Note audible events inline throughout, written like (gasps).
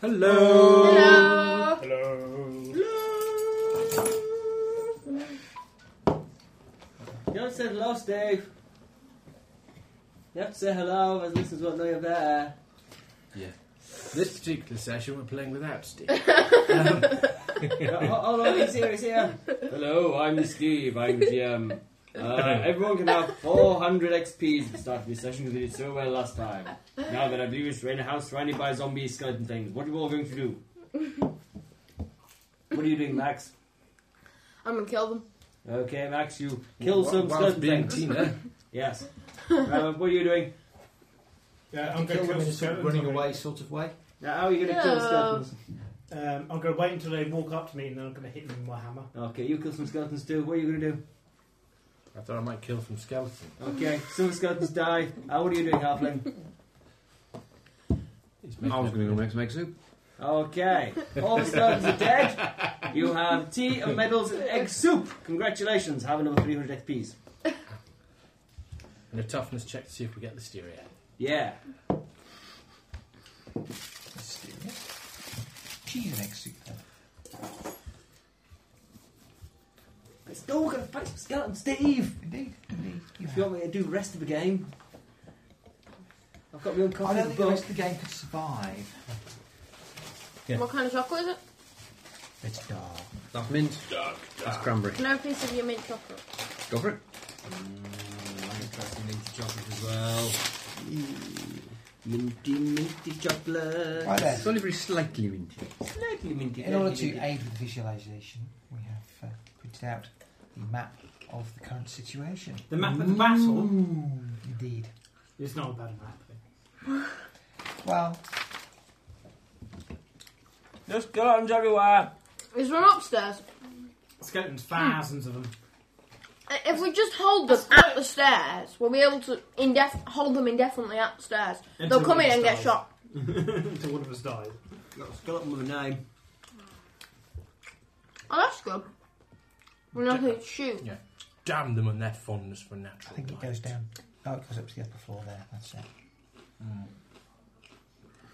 Hello. Hello. Hello. You haven't said hello, Steve. You have to say hello, as listeners won't know you're there. This particular session, we're playing without Steve. Uh, ho- Hold on, he's here, he's here. Hello, I'm Steve, I'm GM. Uh, everyone can have 400 XPs at the start of this session because we did so well last time. Now that I believe it's in a house surrounded by zombie skeleton things, what are you all going to do? What are you doing, Max? I'm gonna kill them. Okay, Max, you (laughs) kill some Whilst skeleton being (laughs) things. (laughs) Tina. Yes. Robert, what are you doing? Yeah, Uh, I'm Kill going to kill the them in a sort of skeletons. running I'm gonna- away sort of way. Now, how are you going to kill No. skeletons? Um, I'm going to wait until they walk up to me, and then I'm going to hit them with my hammer. Okay, you kill some skeletons too. What are you going to do? I thought I might kill some skeleton. Okay, some skeletons die. How what are you doing, Halfling? I was going to go next. Okay, all the skeletons are dead. You have tea and medals and egg soup. Congratulations, have another 300 XPs. And a toughness check to see if we get the stereo. Yeah. Cheese and egg soup. Then. I still got to fight some skeletons, Steve! Indeed, indeed. You If you want me to do the rest of the game, I've got my own have. I copy don't of think the the book. rest of the game could survive. Yeah. What kind of chocolate is it? It's dark. That's mint. That's cranberry. No piece of your mint chocolate. Go for it. Minty, minty chocolate. Right It's then. only very slightly minty. Slightly minty. In order minty, to minty. aid with visualisation, we have uh, printed out the map of the current situation. Mm, The map of the battle Indeed. is not a bad map. Well, There's skeletons everywhere! Is one upstairs? Skeletons, thousands of them. I- Uh, If we just hold them at the stairs, we'll be able to indef- hold them indefinitely at the stairs. Until They'll come one in of and us get dies. shot. (laughs) Until one of us dies. Got a skeleton with a name. Oh, that's good. We're not going to shoot. Damn them and their fondness for I natural think it light. goes down. Oh, it goes up to the upper floor there. That's it. Mm.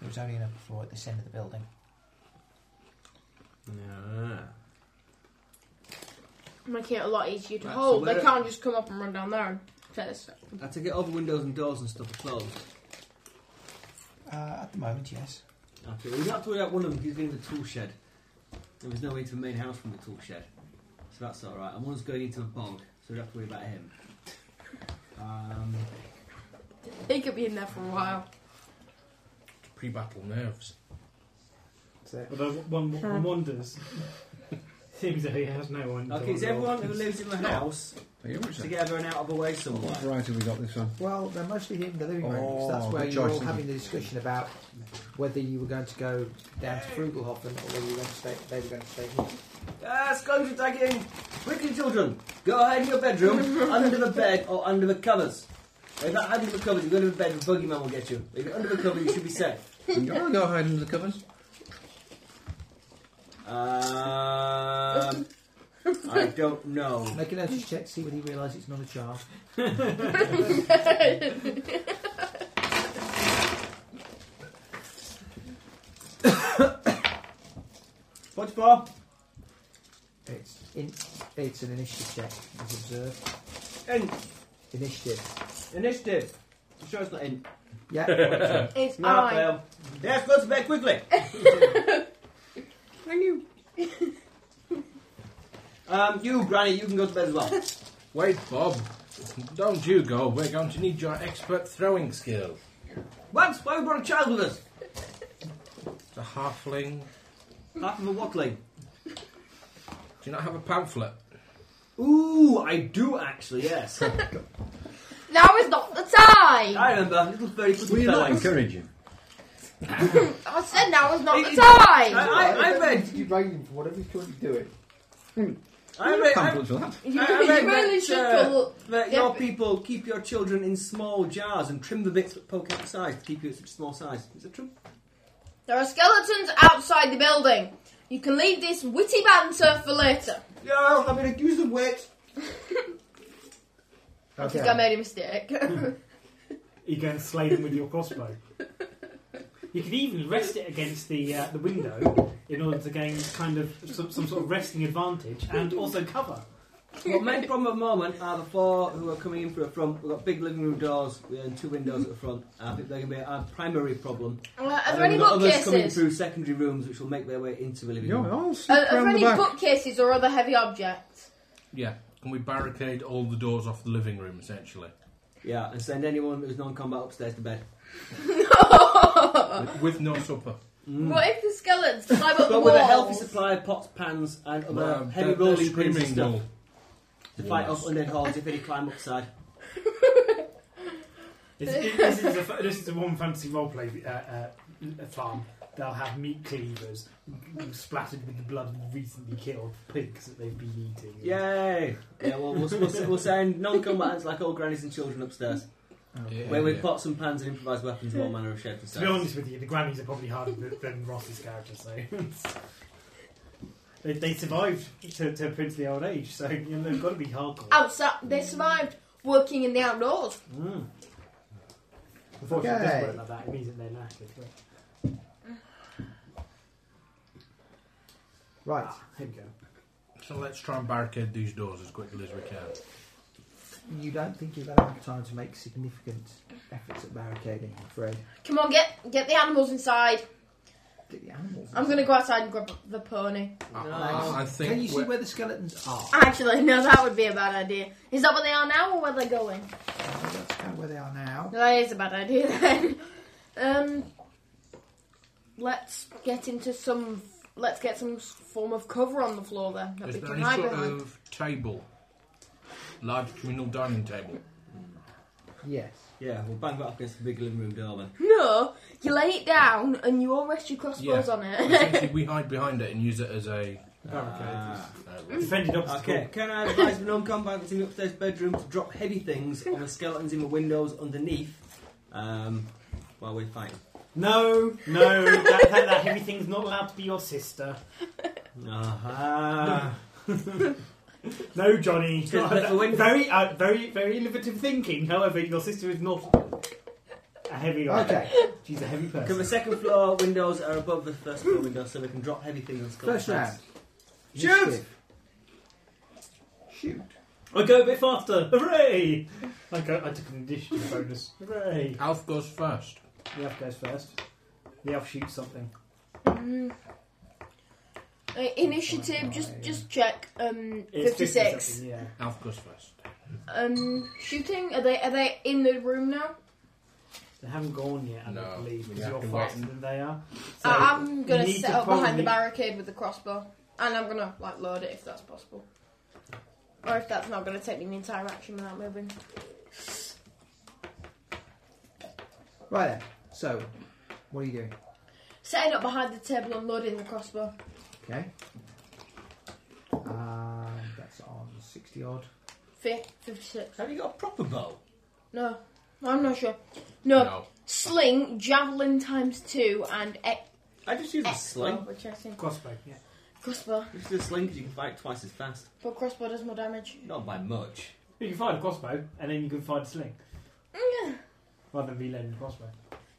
There was only an upper floor at this end of the building. Make it a lot easier to Right, so hold. they where- can't just come up and run down there and take this stuff. I take it all the windows and doors and stuff are closed. Uh, at the moment, yes. Okay, we don't have to worry about one of them because he's going to the tool shed. There was no way to the main house from the tool shed. So that's alright. And one's going into a bog, so we don't have to worry about him. Um, He could be in there for a while. Pre-battle nerves. Although one, one wonders. (laughs) Seems that he has no one. okay, is everyone who lives in the house Thank you very much, sir. together and out of the way What somewhere? variety we got this one? Well, they're mostly here in the living room. 'cause Oh, that's where good you were choice, all thank having the discussion about whether you were going to go down to Frugelhofen or whether you were going to stay, they were going to stay here. Ah, skeletons attacking! Quickly, children! Go hide in your bedroom, under the bed, or under the covers. If not hiding under the covers, you go under the bed, the bogeyman will get you. If you're under the cover, you should be safe. You wanna go hide under the covers? (laughs) Um, I don't know. Make a notice check, see whether you realise it's not a child. What's for? It's in, it's an initiative check, as observed. In. Initiative. Initiative. I'm sure it's not in. Yeah. It's No, I. well, Yes, go to bed quickly. When you Um, you, Granny, you can go to bed as (laughs) well. Wait, Bob. Don't you go. We're going to need your expert throwing skill. What? Why we brought a child with us? The halfling. Half of a wattling. Do you not have a pamphlet? Ooh, I do actually, (laughs) yes. Now is not the time. I remember, little furry footed Will you not fellows. encourage him? I said now is not It- the it- I, time. I, I read, you blame him for whatever he's currently Hmm. doing. I read, I Pamphlets will have. You, I- I you read really that, should uh, go. Let Yeah, your but- people keep your children in small jars and trim the bits that poke out size to keep you at such small size. Is that true? There are skeletons outside the building. You can leave this witty banter for later. No, I'm going to use the weight. I think I made a mistake. (laughs) Uh, You go and slay them with your crossbow. You could even rest it against the uh, the window in order to gain kind of some, some sort of resting advantage and also cover. Well, main problem at the moment are the four who are coming in through the front. We've got big living room doors and two windows at the front. I think they're going to be our primary problem. Uh, And are there then any we've got others coming bookcases? through secondary rooms, which will make their way into the living You're room. all Are, sneak are there round the any back. bookcases or other heavy objects? (laughs) Yeah. Can we barricade all the doors off the living room essentially? Yeah, and send anyone who's non-combat upstairs to bed. Uh, With, with no supper. uh, What if the skeletons climb up the Mm. But with a healthy walls? supply of pots, pans, and other Um, heavy they're- they're rolling pins and screaming stuff will- to fight off walls. undead hordes if any climb upside. This, this, is, a, this is a one fantasy roleplay uh, uh, farm. They'll have meat cleavers splattered with the blood of recently killed pigs that they've been eating. Yay! Yeah, well, we'll, we'll, we'll send non-combatants like old grannies and children upstairs, Yeah, where we've yeah. pots and pans and improvised weapons and all manner of shapes and To be sizes. honest with you, the grannies are probably harder th- than Ross's character, so. they, they survived to, to princely old age, so you know, they've got to be hardcore. Outside, they survived working in the outdoors. Mm. Unfortunately, it doesn't Okay. work like that. It means that they're knackered. but- Right. Ah, here we go. So let's try and barricade these doors as quickly as we can. You don't think you're going to have time to make significant efforts at barricading, I'm afraid. Come on, get get the animals inside. Get the animals. I'm gonna go outside and grab the pony. I- Nice. I, I think Can you see we're- where the skeletons are? Actually, no, that would be a bad idea. Is that where they are now, or where they're going? Uh, That's kind of where they are now. No, that is a bad idea (laughs) then. Um, let's get into some. Let's get some s- form of cover on the floor then that Is we there can any hide sort behind. of table? Large communal dining table. Yes. Yeah, we'll bang that up against the big living room door then. No, you lay it down and you all rest your crossbows Yeah. on (laughs) it. Essentially, we hide behind it and use it as a. Ah. uh, Defended obstacle. Okay, can I advise the non-combatants in the upstairs bedroom to drop heavy things on the skeletons in the windows underneath um, while we're fighting? No, no, that, that, that heavy thing's not allowed to be your sister. Aha! Uh, (laughs) No, Johnny. Just let the wind- very, uh, very, very innovative thinking. However, your sister is not a heavy. Okay. she's a heavy Because the person. second floor windows are above the first floor windows, so they can drop heavy things on skeletons. First round. Shoot! Initiative. Shoot. I go a bit faster. Hooray! I go. I took an additional bonus. Hooray! Alf goes first. The elf goes first. The elf shoots something. Mhm. Uh, initiative, just just check. Um, It's fifty six. something, Yeah. Alf goes first. Um, shooting. Are they are they in the room now? They haven't gone yet, I No, don't believe, we because have you're to faster wait. than they are. So, Uh, I'm gonna you need set to up behind the probably- barricade with the crossbow, and I'm gonna like load it if that's possible, or if that's not gonna take me the entire action without moving. Right then. So, what are you doing? Setting up behind the table and loading the crossbow. Okay. Um, that's on 60 odd. Fi- Fifty-six. Have you got a proper bow? No, I'm not sure. No, No. sling, javelin times two, and ex- I just use a sling. which I think crossbow. Yeah. crossbow, Just use a sling because you can fight twice as fast. but crossbow does more damage. Not by much. You can fire the crossbow, and then you can fire the sling, Mm, Yeah. rather than reloading the crossbow.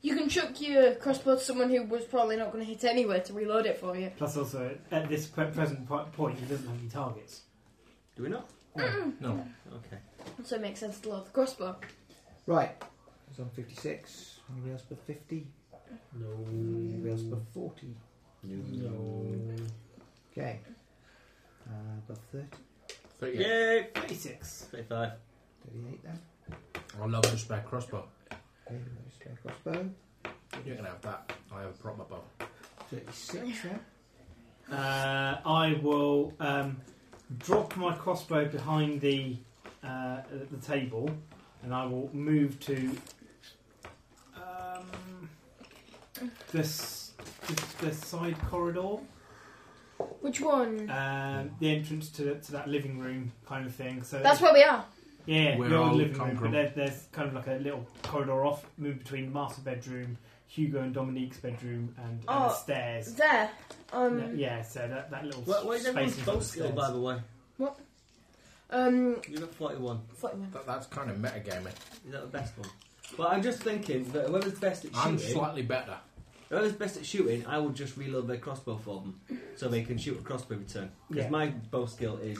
You can chuck your crossbow to someone who was probably not going to hit anyway to reload it for you. Plus, also at this pre- present po- point, he doesn't have any targets. Do we not? No. Okay. So it makes sense to load the crossbow. Right. It's on 56. Anybody else but 50? Anybody else but 40? No. Okay. Uh, above 30. But yeah, Yay! Thirty-six. 35. 38 then. I love the spare crossbow. Okay, with the spare crossbow. You're gonna have that. I have a proper bow. 36 then. Uh, I will um, drop my crossbow behind the uh, the table, and I will move to um, this the, the side corridor, Which one? um, the entrance to, to that living room kind of thing. So That's where we are. yeah, Where the I'll old living come room. from. But there, there's kind of like a little corridor off, move between master bedroom, Hugo and Dominique's bedroom, and, and Oh, the stairs. There. Um. yeah, so that, that little What, what is everyone's space in front bow of the skill, stairs. by the way? Um. You've got 41. fuck me. That, that's kind of metagaming. Is that the best one? Well, I'm just thinking that whoever's best at I'm shooting slightly better. Whoever's best at shooting, I will just reload their crossbow for them so they can shoot a crossbow return. Because Yeah. my bow skill is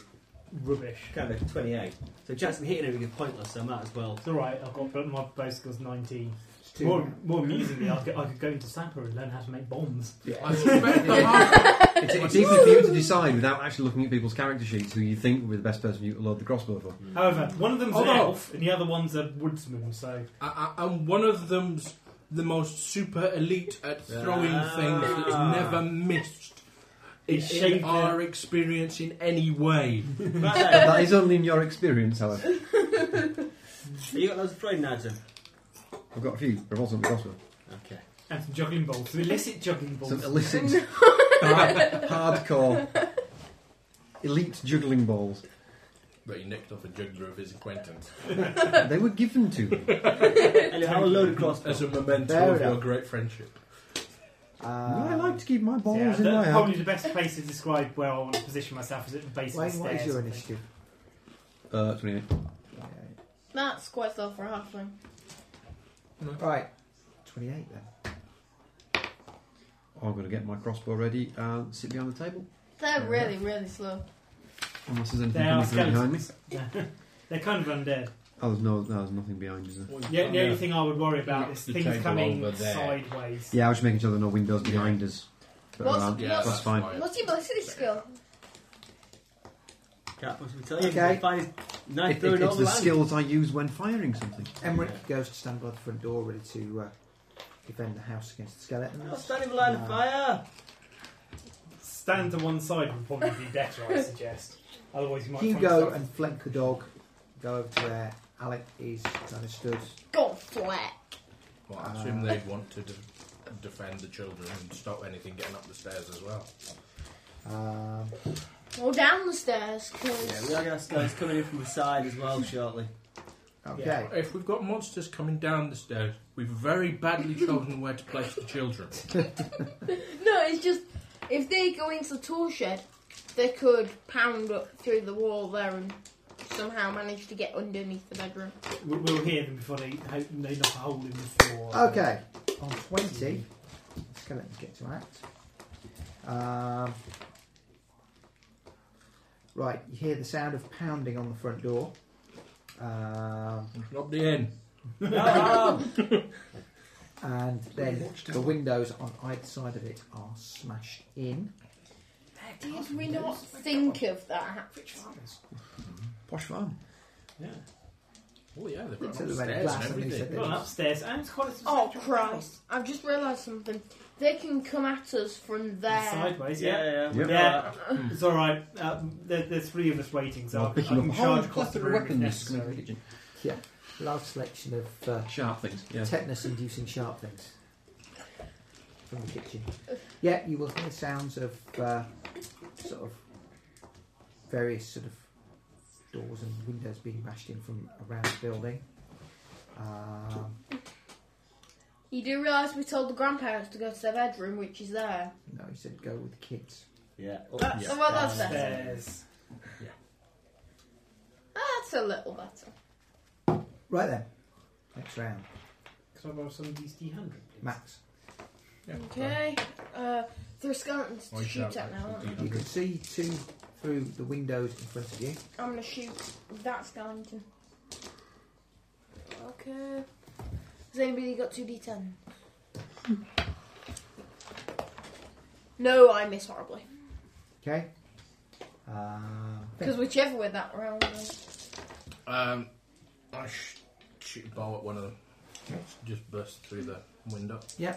Rubbish. kind of 28. So chance of hitting everything is pointless, so I might as well. (laughs) It's alright, I've got but my base skill's 19. It's two. More, more amusingly, I could, I could go into Sapper and learn how to make bombs. I suspect the hard. It's, it's easy for you to decide without actually looking at people's character sheets who you think were the best person you could load the crossbow for. However, one of them's an Although- elf and the other one's a woodsman, so. I, I, and one of them's the most super elite at throwing Ah. things that's never missed. It's in shaped our experience in any way. Right there. That is only in your (laughs) experience, however. you got loads of throwing knives in? I've got a few, but I've also got a crossbow. Okay. And some juggling balls, some illicit juggling balls. Some illicit, hard, hardcore, elite juggling balls. But he nicked off a juggler of his acquaintance (laughs) They were given to me. Anyway, I'll load a crossbow. as a memento Fair of your enough. great friendship. Uh, I like to keep my balls yeah, in my that's probably hand. the best place to describe where I want to position myself is at the base Wayne, of the what stairs. is your I think. initiative? Uh, 28. That's quite slow for a halfling. Right, 28 then. I'm going to get my crossbow ready and sit behind the table. They're really, really slow. Unless there's anything They are coming through behind me. skeletons. Yeah. They're kind of undead. Oh, there's, no, no, there's nothing behind you, is there? Yeah, the only thing I would worry about Knock is the things table coming over there. sideways. Yeah, I was just making sure there are no windows behind us. But What's- around. Yeah, that's fine. What's your ballistic skill? Cat, what's we tell you? Okay. Find knife It- it- throwing it's over the land. skill that I use when firing something. Emmerich goes to stand by the front door ready to uh, defend the house against the I'll skeletons. stand in the line Nah. of fire. Stand to one side would probably be better, I suggest. Otherwise, you might find Hugo yourself- and flank the dog go over to where Alec is kind of stood. Go flat. Well, I assume they'd want to de- defend the children and stop anything getting up the stairs as well. Um, Well, down the stairs, Yeah, because we are going to start coming in from the side as well shortly. okay. If we've got monsters coming down the stairs, we've very badly chosen where to place the children. no, it's just if they go into the tool shed, they could pound up through the wall there and somehow manage to get underneath the bedroom. we- we'll hear them before they, ho- they knock a hole in the floor. Okay, on 20, skeletons get to act. Um, right, you hear the sound of pounding on the front door. Um, Rob the inn. and then the windows on either side of it are smashed in. Did we not think of that? Posh farm. Yeah. Oh yeah, they've Looked got at the upstairs red and glass and they everything. said We've got an that upstairs and it's quite a Oh substantial Christ! I've just realised something. They can come at us from house. there. Sideways, yeah. Yeah, yeah. Yep. Yeah, it's all right. Um, there, there's three of us waiting, so Well, I, can- picking I up can a whole Oh, charge across the plethora of room if weapons coming from the necessary. kitchen. Large selection of uh, Sharp things, yeah. tetanus-inducing sharp things from the kitchen. Yeah, you will hear sounds of uh, sort of various sort of doors and windows being bashed in from around the building. Um, You do realise we told the grandparents to go to their bedroom, which is there. no, he said go with the kids. Yeah. That's, Well, that's better. Upstairs. That's a little better. Right then, next round, Could I borrow some of these D hundred, please? Max. Yeah, Okay. Uh, there are skeletons I to shoot shout at now. Aren't that. there? You can see two through the windows in front of you. I'm gonna shoot that skeleton. Okay. Has anybody got two d10? no, I miss horribly. Okay. Um, Because whichever way that round was. Um, I sh- shoot a bow at one of them. Just burst through the window. Yeah.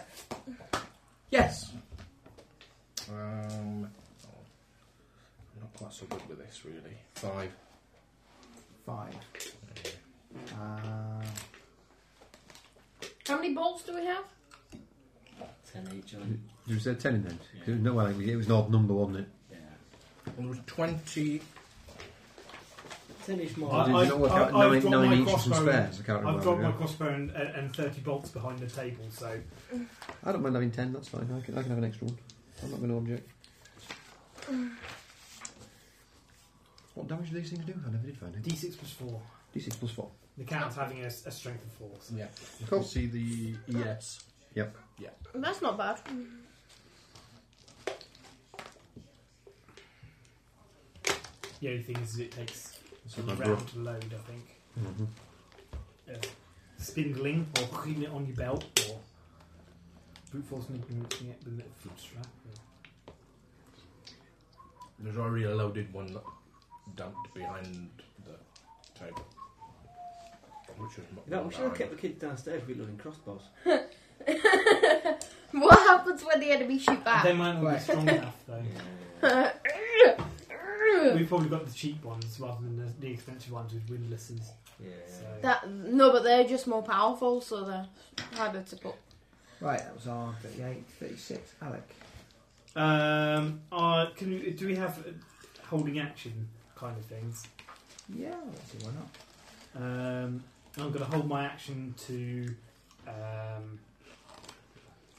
Yes. Um, I'm not quite so good with this really. Five. five. Um, How many bolts do we have? Ten each on. Did you say 10 in then? No, I think it was an odd number, wasn't it? Yeah. Well, there was twenty. Ten each more. I- Did I've- you not work I've- out I've 9, dropped nine my inches from crossbow. spares? I can't remember. I've dropped now. my crossbow and, and, and thirty bolts behind the table, so I don't mind having 10, that's fine. I can, I can have an extra one. I'm not going to object. What damage do these things do? I never did find it. D six plus four. D6 plus 4. The cat's having a, a strength of four. So. Yeah. You Cool. can see the ES Yep. That's not bad. (laughs) The only thing is, it takes It's a not round to load, I think. Mm-hmm. Mhm. Spindling, or putting it on your belt, or brute force manipulating it with a foot strap. There's already a loaded one dumped behind the table. Which is not. we should have kept the kids downstairs reloading crossbows. What happens when the enemy shoot They back? might not be Right. strong enough, though. We've probably got the cheap ones rather than the, the expensive ones with windlasses. Yeah. So. (laughs) That no, but they're just more powerful, so they're harder to put. Right, that was our 38, 36. Alec. Um, are, can we, do we have uh, holding action kind of things? Yeah, let's see, why not? Um, I'm going to hold my action to um,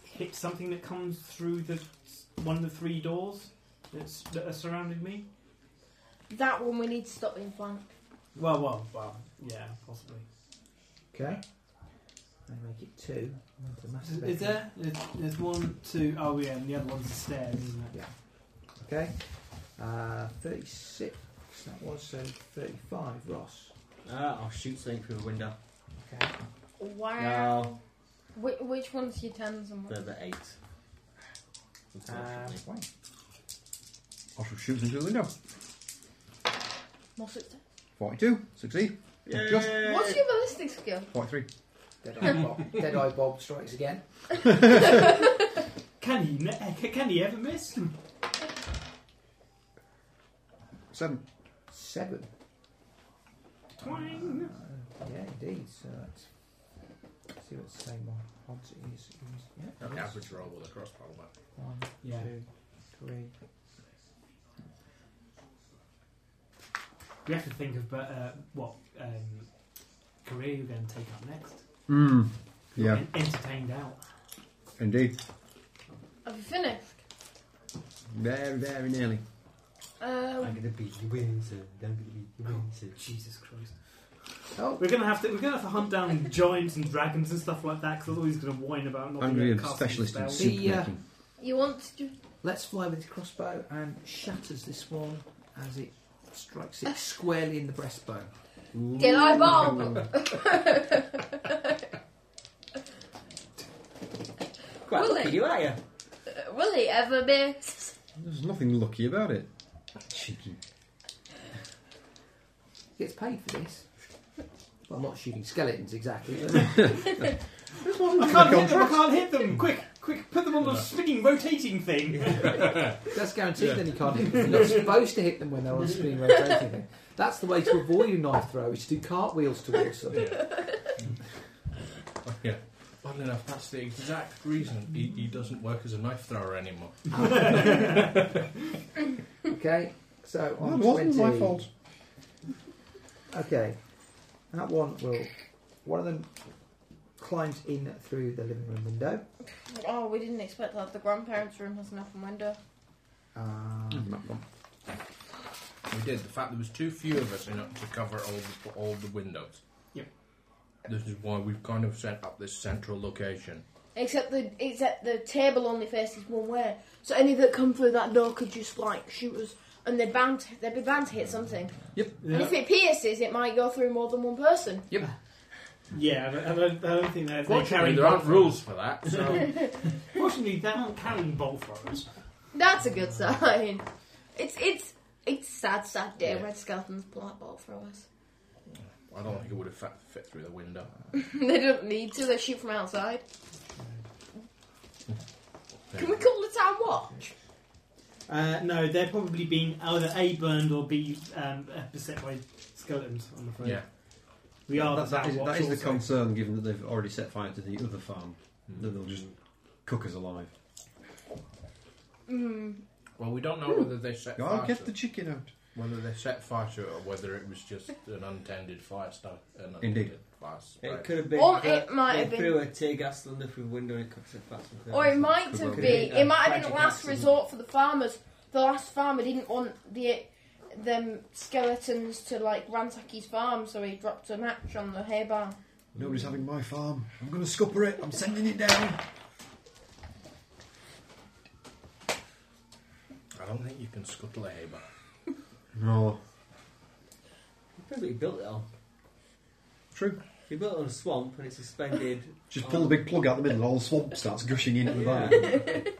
hit something that comes through the one of the three doors that's, that are surrounding me. That one we need to stop in flank. Well, well, well, yeah, possibly. Okay. I make it two. That's a massive Is, is effort. there? There's, there's one, two, oh yeah, and the other one's the stairs, isn't it? Okay. Uh, 36, that was, so 35, Ross. Ah, I'll shoot something through the window. Okay. Wow. Whi which one's your tens and They're what? the eight. Um, Unfortunately. wait. Also shoots into the window. What's, it- 42. Succeed. Just What's your ballistic skill? 43. Dead (laughs) Eye Bob, Dead Eye Bob strikes again. Can he? ne- eh, Can he ever miss? 7. Seven. Twang. Uh, yeah, indeed. So that's. Let's see what the same one. Odds it is. it is- Yeah. An it is. average roll with a crossbow, man. One, Yeah. two, three. We have to think of uh, what um, career you're going to take up next. Mm. Yeah, En- entertained out. indeed. Have you finished? Very, very nearly. Um, gonna beat you, Windsor. I'm gonna beat you, Windsor. Jesus Christ. Oh, We're gonna have to. We're gonna have to hunt down giants and dragons and stuff like that because otherwise he's gonna whine about not I'm being really able a to cast specialist in spells. soup. soup The, uh, making. you want to? let's fly with the crossbow and shatters this one as it strikes it squarely in the breastbone. Did I bomb? Quite Will lucky it? you, are you? Will he ever miss? There's nothing lucky about it. Cheeky. Gets paid for this. Well, not shooting skeletons exactly. but- (laughs) I can't hit them. I can't hit them. Quick, quick, put them on the spinning, rotating thing. That's guaranteed then you can't hit them. You're not supposed to hit them when they're on screen rotating. Thing. That's the way to avoid a knife throw is to do cartwheels towards them. yeah. Oddly enough, that's the exact reason he, he doesn't work as a knife thrower anymore. Okay, so on That wasn't 20, my fault. Okay, that one will. One of them climbs in through the living room window. Oh, we didn't expect that. The grandparents' room has an open window. Um, We did. The fact there was too few of us enough to cover all the, all the windows. Yep. This is why we've kind of set up this central location. Except the except the table only faces one way, so any that come through that door could just like shoot us, and they're bound to, they'd be bound to hit something. And if it pierces, it might go through more than one person. (laughs) Yeah, I don't, I don't, I don't think there's. they Fortunately, carry there aren't bolt rules for that. (laughs) throwers. So, fortunately, they aren't carrying bolt throwers. That's a good sign. It's it's it's sad, sad day Yeah. when skeletons black ball (laughs) throwers. I don't think it would have fit, fit through the window. they don't need to. They shoot from outside. Can we call the town watch? Uh, no, they're probably being either a burned or b um, uh, beset by skeletons. I'm afraid. Yeah. we are. That- that is, watch that is the also. concern, given that they've already set fire to the other farm. That they'll just Mm. cook us alive. Mm. Well, we don't know whether they set fire I'll to get the it. chicken out. Whether they set fire to it or whether it was just an untended fire start. An Indeed. untended Fire It spread. could have been. Or that it might they have been- threw a tear gas cylinder through the window and it cooks it fast. and Or it furious. might Could have well been. be. It might have Tragic been a last accident. resort for the farmers. The last farmer didn't want the them skeletons to like ransack his farm, so he dropped a match on the hay barn. Nobody's having my farm. I'm going to scupper it. I'm sending it down. don't think you can scuttle a haybar. No. That's what you built it on. True. You built it on a swamp and it's suspended. (laughs) Just pull the big plug out the middle, all the swamp starts gushing into the Yeah. vine.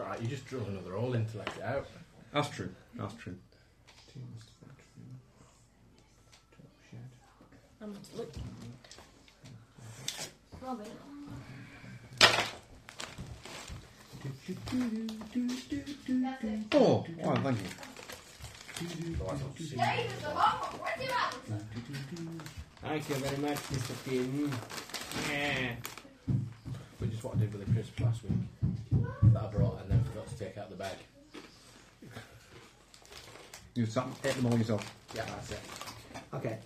Right, you just drill another hole in to let it out. That's true. That's true. I'm look. Robin. That's it. Oh, wow, thank you. Otherwise, I'll see. David's a homework. What do you want? Thank you very much, Mr. Finn. Yeah. Which is what I did with the crisp last week. That I brought and then forgot to take out the bag. You sat and ate them all yourself. Yeah, that's it. Okay.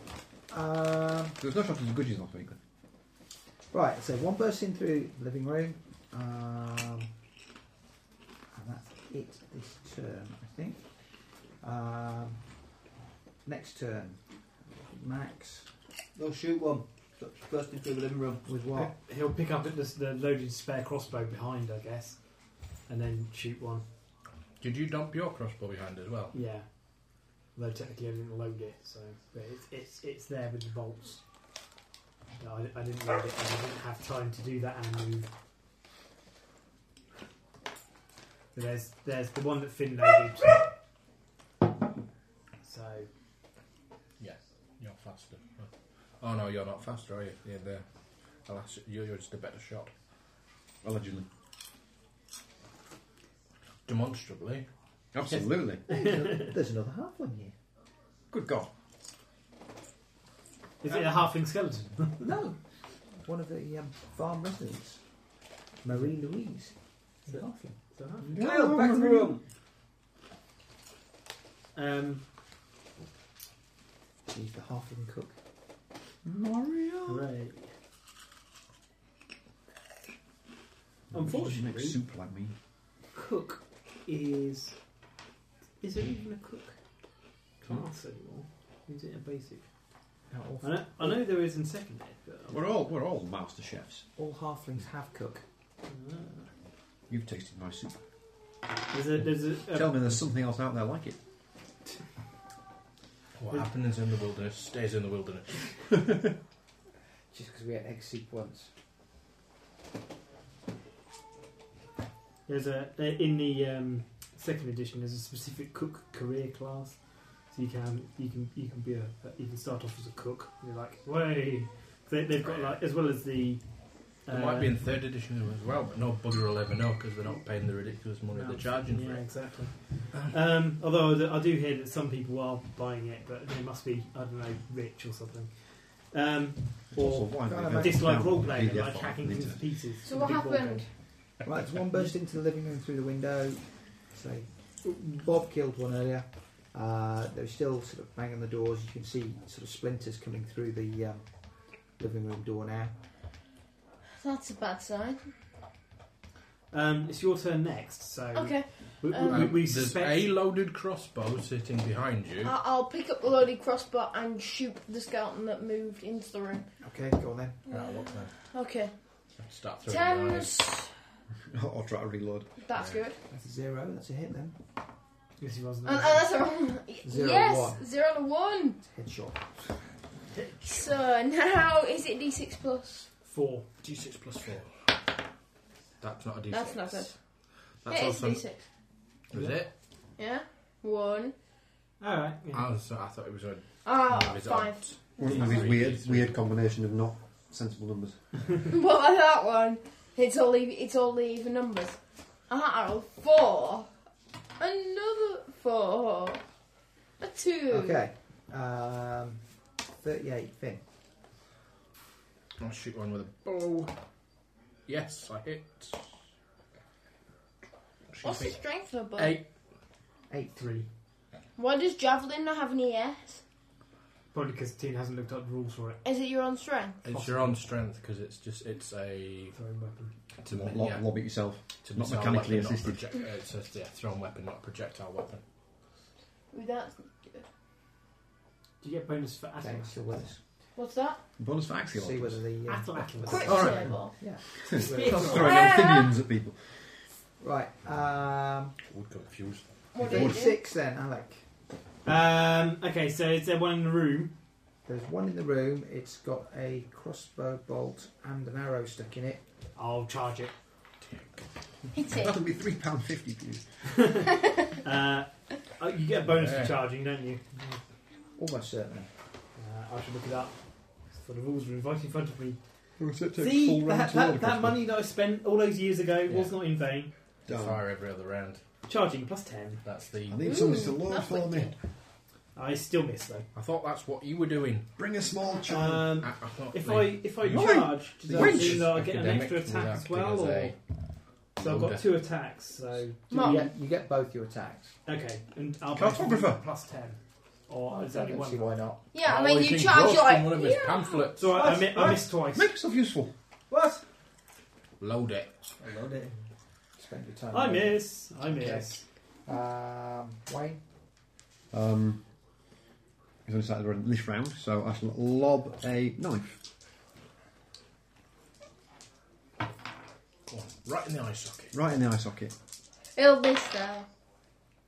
Um, There was no shortage of goodies last week. right, so one person through the living room. Um, and that's it this turn, I think. Um, next turn. Max They'll shoot one. First into the living room. (laughs) with what? He'll pick up at the, the loaded spare crossbow behind, I guess, and then shoot one. Did you dump your crossbow behind as well? Yeah. Though technically I didn't load it, so but it's it's, it's there with the bolts. No, I, I didn't load it. and I didn't have time to do that and move. But there's there's the one that Finn loaded. So Yes. You're faster. Oh no, you're not faster, are you? You're the alas, you're you're just a better shot. Allegedly. Demonstrably. Absolutely. There's another half one here. Good God. is it a halfling skeleton? No, one of the um, farm residents, Marie Louise. Is it halfling? Is that half? Kyle, back to the room. Um, She's the halfling cook. Mario. right. She Unfortunately, makes soup like me. cook is is there even a cook class anymore? Is it a basic? Now, all, I know, I know there is in second ed, but I'm- We're all we're all master chefs. all halflings have cook. Ah. You've tasted my soup. there's a there's a, um, a Tell me there's something else out there like it. What happens in the wilderness stays in the wilderness. Just because we had egg soup once. there's a there- in the um, second edition there's a specific cook career class. So you can you can you can be a you can start off as a cook. You're like way they, they've got like as well as the It might Um, be in third edition as well, but no bugger will ever know because they're not paying the ridiculous money No. they're charging Yeah, for it. exactly. Um, although th- I do hear that some people are buying it, but they must be I don't know rich or something, um, Also, or why Well, have they dislike found a roleplay and PDF like file hacking on the things to internet? pieces. So with what a big ball happened? Right, there's one burst into the living room through the window. Say, Bob killed one earlier. Uh, they're still sort of banging the doors. You can see sort of splinters coming through the um, living room door now. That's a bad sign. gun. Um, it's your turn next, so Okay, we, we, Um, we, we There's suspect. Ah. a loaded crossbow sitting behind you. I- I'll pick up the loaded crossbow and shoot the skeleton that moved into the room. Okay, go on then. Right, what then? Okay, Start throwing knives. tens. (laughs) I'll try to reload. That's Yeah. good. That's a zero. That's a hit then. Yes, he was. And, and that's a wrong. Zero, yes, one. zero and a one. It's a headshot. So now is it D6 plus? Four. D6 plus 4. That's not a D6. That's not good. That's it is also. D6. Was it? Yeah, one. All right. Yeah. I, was, I thought it was a. Ah, no, it's five. (laughs) odds. One of of his his Three, weird- weird, three. weird weird combination of not sensible numbers. what about that one? It's all ev- it's all the even numbers. Ah, rolled four. Another four. A two. Okay. Um, 38, Finn. I'll shoot one with a bow. Yes, I hit. Excuse What's the me. strength of a bow? Eight. 8. Three. Why does javelin not have any S? Probably because Tina hasn't looked up the rules for it. Is it your own strength? It's your own strength because it's just it's a Throwing weapon. it's a, lob, yeah, it yourself. it's a not missile mechanically weapon, Not assisted. a project, uh, it's just, yeah, thrown weapon, not a projectile weapon. That's, Do you get bonus for Okay, athletics? still with us. what's that? Bonus for Axial. See whether the. Uh, Athletics. Quick All right. table. yeah. Throwing amphibians at people. right. Um, Woodcut confused. What do you do? Forty-six then, Alec. Um, okay, so is there one in the room? There's one in the room. It's got a crossbow bolt and an arrow stuck in it. I'll charge it. Hit it. That'll be three pound fifty for you. Uh, oh, you get a bonus Yeah. for charging, don't you? Almost certainly. Uh, I should look it up. So the rules are right in front of me. See, See, that, that, that money that I spent all those years ago was not in vain. You Done. Fire every other round. Charging plus 10. That's the. I need somebody Ooh, to law that's for me. wicked. I still miss though. I thought that's what you were doing. Bring a small child. Um, I, I thought if the- I if I Right. charge, does that Winch. mean that I get an Academic extra was attack as acting well? as Or? a So I've loader. got two attacks. So Do Mum. You, get, you get both your attacks. okay, and I'll Cartographer. plus ten, or is I that don't Oh, one? see why not. Yeah, Oh, I mean, he's you been charge engrossed your. in one of his yeah. pamphlets. So I, I, What? mi- I missed twice. Make yourself useful. What? Load it. I love it. Spend your time. I on miss. I miss. it. Um, Wayne. Um, it's only started running this round, so I shall lob a knife. Go on, right in the eye socket. Right in the eye socket. It'll miss though.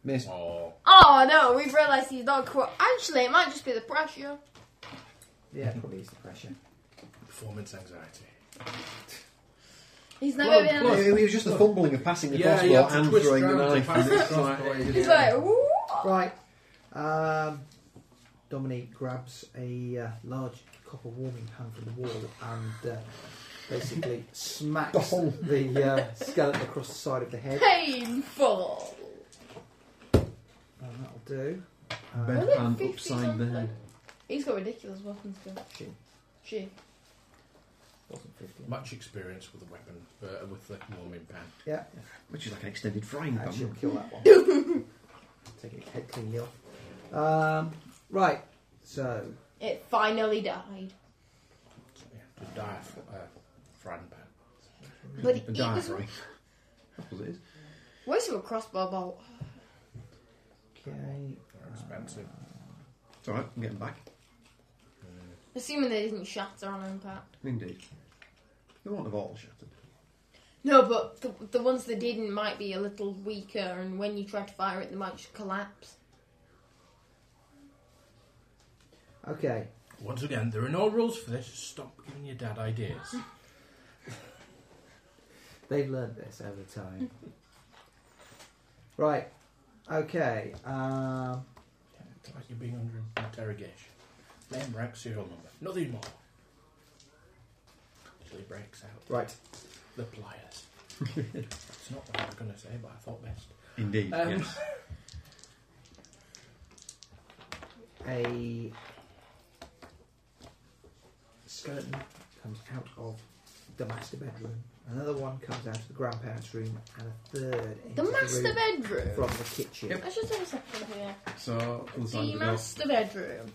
Miss. Oh, Oh no, we've realised he's not quite. Actually, it might just be the pressure. Yeah, probably is the pressure. performance anxiety. He's never Well, been. well, on it was just the fumbling of passing the Yeah, crossbow you have to and twist throwing the round to knife. (laughs) pass and it's the like- crossbow. He's like, ooh. Right. Um, Dominique grabs a uh, large copper warming pan from the wall and uh, basically smacks the uh, skeleton across the side of the head. painful. And that'll do. Uh, Was Bed it pan 50 upside something? down. He's got ridiculous weapons. though. She. She. Wasn't 50. Much experience with the weapon, uh, with the warming pan. Yeah, Which is like an extended frying pan. actually, will kill that one. Taking it head cleanly off. Um, right, so It finally died. So, yeah, to die for uh, frying pan. But it A die was. fry. That's what it is. Where's your crossbow bolt? okay. They're expensive. It's alright, I'm getting back. Assuming they didn't shatter on impact. Indeed. They won't have all shattered. No, but the, the ones that didn't might be a little weaker, and when you try to fire it, they might just collapse. Okay. Once again, there are no rules for this. Stop giving your dad ideas. Hmm. They've learned this over time. right. Okay. Um, it's like you're being under interrogation. Name, rank, serial number. Nothing more. Until he breaks out right. the pliers. That's not what I was going to say, but I thought best. Indeed, Um, yes. A skeleton comes out of the master bedroom. Another one comes out of the grandparents' room, and a third enters The master room bedroom. from the kitchen. I should have a second here. So, other side The of the door. master bedroom.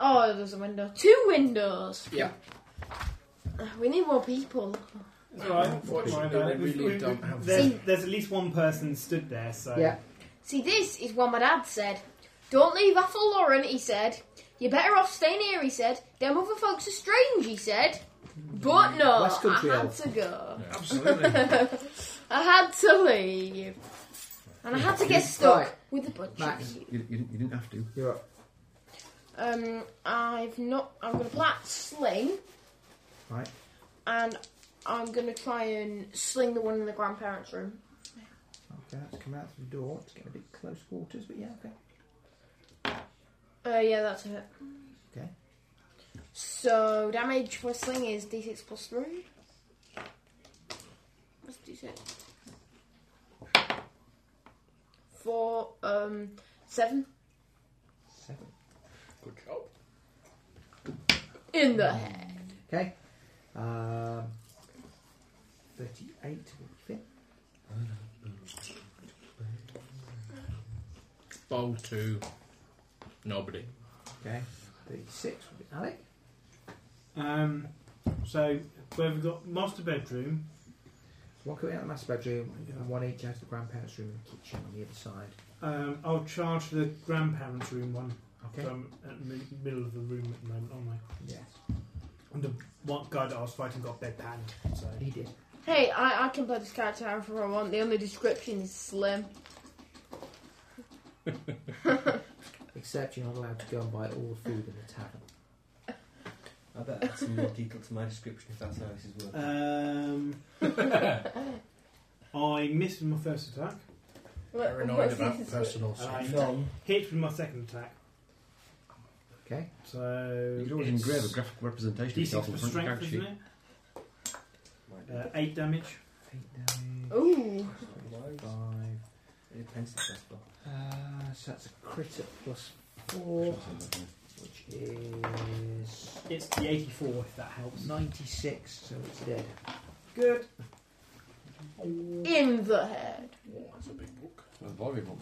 Oh, there's a window. Two windows. Yeah. Uh, We need more people. It's all right. Unfortunately, Don't they worry about it. really We've- don't we've- have- There's, See- there's at least one person stood there. So Yeah. See, this is what my dad said. Don't leave Athol Lauren, he said. You're better off staying here, he said. Them other folks are strange, he said. But no, West I Country had elf. to go. Absolutely. (laughs) I had to leave. And I had to get stuck Right. with a bunch Max. of you. You, you, didn't- you didn't have to. You're up. Um, I've not. I'm going to play out Sling. Right. And I'm going to try and sling the one in the grandparents' room. Okay, that's come out through the door. It's getting a bit close quarters, but yeah, okay. Uh, yeah, that's it. Okay. So damage for sling is d6 plus three. What's d6? Four, um, seven Seven. Good job. in the head. Okay. Um, 38 will fit. Bowl two. Nobody. Okay. 36 will be Alec. Um, so where we've got master bedroom. One coming out of the master bedroom, and one each out of the grandparents' room and kitchen on the other side. Um, I'll charge the grandparents' room one. Okay. So I'm at the mi- middle of the room at the moment, aren't I? Yes, And the one guy that I was fighting got bedpan. So he did. Hey, I, I can play this character however I want. The only description is slim. Except you're not allowed to go and buy all the food in the tavern. I bet that's some more detail to my description if that's how this is working. Um, (laughs) I missed with my first attack. Paranoid about personal And I safety. Uh, hit with my second attack. Okay? So You could always it's engrave a graphic representation of D6 yourself on for the front of your strength, isn't character sheet. it? Might be. Uh, eight damage. Eight damage. Ooh. Otherwise, Five. It depends on the best one. Uh, so that's a crit at plus four, which is It's the 84 if that helps. 96, so it's dead. Good. In the head. That's a big book. That's valuable.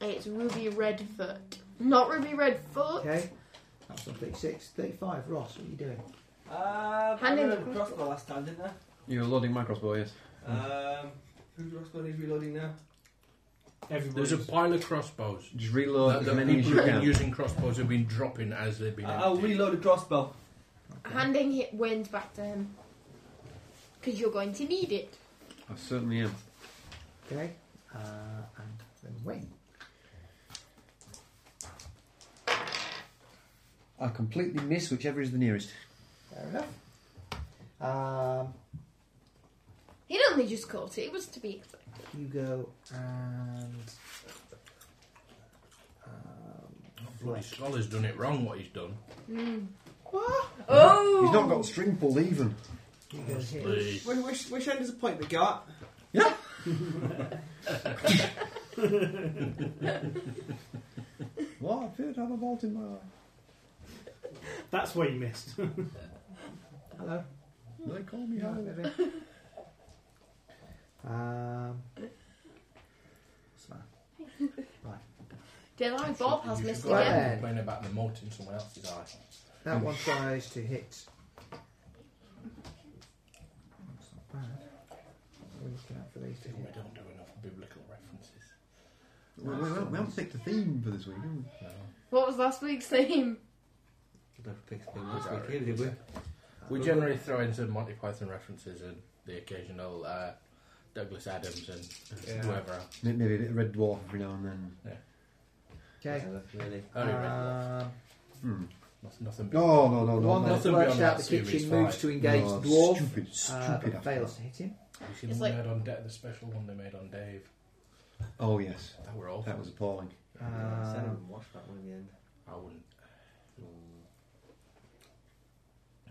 It's Ruby Redfoot. Not Ruby Redfoot. Okay? That's on 36. 35. Ross, what are you doing? Um, I Hand in the remember the crossbow last time, didn't You were loading my crossbow, yes. I? Um, whose crossbow is reloading now? Everybody's There's a pile of crossbows. Just reload That- as that many as (laughs) people you who've been can. Uh, using crossbows have been dropping as they've been. I- I'll emptied. reload the oh, crossbow. Handing hit Wayne's back to him. Because you're going to need it. I certainly am. Okay? Uh, and then Wayne. I completely miss whichever is the nearest. Fair enough. Um, He'd only just caught it. It was to be expected. Hugo and. Um, Bloody Blake. Scholar's done it wrong. What he's done. Mm. Oh! He's not got the string pulled even. Hugo's here. Please. When, which, which end is the point that go at? (laughs) Why did I have a bolt in my eye? That's where you missed. (laughs) Hello. They call me Yeah, Howard. maybe. um, what's that? Dead Eye Bob has You missed should go out Right. again. and complain about the moult in someone else's eye. That one tries to hit. That's not bad. We're looking out for these to We hit. don't do enough biblical references. We, we, we, we haven't picked a theme for this week, have we? No. What was last week's theme? We generally throw in some Monty Python references and the occasional uh, Douglas Adams and Yeah. whoever. else. May- Maybe a bit of Red Dwarf every now and then. Okay. Really. Only Red Dwarf. Um, Hmm. Noth- Nothing. big. No, no, no, the no. one no. that Nothing works beyond out that the kitchen series moves five. to engage No, the dwarf. Stupid, uh, stupid. but fails to hit him. You seen It's the like- one they had on deck, the special one they made on Dave. oh, yes. That were awful. That was appalling. I said I Um, would watch that one in the end. I wouldn't.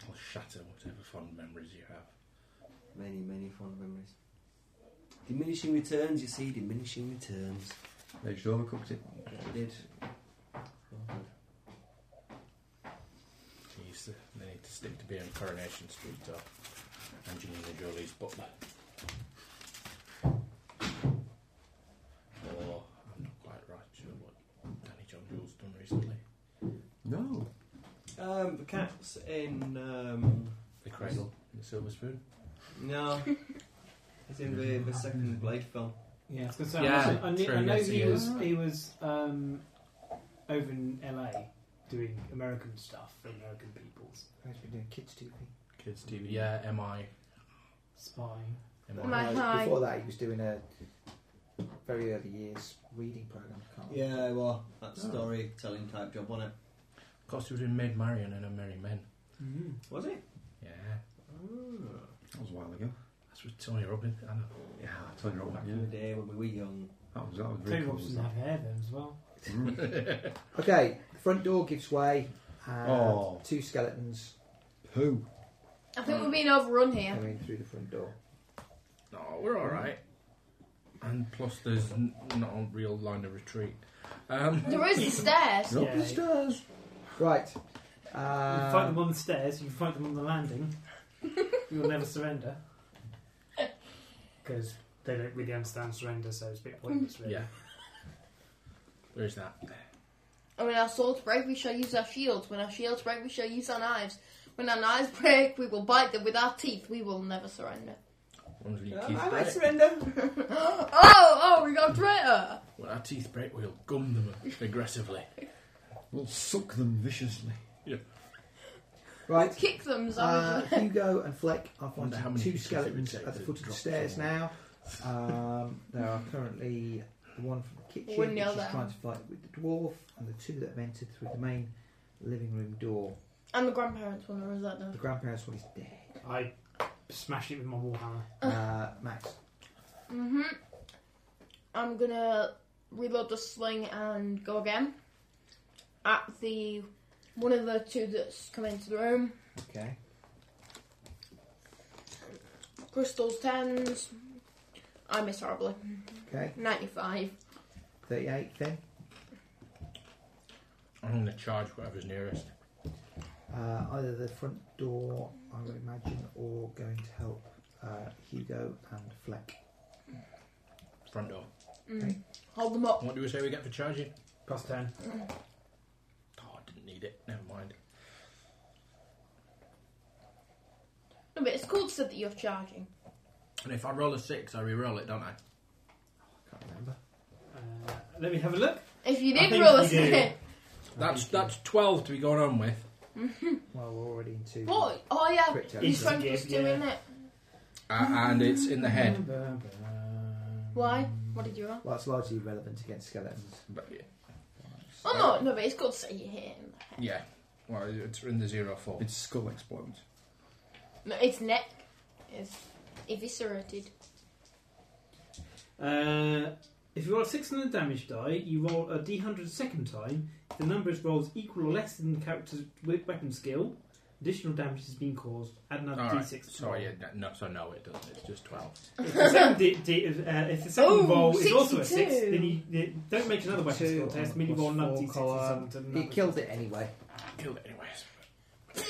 I'll shatter whatever fond memories you have. Many, many fond memories. Diminishing returns, you see, diminishing returns. They just overcooked it. I did. He used to, they need to stick to being Coronation Street or Angelina Jolie's butler. Or, I'm not quite right sure what Danny John Jules done recently. No. Um, the cats in. Um, The Cradle and the Silver Spoon. (laughs) no. it's in the, the second Blade film. yeah, I was going to say, Yeah, I, know- I, knew- true, I know yes, he he was, is. he was um, over in LA doing American stuff for American peoples. Guys, we're doing kids TV. Kids TV. Yeah, MI. Spying. MI. Am I high? Before that, he was doing a very early years reading program. I can't remember. Yeah, well, that Oh. storytelling type job, wasn't it? Of course, he was in Maid Marian and a Merry Men. Mm. Was it? Yeah. Oh. That was a while ago. That's with Tony Robbins. I know. Yeah, I told you Back what, yeah. in the day when we were young. That was, that was very Tony cool. Robson had hair then as well. Mm. Okay, the front door gives way. And Oh. Two skeletons Who? I think we're being overrun here. coming through the front door. No, we're all right. And plus, there's n- not a real line of retreat. Um, There is the stairs. Up Yeah. the stairs. Right. You Uh, can fight Um, them on the stairs, you can fight them on the landing. You'll never surrender. Because they don't really understand surrender, so it's a bit pointless, really. yeah. There is that. And when our swords break, we shall use our shields. When our shields break, we shall use our knives. When our knives break, we will bite them with our teeth. We will never surrender. (gasps) One's when your Yeah, teeth I might break. surrender. oh, oh, we got traitor. When our teeth break, we'll gum them aggressively. We'll suck them viciously. right. Kick them, Uh, Zara. Hugo and Fleck are Wonder how finding many two pictures it would skeletons take at the to foot of the drop stairs someone. now. Um, there are currently the one from the kitchen, Wouldn't which know is that. trying to fight with the dwarf, and the two that have entered through the main living room door. And the grandparents one, or is that The done? grandparents one is dead. I smash it with my warhammer. Uh, Max, Mm-hmm. I'm gonna reload the sling and go again at the one of the two that's come into the room. okay. Crystals tens. I miss horribly. Okay, Ninety-five. 38 then. I'm going to charge whatever's nearest. Uh, either the front door, I would imagine, or going to help uh, Hugo and Fleck. Front door. Mm. Hold them up. What do we say we get for charging? Plus ten. Oh, I didn't need it. Never mind. No, but it's cool to say that you're charging. And if I roll a six, I re-roll it, don't I? Can't remember. Uh, let me have a look. If you I did think roll you a do. sling. That's that's twelve to be going on with. Well, we're already into. What? Oh yeah, Quick your turn. strength was two, Yeah. isn't it? Uh, and it's in the head. Why? What did you roll? Well, it's largely irrelevant against skeletons. But yeah. Oh no, no, but it's good to say you hit him. Yeah. Well, it's in the zero four. Its skull explodes. No, its neck is eviscerated. Uh, if you roll a six on the damage die, you roll a d100 second time. If the number is rolls equal or less than the character's we- weapon skill, additional damage has been caused. Add another All right. d6. to So roll. yeah, no- no, so no, it doesn't. It's just twelve. If the second, d- d- if, uh, if the second Ooh, roll is also a 62. six, then you, you don't make another weapon Two skill test. on Merely the roll another plus d6 four or column. something. He killed it anyway. Kill it anyways.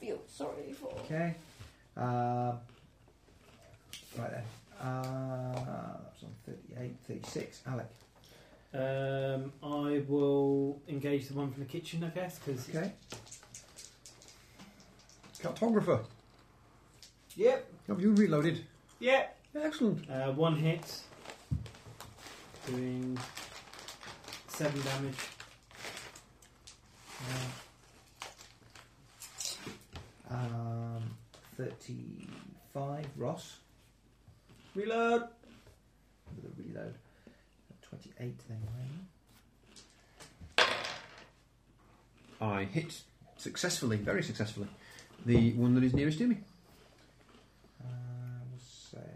Feel sorry for. Okay. Um, right then. Uh, that was on 38, 36. Alec. Um, I will engage the one from the kitchen, I guess, because Okay. Cartographer, Yep. have you reloaded? Yep. Excellent. uh, one hit, doing seven damage. Um, 35. Ross. Reload. With a reload. 28 then. Wayne. I hit successfully, very successfully, the one that is nearest to me. Uh, we'll say.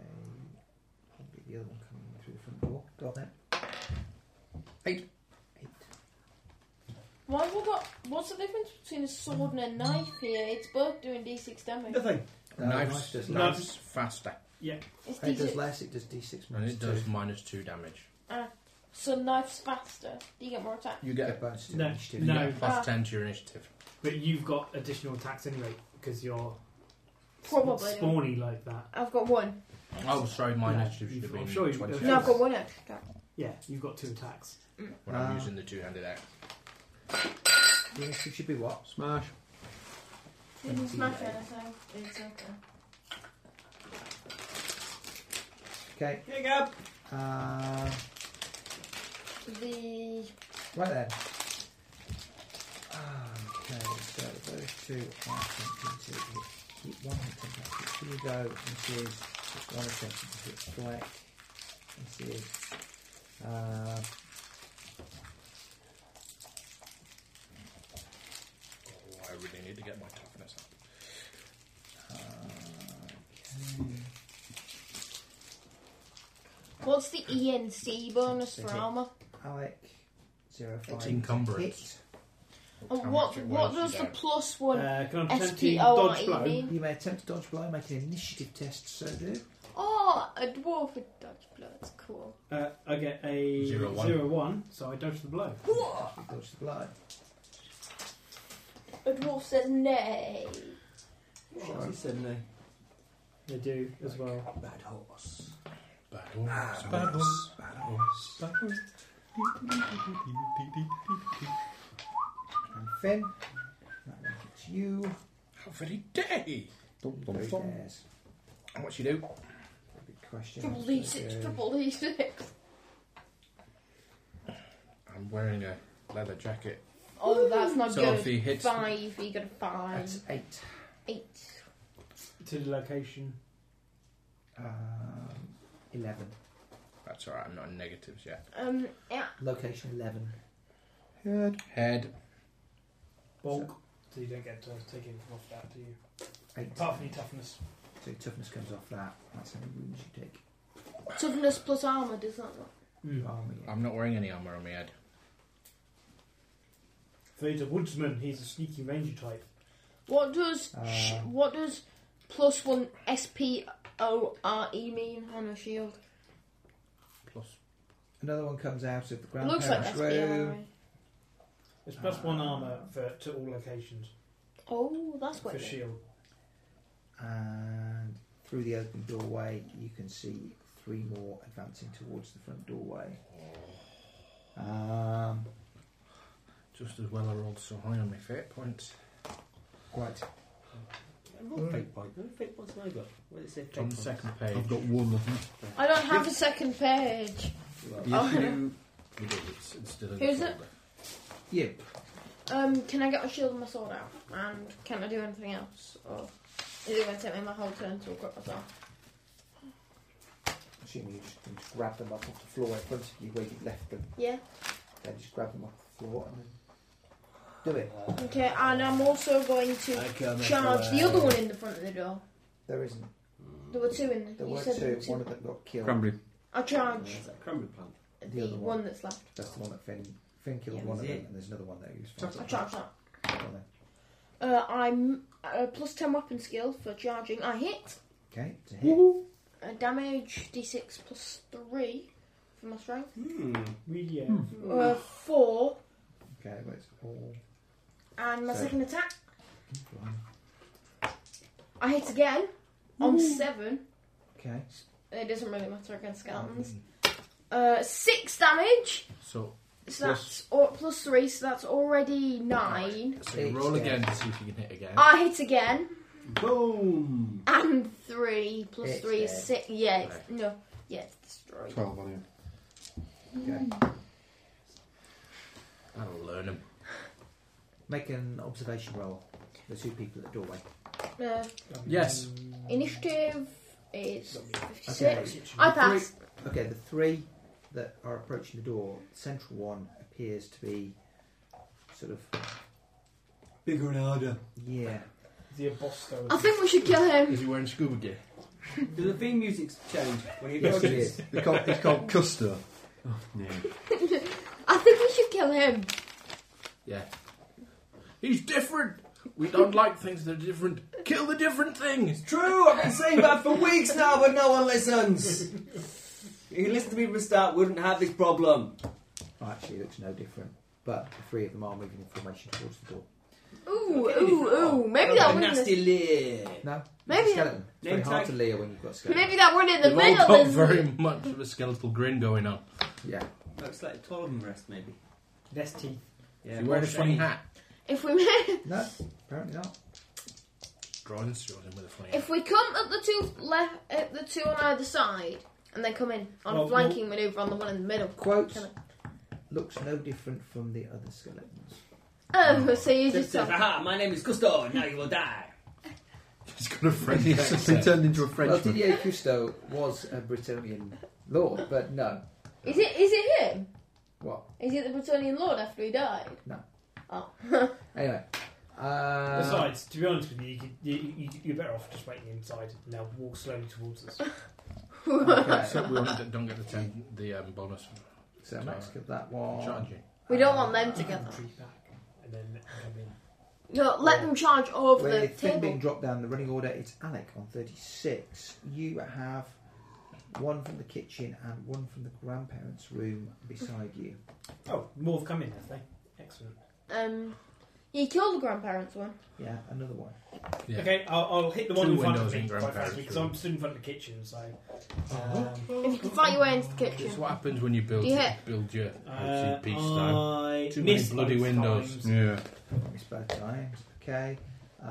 Probably the other one coming in through the front door. Go on then. Eight. Eight. Why have we got? What's the difference between a sword and a knife here? It's both doing d6 damage. Nothing. Uh, knives, does knives, less. faster, It's It does d6. less, it does d6 and minus it 2. does minus two damage. So knife's faster. Do you get more attack? You Get a get bonus to No, initiative. you get No. plus Ah. ten to your initiative. But you've got additional attacks anyway, because you're sp- Probably. spawny like that. I've got one. Oh, sorry, my No, initiative should have I'm been sure you- twenty. No, I've got one extra attack. Yeah, you've got two attacks. When I'm Ah. using the two-handed axe. The initiative should be what? Smash. You can smash 28. anything. It's okay. Okay. Pick up. Uh, The right then. Ah, Okay, so those two are attempting to hit. hit- One attempting to hit Hugo, and she is one attempting to hit Fleck, and she is. Uh, Oh, I really need to get my toughness up. uh, what's the ENC bonus for armor? Alec, zero five. It's to encumbrance. How much And Oh, what it what weighs does you the down. plus one Uh, can I S pretend to P O R dodge E blow? hit. mean? You may attempt to dodge blow, make an initiative test, so do. Oh, a dwarf with dodge blow. That's cool. Uh, I get a Zero one. zero one, so I dodge the blow. Dodge the blow. A dwarf says nay. What's he said now? They do as well. Bad horse. Bad horse, Ah, bad horse, bad horse. And Finn, that one hits you. How very day! Dum, dum, Three dum. dares. And what you do? Good question. Double So d6, do- double d6. I'm wearing a leather jacket. Oh, that's not So good. if he hits, Five, you got a five. That's eight. Eight. To the location. Um, eleven. That's alright, I'm not in negatives yet. Um, yeah, Location 11. Head. Head. Bulk. So you don't get to take anything off that, do you? Eight. Apart from your toughness. So toughness comes off that. That's how many wounds you take. toughness plus armor does that not? Mm. Your armor, yeah. I'm not wearing any armour on my head. So he's a woodsman. He's a sneaky ranger type. What does Uh, sh- what does plus one S P O R E mean on a shield? Plus. Another one comes out of the It ground. looks like parachute. S P O R E. It's plus one armor for to all locations Oh, that's what. for it is. shield. And through the open doorway, you can see three more advancing towards the front doorway. Um, Just as well I rolled so high on my fate points. right. Mm. What fake point? What fake point's I got? What did it say? It's Fake on point. the second page. I've got one. I think. I don't have a second page. Yes, you do. You do. It's, it's still in the Here's Oh, it. folder. Yeah. Um, can I get my shield and my sword out? And can I do anything else? Or is it going to take me my whole turn to equip myself? Assuming you just, can just grab them up off the floor in front of you where you left them. Yeah. Then just grab them off the floor and then do it. Okay, and I'm also going to charge the other one in the front of the door. There isn't. Hmm. There were two in there. There you were said there two. were two. One of them got killed. Cranberry. I charge Is that cranberry plant? the, The other one. one. that's left. That's the one that Finn, Finn killed Yeah. one of Is them, it? and there's another one that he was I fighting. charge that. Go on then. Uh, I'm uh, plus 10 weapon skill for charging. I hit. Okay, to hit. Uh, damage d6 plus 3 for my strength. Hmm. Really, yeah. Uh, 4. Okay, but it's all. And my So- second attack. I hit again on 7. Okay. It doesn't really matter against skeletons. Mm-hmm. Uh, 6 damage. So, So that's or, plus 3, so that's already 9. so you Eight roll again. again to see if you can hit again. I hit again. Boom. Ah. And 3 plus It's 3 dead. is 6. Yeah, it's, no. Yeah, it's destroyed. 12 on him. Okay. That'll learn him. Make an observation roll. The two people at the doorway. Uh, Yes. Initiative is Okay. 56. I pass. Okay, the three that are approaching the door, the central one appears to be sort of Bigger and harder. yeah. The Abosto. I think we should kill him. Is he wearing scuba gear? Does the theme music change when you Yes, go it is. It's called, it's called Custer. Oh, (laughs) I think we should kill him. Yeah. He's different! We don't like things that are different. Kill the different things! True, I've been saying that for weeks now, but no one listens. If you listen to me from the start, we wouldn't have this problem. Well, Oh, actually, it looks no different. But the three of them are moving in formation towards the door. Ooh, ooh, ooh. Maybe that one in nasty the, leer. No, Maybe- skeleton. It's very Name hard tag. to leer when you've got skeleton. maybe that one in the They've all got middle is. very much of a skeletal grin going on. Yeah. Looks like taller than the rest, maybe. Less teeth. Yeah, you wearing more a shiny. funny hat? If we No, apparently not. Drawing straws in with a funny hat. (laughs) if we come at the two left at the two on either side and then come in on Well, a flanking maneuver on the one in the middle. Quote Kill it. looks no different from the other skeletons. Oh, so you just Says, tell. Aha, my name is Gusto, now you will die. He's got a He (laughs) friendly accent. turned into a Well, Frenchman. Didier Cousteau was a Bretonian lord, but no. Is it is it him? What? Is it the Bretonian Lord after he died? No. Oh. (laughs) Anyway. Uh, Besides, to be honest with you, you, could- you, you, you're better off just waiting inside and they'll walk slowly towards us. (laughs) okay, So we don't, don't get the, ten, the um, bonus from so Max killed that one. charging. we don't want them together. Retreat back and then come in. No, let them charge over the With thing being table. dropped down the running order, it's Alec on 36. You have one from the kitchen and one from the grandparents' room beside you. Oh, more have come in, have they? Excellent. Um, he killed the grandparents one. Yeah, another one. Yeah. Okay, I'll, I'll hit the one Two in front of windows me in quite grandparents' fast because room. I'm stood in front of the kitchen, so. Um, If you can fight your way into the It's kitchen. what happens when you build Yeah. build your uh, peace style. I Too many missed bloody both windows. times. Yeah. It's both times. Okay. Uh,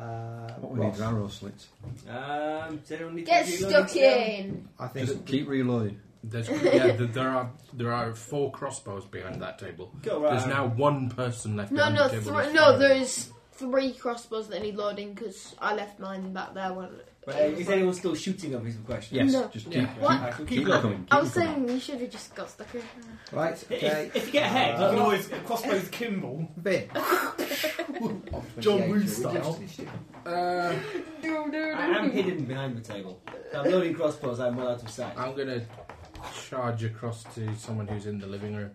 What we need Ross, is arrow slits. Um, does anyone need Get to reload stuck this now? in. I think Just keep reloading. (laughs) There's, yeah, th- there are there are four crossbows behind that table. Go right. There's now one person left. No, behind no, the table thr that's no. firing. There is three crossbows that need loading because I left mine back there when But uh, is anyone still shooting them? Is the question. Yes, No. just keep, Yeah. keep, What? keep, Keep coming. going. Keep I was coming. saying you should have just got stuck in. (laughs) Right, okay. If, if you get ahead, you Uh, (laughs) can always crossbows Kimball. (laughs) Vin. John Woo style. Uh, I am hidden behind the table. So I'm loading crossbows. I'm well out of sight. I'm gonna charge across to someone who's in the living room.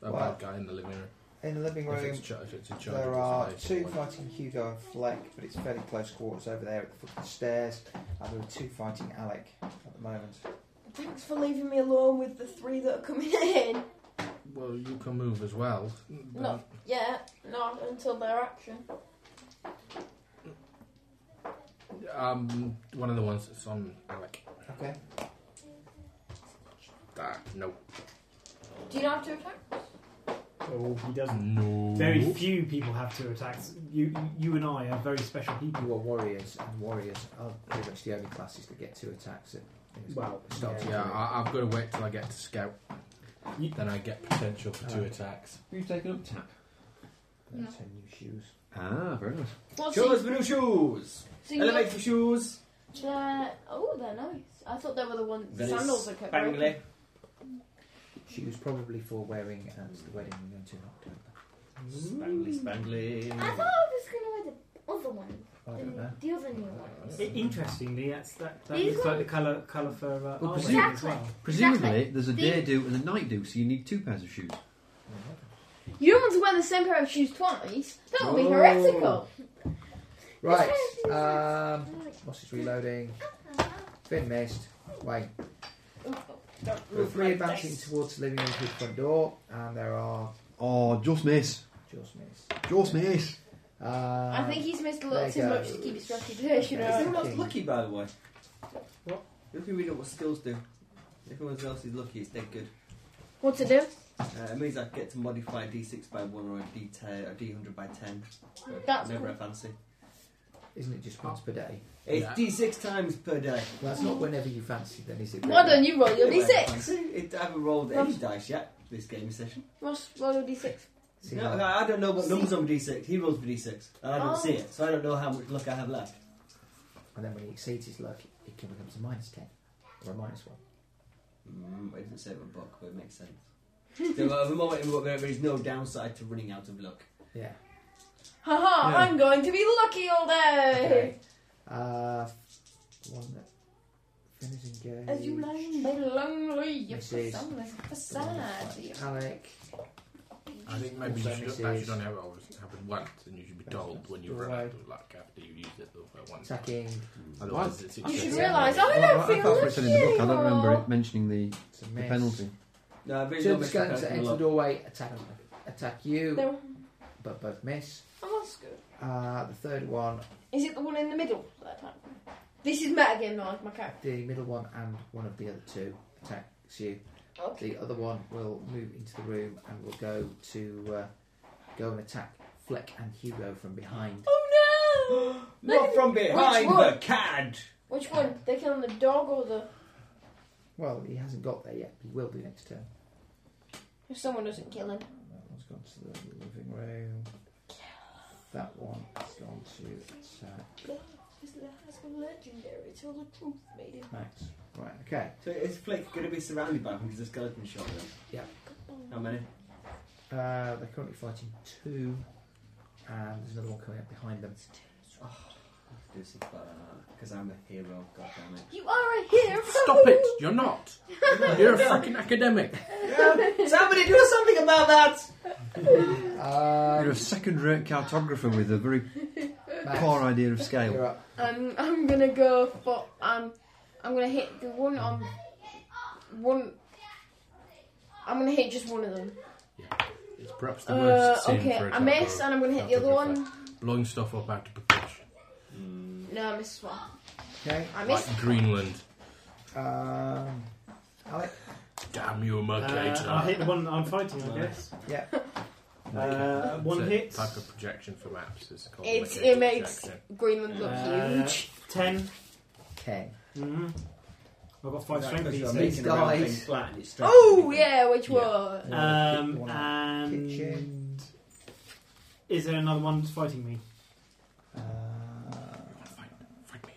That bad What? guy in the living room. In the living If room, it's, cha- if it's a charge, there are it's two like- fighting Hugo and Fleck, but it's fairly close quarters over there at the foot of the stairs. And there are two fighting Alec at the moment. Thanks for leaving me alone with the three that are coming (laughs) in. Well, you can move as well. No, yeah, not until their action. Um, one of the ones that's on Alec. Okay. Ah, no. Do you not have to attack? Oh, he doesn't. No. Very few people have two attacks. You, you and I are very special people. You are warriors, and warriors are pretty much the only classes that get two attacks at Well, start yeah. Yeah, I, I've got to wait till I get to scout. You- Then I get potential for two Oh. attacks. You've taken up tap. uh, Ten No. new shoes. Ah, very nice. What's Show us the new shoes. so you- Elevate the shoes. they're- oh, they're nice. I thought they were the ones the Venice, sandals that kept Bangla. breaking. Shoes probably for wearing at the wedding we're going to in October. Spangly, spangly. I thought I was gonna wear the other one, I don't know. the other new one. I- Interestingly, that's, that, that These looks like the colour, colour for uh, Well, Arwen as exactly. well. Presumably, there's a The- day do and a night do, so you need two pairs of shoes. Mm. You don't want to wear the same pair of shoes twice. That would be heretical. (laughs) Right. Um, Moss is reloading. Finn missed. Wayne. There are three advancing towards the living room through the front door, and there are Oh, just miss. just missed. Just miss. Um, I think he's missed a little there too you much go. to keep his reputation Okay. Is up. anyone else lucky, by the way? What? If you read up what skills do, if everyone else is lucky, it's dead good. What to do? Uh, it means I get to modify a d6 by 1 or a d10 or a d100 by 10. That's Never cool. I fancy. Isn't it just once Oh. per day? It's Yeah. d6 times per day. Well, that's not whenever you fancy, then is it? Why really? don't you roll your Never I d6? fancy. It, I haven't rolled Well- any dice yet this gaming session. Ross, roll your d6. See No, how- I I don't know what numbers on my d6. He rolls for d6. And I don't Oh. see it, so I don't know how much luck I have left. And then when he exceeds his luck, it can become a minus ten or a minus one. Mm, it doesn't say it in the book, but it makes (laughs) sense. there are a uh, moment in which there is no downside to running out of luck. (laughs) Yeah. Haha, Yeah. I'm going to be lucky all day. Okay. Uh, one that Finn is engaged. As you lie in bed lonely, you're This is- sad, you're The one sad. that's like Alec. I think maybe you Also should, misses. that should only happen happen once, and you should be That's told the when you run doorway. out of luck after you've used it all for once. attacking. Mm. Uh, Otherwise, it's You should excessive. realise, oh, I Oh, don't I, I feel thought it lucky said in the book. I don't remember anymore. it mentioning the, It's a the mess. penalty. No, there is no Two just mistake. going to enter the doorway, attack, attack you, There- but both miss. Oh, that's good. Uh, the third one, Is it the one in the middle that time? This is metagame knowledge, my character. the middle one, and one of the other two attacks you. Okay. The other one will move into the room and will go to uh, go and attack Fleck and Hugo from behind. Oh no! (gasps) Not from behind Which the one? cad! Which one? They killing the dog or the. Well, he hasn't got there yet, but he will do next turn. If someone doesn't kill him. That one's gone to the living room. That one has gone to attack His has been legendary till the truth made him. Max. Right, okay. So is Flick going to be surrounded by hundreds of skeleton shot then? Yeah. How many? Uh, they're currently fighting two, and there's another one coming up behind them. Because uh, I'm a hero, goddammit. You are a hero! Stop it! You're not! (laughs) You're a freaking academic! Yeah, somebody do something about that! You're a Um, second-rate cartographer with a very Max, poor idea of you're scale. up. Um, I'm gonna go for. Um, I'm gonna hit the one on. One. I'm gonna hit just one of them. It's perhaps the Uh, worst scene okay, for a I miss, cartographer- and I'm gonna hit the other one. cartographer. Blowing stuff up out of proportion. Mm. No, I missed one. Okay. I missed. Like Greenland. Um, Alec. Damn you, Mercator. Uh, I'll hit the one that I'm fighting, I guess. Yeah. Uh, It's one a hit. Type of projection for maps. It's called It's, Mercator it makes projection. Greenland look Uh, huge. 10. Ten. Mm-hmm. I've got 5 strength Because you're pieces. making the round These thing guys. flat and it's straight. Oh yeah, which Yeah. one? Kick the Um, one out. and Kitchen. is there another one that's fighting me? Uh, Fight me.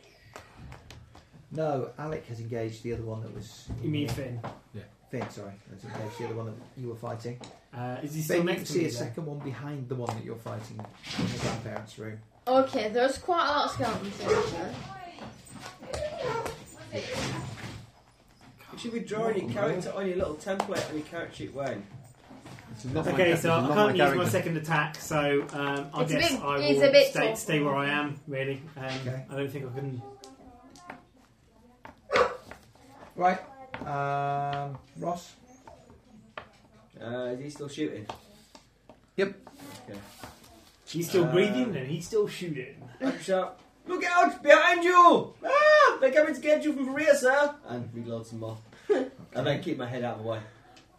No, Alec has engaged the other one that was. You mean Finn? Finn, sorry. Has engaged the other one that you were fighting. Uh, is he still Finn, you can next to see me? a then? second one behind the one that you're fighting in the grandparents' room. Okay, there's quite a lot of skeletons in there. You should be drawing your character on your little template on your character sheet, Wayne. It's not my Okay, character, so I it's not can't use my character. second attack, so um, I It's a guess bit- I it's will a bit stay, awful. stay where I am, really. Um, Okay. I don't think I can. Right. Um, Ross? Uh, is he still shooting? He's still Uh, breathing and he's still shooting. I'm shout, Look out! Behind you! Ah! They're coming to get you from the rear, sir! And reload some more. And then keep my head out of the way.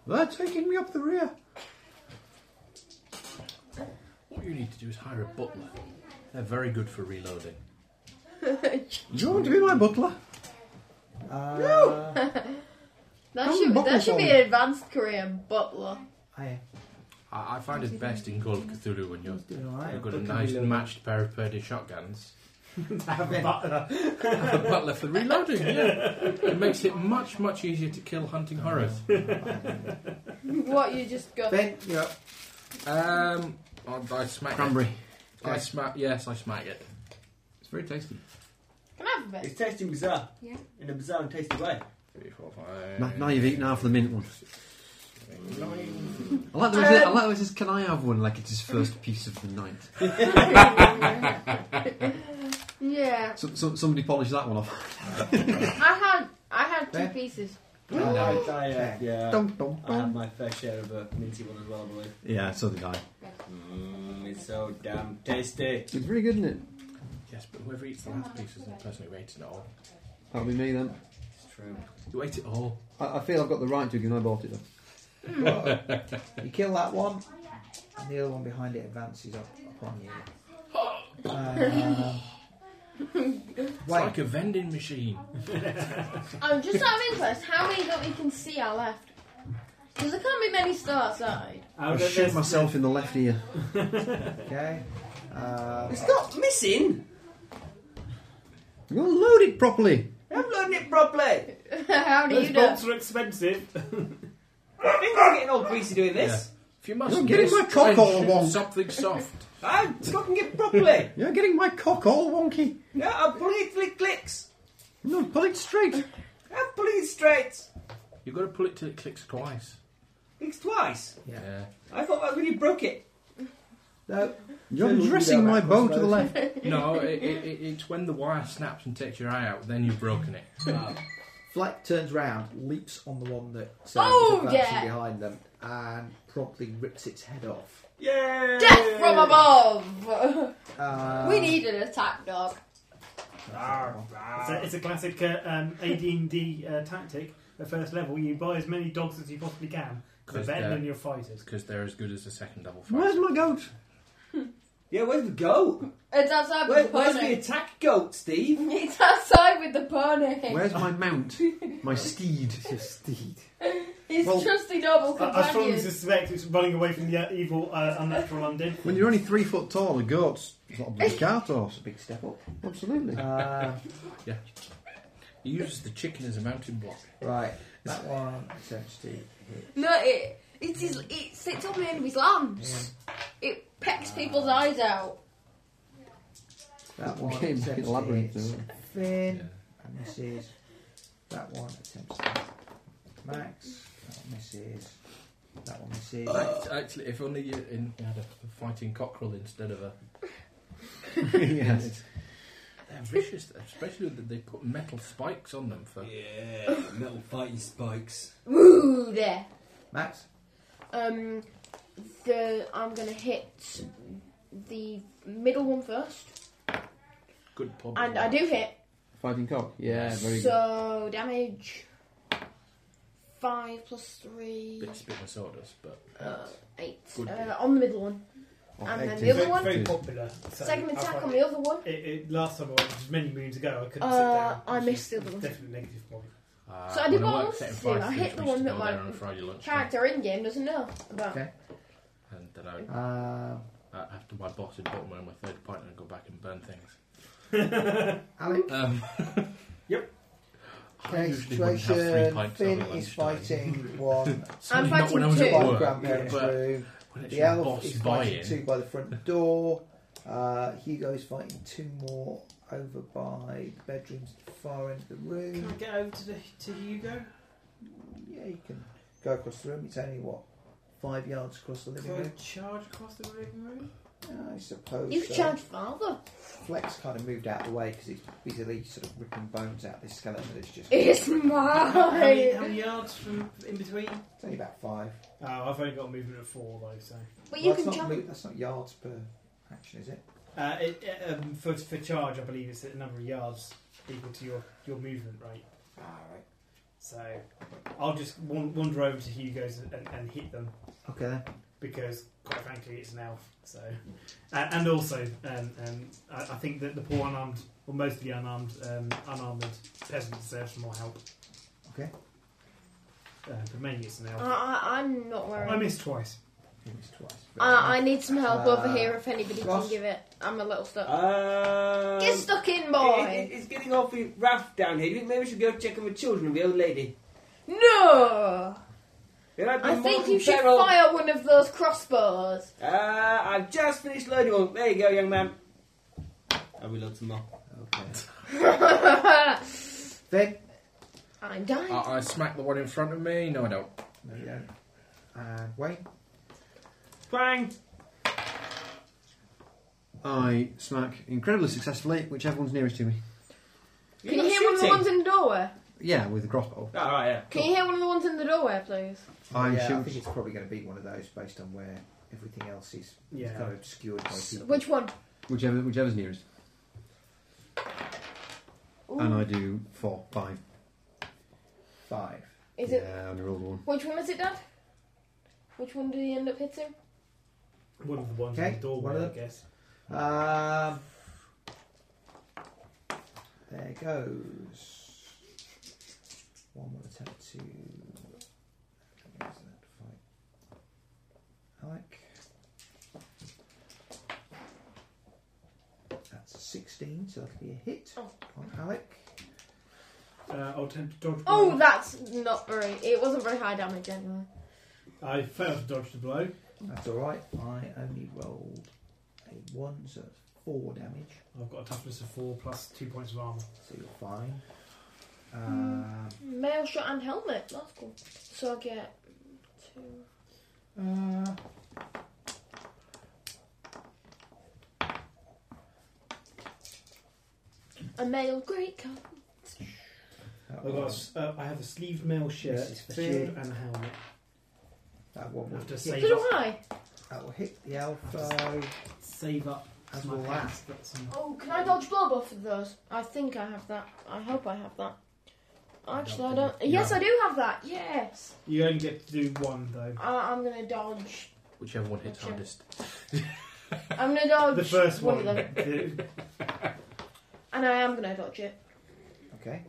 They're taking me up the rear. What you need to do is hire a butler. They're very good for reloading. Do you want to be my butler? Uh, (laughs) no! That Don't should, buckle that should be for an me. advanced career butler. (laughs) I, I, I find it best in Call of Cthulhu when you're, he's doing alright. you've got a Cthulhu. nice matched pair of Purdy (laughs) shotguns. I have a butler. Have a butler for reloading, yeah. (laughs) It makes it much, much easier to kill hunting horrors. what you just got? Finn, you're up. Um, I, I smack Cranberry. it. I smack, yes, I smack it. It's very tasty. Can I have a bit? It's tasting bizarre. Yeah. In a bizarre and tasty way. Three, four, five. Now, now you've eaten half the mint one. Nine. I like the way it- I like the way it says, can I have one? Like it's his first piece of the night. yeah, So, so, somebody polish that one off. I had I had two Fair. pieces. I, I, uh, yeah. (laughs) Dum, dum, I had dum. my fair share of a minty one as well, I believe. Yeah, so did I. Mmm, it's so damn tasty. It's pretty good, isn't it? Yes, but whoever eats the last piece is the person who ate it all. That'll be me then. It's true. You ate it all. I, I feel I've got the right to, given I bought it. Though. Hmm. You kill that one, and the other one behind it advances up upon you. Um, It's wait, like a vending machine. Oh, just out of interest, how many that we can see are left? Because there can't be many still outside. Uh, I there- shot there's- myself in the left ear. okay. Uh, It's not missing! You'll load it properly. I'm loading it properly! (laughs) how do Those you know? bolts are expensive. Things are getting all greasy doing this. If you must You're getting miss, my cock try and all shoot wrong. Something soft. I'm cooking it properly! You're getting my cock all wonky. yeah, I'm pulling it till it clicks! No, pull it (laughs) straight. I'm pulling it straight! You've got to pull it till it clicks twice. Clicks twice! Yeah. I thought that was when you broke it. no, You're So you dressing go my back bow to the crossroads. left. No, it, it, it, it's when the wire snaps and takes your eye out, then you've broken it. Fleck turns round, leaps on the one that uh, Oh, was advancing yeah. behind them, and promptly rips its head off. Yay! Death from above. Uh, we need an attack dog. Ah. It's a, it's a classic uh, um, AD&D uh, tactic. At first level, you buy as many dogs as you possibly can. Because Because they're better they're- than your fighters. Because they're as good as the second double Where's fight. my goat? Yeah, where's the goat? It's outside Where, with where's the the (laughs) pony. attack goat, Steve? It's outside with the pony. Where's my mount? My steed. steed. His Well, trusty noble I, I strongly companion. suspect it's running away from the uh, evil, uh, unnatural undead. When you're only three foot tall, a goat's it's not a bloody cart horse. Big step up. Absolutely. Uh, (laughs) He uses the chicken as a mounting block. right, that one essentially hit. No, it it is it sits on the end of his lambs. It pecks people's eyes out. That one Okay, make it attempts to elaborate, hit though. Finn, Yeah. and misses. That one attempts to hit Max. That one misses. That one misses. Uh, Act- Actually, if only you, in, you had a fighting cockerel instead (laughs) of a. (laughs) yes. They're vicious, especially that they put metal spikes on them for. Yeah, metal fighting spikes. Woo there. Max, Um, the I'm gonna hit the middle one first, Good pub. and I do hit. Fighting cock. Yeah, very good. so damage five plus three, Bit spit and sawdust, but uh, eight Good. uh, on the middle one. Oh, and then egg the is- other Very- one? Very is- popular. so Second I attack find on it- the other one. It, it, last time I watched was many moons ago. I couldn't Uh, sit down. I It's missed the other one. Definitely a negative point. Uh, So I did when what I worked wanted at to do, Five I Things, hit the we used one to that go my there on Friday lunch. Character in game doesn't know about. okay. And then I, Uh, uh, after my boss had bought my my (laughs) third pint, I'd go back and burn things. Alec, Um, I usually wouldn't have three Concentration. pints Finn over is lunchtime. (laughs) fighting (laughs) one. Certainly fighting not when I was two. at by work, grandparents' but room. when it's The your elf boss is fighting buying. two by the front door. Uh, Hugo is fighting two more over by the bedrooms at the far end of the room. Can I get over to, the, to Hugo? Yeah, you can go across the room. It's only what five yards across the living Can I room. charge (laughs) across the living room? I suppose. You can so. charge father. Flex kind of moved out of the way because he's busily sort of ripping bones out of this skeleton (laughs) that's just. It's It's mine. How many, how many yards from in between? only about five. Oh, I've only got a movement of four though, so. But you Well, that's can not charge. mo- That's not yards per action, is it? Uh, it, uh, um, for, for charge, I believe it's a number of yards equal to your, your movement rate. All Ah, right. So I'll just wan- wander over to Hugo's and, and hit them Okay then. because, quite frankly, it's an elf. So, and, and also, um, um, I, I think that the poor unarmed, or most of the unarmed, um, unarmed peasant deserves more help. Okay. Uh, but mainly it's an elf. I, I, I'm not I wearing. missed twice. It was twice. I, I need some help Uh, over here if anybody Ross? can give it. I'm a little stuck. Um, Get stuck in, it- it- boy. it's getting awfully rough down here. Do you think maybe we should go check on the children, the old lady? No. There might be I more think you than should feral- fire one of those crossbows. Uh, I've just finished loading one. There you go, young man. And we load some more. Okay. I'm Finn. dying. Uh, I, I smack the one in front of me. No, I don't. No, you don't. And Wayne. Bang! I smack incredibly successfully whichever one's nearest to me. Can you hear one of the ones in the doorway? Yeah, with a crossbow. Ah, All right, yeah. Can you hear one of the ones in the doorway, please? I yeah, I shoot. think it's probably going to be one of those based on where everything else is Yeah. kind of obscured by people. Which one? Whichever, whichever's nearest. Ooh. And I do four, five. Five. Is it? yeah, and I rolled one. Which one is it, Dad? Which one did he end up hitting? One of the ones Okay, in the doorway, one of I them. guess. Um, there goes. One more attempt to. Where's that fight? Alec. That's a 16, so that'll be a hit Oh. on Alec. Uh, I'll attempt to dodge. Oh, blow. that's not very. It wasn't very high damage anyway. I failed to dodge the blow. That's alright. I only rolled a 1, so that's 4 damage. I've got a toughness of four plus two points of armor. So you're fine. Um, Mail shot and helmet. That's cool. So I get two. Uh, A male great coat. that I've got a one- s- uh, I have a sleeved mail shirt, This is a for shield, you. and a helmet. that one I have will to So save do up, I. That will hit the alpha. save up As as my will pants. That's um, Oh, can I dodge blow both of those? I think I have that. I hope I have that. Actually, I don't. think- Yes, no. I do have that. Yes. you only get to do one though. I, I'm gonna dodge. Whichever one hits Whichever. hardest. I'm gonna dodge The first one, one. of them, the- and I am gonna dodge it. Okay.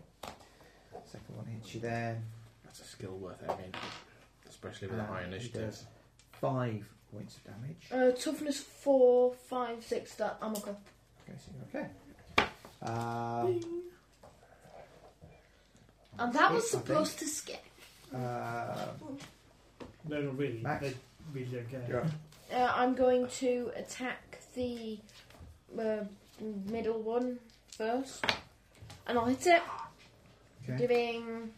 Second one hits you there. That's a skill worth having, especially with a high and it initiative. Ah, does Five points of damage. Uh, toughness four, five, six. That I'm okay. Okay, so you're okay. Um, And Uh, that was I think. supposed to scare. um, no, not really. Max. They really don't care. you're up. Uh, I'm going to attack the uh, middle one first, and I'll hit it, Okay. giving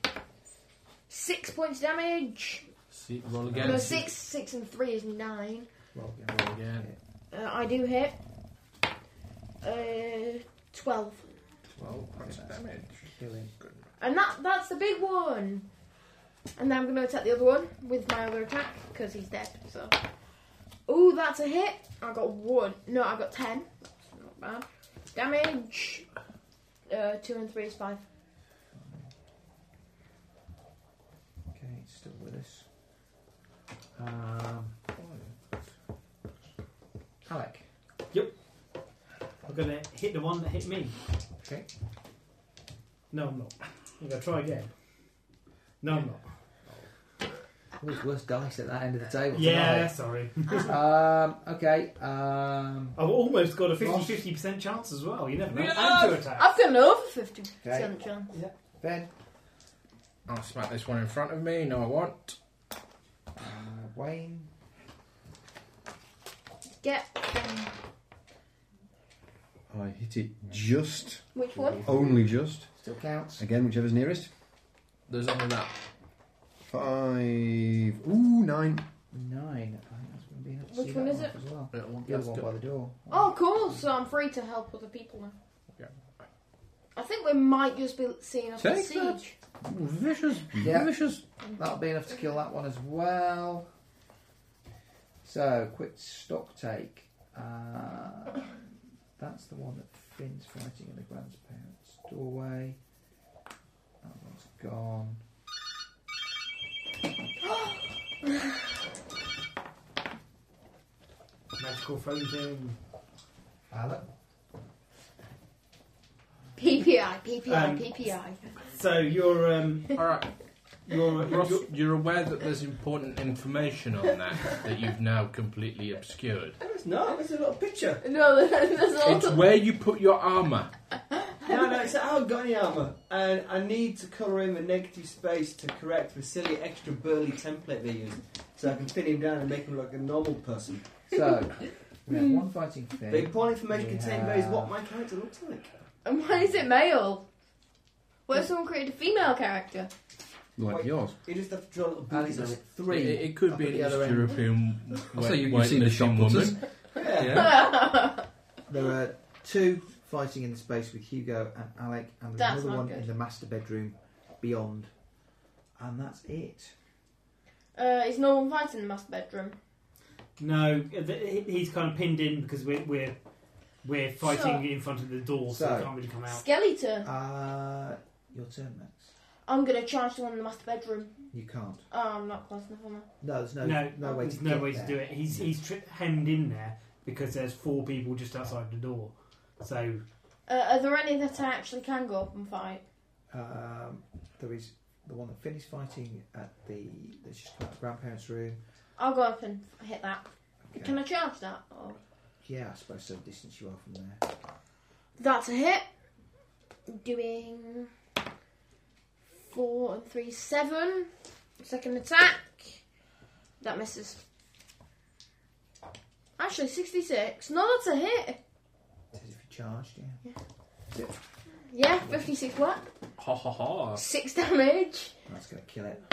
six points of damage. See, roll again. No, see- six, six, and three is nine. Roll again. Roll again. Uh, I do hit. Uh, twelve, Well, that's Yeah. damage. Kill him. and that—that's the big one. And then I'm going to attack the other one with my other attack because he's dead. So, oh, that's a hit. I got one. No, I got ten. That's not bad. Damage. Uh, two and three is five. Okay, it's still with us. Um, Alec. I'm gonna hit the one that hit me. Okay. No, I'm not. I'm gonna try again. No, I'm not. Always worse dice at that end of the table. Yeah, sorry. tonight. Um, okay. Um, I've almost got a Ross. 50 50% chance as well. You never know. Yeah. And two attacks. I've got an over fifty Okay. percent chance. Ben. I'll smack this one in front of me. No, I won't. Uh, Wayne. Get um, I hit it just, which one? only just. Still counts. Again, whichever's nearest. There's only that. Five. Ooh, nine. Nine. I think that's going to be enough. to Which see one that is one it? off As well. little one. The other That's one good. by the door. Oh, cool. So I'm free to help other people now. Yeah. I think we might just be seeing off the Take that. siege. Vicious. Yeah. Vicious. That'll be enough to kill that one as well. So, quick stock take. Uh, that's the one that Finn's fighting in the grandparents' doorway. That one's gone. Magical fountain. Alec? PPI, PPI, Um, PPI. So you're um, All (laughs) right, you're, you're, Ross, you're aware that there's important information on that that you've now completely obscured. No, it's not. It's a little (laughs) picture. No, there's a lot It's of where you put your armour. No, no, it's I haven't got any armour. And I need to colour in the negative space to correct the silly extra burly template they're using. So I can pin him down and make him look like a normal person. So, we have one fighting Finn. The important information contained there is Yeah. what my character looks like. And why is it male? What if someone created a female character? Like Wait. yours. You just have to draw little Alex boobies on is it. three. It, it could Up be at an the East other end. European. I'll white- say you, you've white seen the looking shot putters. woman. (laughs) Yeah. There are two fighting in the space with Hugo and Alec, (laughs) and there's That's another not one good. in the master bedroom beyond. And that's it. Uh, is no one fighting in the master bedroom? no. th- He's kind of pinned in because we're we're, we're fighting in front of the door, so, So- he can't really come out. Skeleton. Uh, your turn, Max. I'm gonna charge the one in the master bedroom. You can't. Oh, I'm not close enough, am I? No, there's no, no, no, way there's to no get way there. to do it. He's he's tri- hemmed in there because there's four people just outside the door. So Uh, are there any that I actually can go up and fight? Um, there is the one that Finn is fighting at the that's just come out of grandparents' room. I'll go up and hit that. Okay. Can I charge that? Or... Yeah, I suppose so. Distance you are from there. That's a hit. Doing four and three, seven. Second attack. That misses. Actually, 66. No, that's a hit. It says if you charged, yeah. Yeah, 56 what? Ha ha ha. 6 damage. That's going to kill it.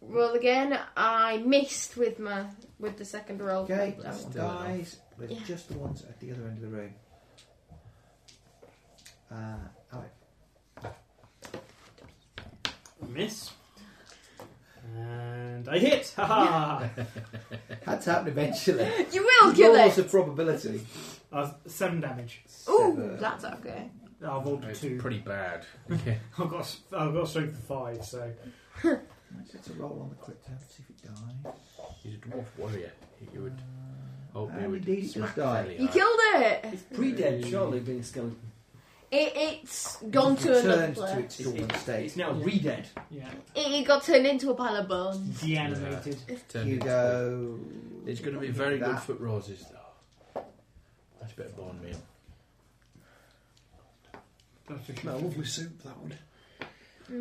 Roll again. I missed with my with the second roll. Okay, uh, that That's- one still enough. dies. There's Yeah. just the ones at the other end of the room. Uh, (laughs) Alec, miss. And I hit! Ha (laughs) ha! had to happen eventually. (laughs) You will kill Laws it. of probability. Uh, seven damage. Ooh, Seven. that's okay. I've rolled a It's two. pretty (laughs) bad. I've got a s- I've got a strength of five, so Right, so It's a roll on the crypto. See if it dies. He's a dwarf warrior. You would hope Uh, he indeed, would he smack does die. fairly You hard. killed it. (laughs) It's pre-dead, surely, being a skeleton. it it's gone to another Returned to place. its dormant state. It's now re-dead. yeah. It, it got turned into a pile of bones. Deanimated. Turned into- Hugo. It's going to be very good for roses, though. That's a bit of bone meal. lovely soup, that one.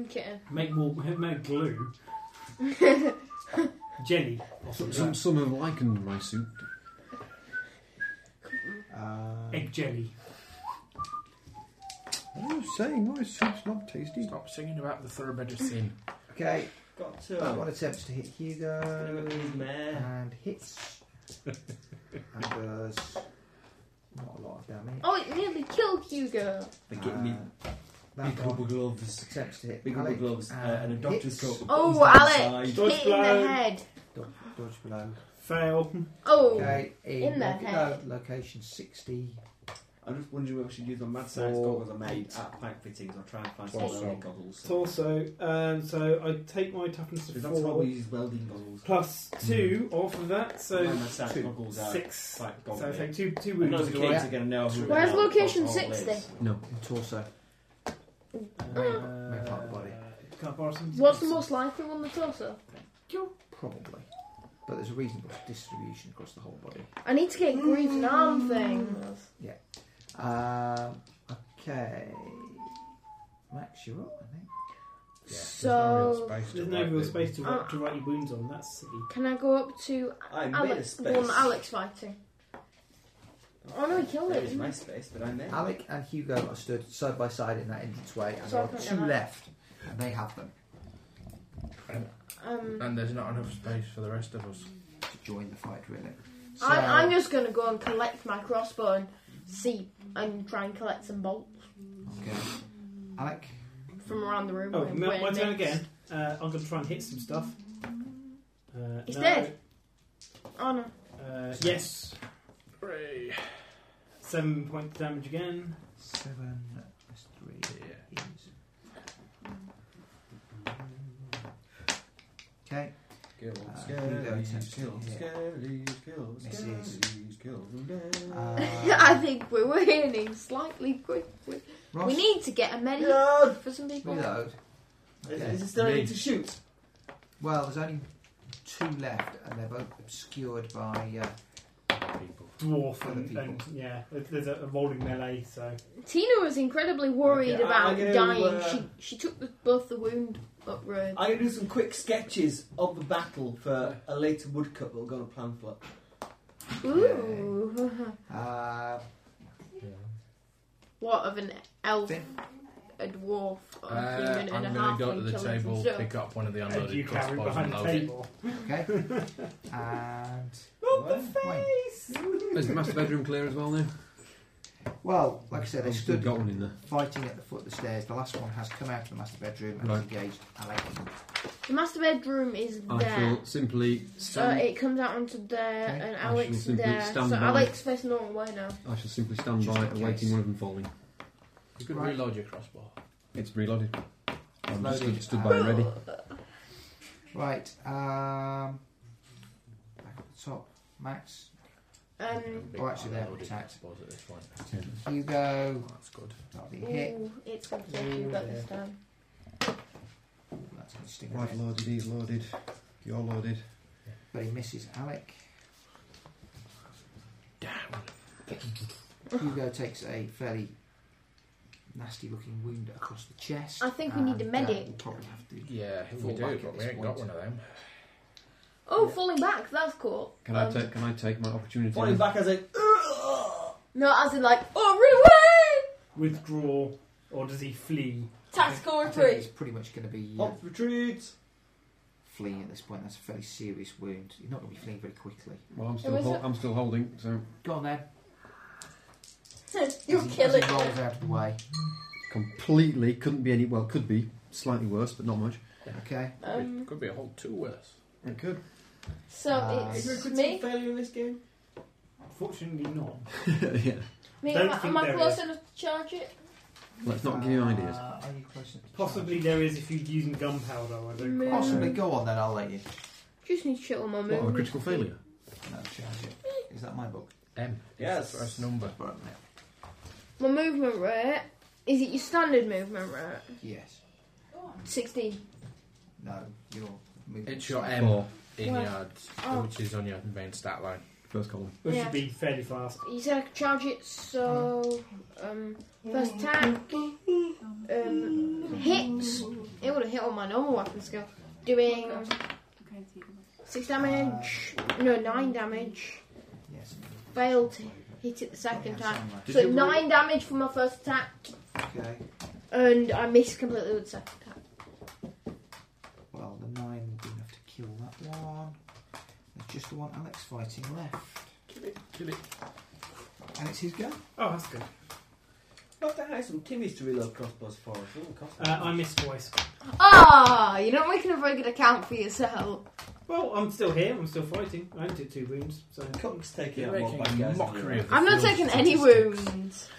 Okay. Make more make (laughs) glue. Jelly. Some, some, some have likened my soup. Um, Egg jelly. I'm saying my soup's not tasty. Stop singing about the thoroughbred of sin. okay, Got uh, that to. one attempts to hit Hugo Man. and (laughs) hits and does not a lot of damage. Oh, it nearly killed Hugo. They get me Uh, big that rubber one gloves. attempts to hit Big rubber Alec gloves uh, and a doctor's hits. coat. with Oh, buttons down the Alec. side. Dodge Hit in blow. the head. Dodge, dodge below. Fail. Oh. Okay, in, In the loca- head. no, location sixty. I'm just wondering whether I should use my mad science Four, goggles I made at pipe fittings or try and find some Also. welding goggles. Also, um, so I take my toughness to Because that's why we four use welding goggles. plus two off of that, My so mad science two, goggles are six. quite So I goggly. take two two When I wounds. was a do kid, I? I didn't know who Where's the location alcohol is. 60? No. Torso. Uh, Main part of the body. Can I borrow some? What's the most likely one? The torso. Probably. But there's a reasonable distribution across the whole body. I need to get grief and arm things. Um, okay. Max, you're up, I think. there's So- no real space to There's no write real the- space to, write- to write your wounds on. That's silly. Can I go up to I made a Alex, the one space. that Alex fighting? Oh no, he killed That it. is didn't my he? space, but I made. it. Alec and Hugo are stood side by side in that entranceway, and So I there are can't two get left, and they have them Um, And there's not enough space for the rest of us. to join the fight, really. So, I, I'm just gonna go and collect my crossbow and see and try and collect some bolts okay. Alec, from around the room. Oh, and my, where my next. turn again. Uh, I'm going to try and hit some stuff. Uh, He's no. dead. Oh no. Uh, yes. Seven points damage again. seven plus three Uh, (laughs) is. Okay, Skills, Uh, Hugo skills, attempts to skills, hit. skills, skills, Misses. skills, skills, and dead. (laughs) I uh, think we were winning slightly quickly. Ross, We need to get a medic No! for some people. reload. Is, Okay. is it still need Me. to shoot? Well, there's only two left, and they're both obscured by. Uh, People. Dwarf Other and, people. and yeah, there's a, a rolling melee, so Tina was incredibly worried Okay, I- about I'm gonna, dying. uh, She she took the, both the wound upgrade. I'm going to do some quick sketches of the battle for a later woodcut that we're going to plan for. Ooh, (laughs) uh, what of an elf, Finn? a dwarf, a Uh, human, I'm and a going half to go to the table, pick up one of the uh, you unloaded carry crossbows and behind the load it. table. okay. and. Wayne. Is the master bedroom clear as well now? Well, like I said, they I've stood got one in there. fighting at the foot of the stairs. The last one has come out of the master bedroom and Right. engaged Alec. The master bedroom is I there. shall simply So stand. it comes out onto there, Okay. and I shall Alex simply there. So stand by. Alex facing the wrong way now. I shall simply stand Just by, in case. awaiting one of them falling. You could Right. reload your crossbow. It's reloaded. I'm just Loaded. stood, stood by and ready. Uh, Right, um, back at the top, Max, Um, Oh, actually, they haven't Unloaded attacked. crossbows at this point. Hugo, That's good. that'll be a hit. ooh, it's gonna take you back this time. That's going to sting a bit. loaded, he's loaded. You're loaded. But he misses Alec. Hugo takes a fairly nasty looking wound across the chest. I think we need a and, uh, medic. we'll probably have to. Yeah, Fall we do, back at but we this ain't got point. one of them. Oh, Yeah. falling back. That's cool. Can I Um, take? Can I take my opportunity? Falling back as a. No, as in like, oh, run away! Withdraw, or does he flee? Tactical I think He's retreat. pretty much going to be uh, Oh. Hop retreat! fleeing at this point. That's a fairly serious wound. You're not going to be fleeing very quickly. Well, I'm Who still. is Hol- it? I'm still holding. So Go on then. (laughs) You're as he, killing as he me. rolls out of the way. completely couldn't be any. Well, could be slightly worse, but not much. Okay. Um, could be a whole two worse. It could. so Uh, Is there a it's critical me. failure in this game? Fortunately, not. yeah. me Don't am I, think am I there close is. enough to charge it? Let's not give you Uh, ideas. Are you close enough to Possibly there is if you're using gunpowder. I don't charge? Maybe. quite Possibly. know. Go on then. I'll let you. Just need to shit on my What, moon. of a critical failure? No, charge it. Is that my book? M. Yes. It's the first number. Right, mate. My movement rate. Is it your standard movement rate? Yes. 16. No. You're. moving. It's your M in What? yards, Oh. which is on your main stat line. First column. Which Yeah. should be fairly fast. You said I could charge it, so. Um, first attack. Um, hits. It would have hit on my normal weapon skill. Doing 6 damage. No, 9 damage. Yes. Failed to hit it the second Yeah, time. somewhere. Did So you roll- 9 damage for my first attack, Okay. and I missed completely with the second attack. Well, the nine will be enough to kill that one. There's just the one Alex fighting left. Kill it. And it's his go. Oh, that's good. Not to have some Timmy's to reload crossbows for us. It wouldn't cost Uh, I much. missed twice. Ah, you're not making a very good account for yourself. Well, I'm still here. I'm still fighting. I only took two wounds, so Cook's taking You're out more bad making a guys. mockery of the I'm not field's taking any statistics. wounds.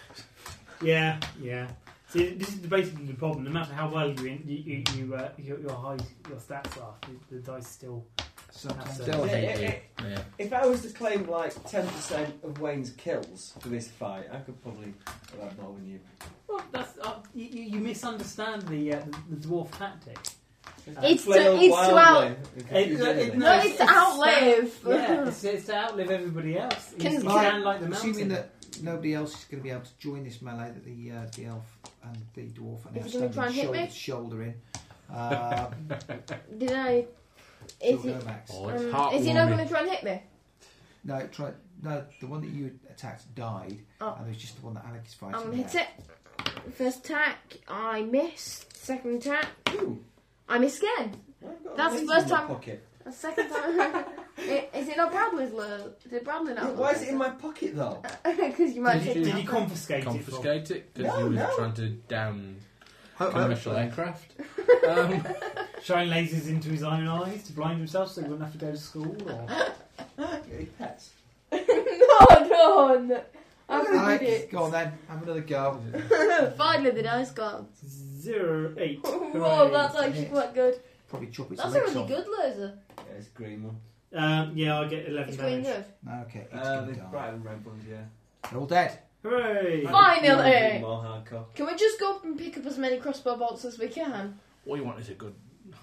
Yeah, yeah. See, this is basically the problem. No matter how well you in, you, you, you uh, your, your high your stats are, the, the dice still. Sometimes. That's They'll Yeah, hate yeah, you. Yeah. If I was to claim like 10% of Wayne's kills for this fight, I could probably have more than you. Well, that's uh, you, you you misunderstand the, uh, the the dwarf tactic. It's Play to- on wildly. it's well- It It- confused it- everything. No, it's, to It's- outlive. (laughs) Yeah, it's, it's to outlive everybody else. You, Can- you Right, stand like the mountain. Assuming that nobody else is going to be able to join this melee that the uh, the elf and the dwarf and Is the he gonna standing try and hit shoulder me? (laughs) to shoulder in, Uh, Did I? we'll Is he? go Max. Oh, it's Um, heartwarming. is he not going to try and hit me? No, try. No, the one that you attacked died, Oh. and there's just the one that Alec is fighting. I'm gonna now. hit it. First attack, I miss. Second attack, I miss again. That's the first time- Pocket. The second time, (laughs) I- is it not Bradley's low? Is it Bradley Yeah, now? Why is it (laughs) in my pocket (laughs) though? Because you might Did take you- Did it he off. (laughs) confiscate, it? Confiscate it because No, he was no. trying to (laughs) down How, how, commercial aircraft. (laughs) Um, from- Shine lasers into his own eyes to blind himself so he wouldn't have to go to school? Or... Your pets. no, no, no. I'm gonna Alec, do it. go on then. Have another go. (laughs) Finally, the dice gone. Zero eight. (laughs) Whoa, Hooray. that's actually quite good. Probably chop its That's a legs really off. good laser. Yeah, it's a green one. Um, yeah, I get eleven It's really damage. good. No, okay, it's Uh, gonna the die. bright and red ones, yeah. They're all dead. Hooray! Finally! More hardcore. Can we just go up and pick up as many crossbow bolts as we can? all you want is a good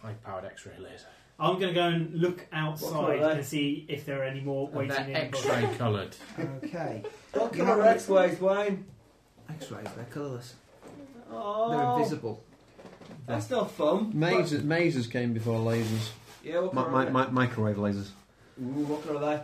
high-powered X-ray laser. I'm going to go and look outside colour are they? and see if there are any more And waiting they're in. (laughs) X-ray coloured. Okay. What You kind of haven't- X ways, Wayne? X-rays. They're colourless. They're Oh, invisible. that's no fun. Mazes, mazes came before lasers. Yeah, what Mi- colour mi- are mi- microwave lasers. they? Ooh, what colour are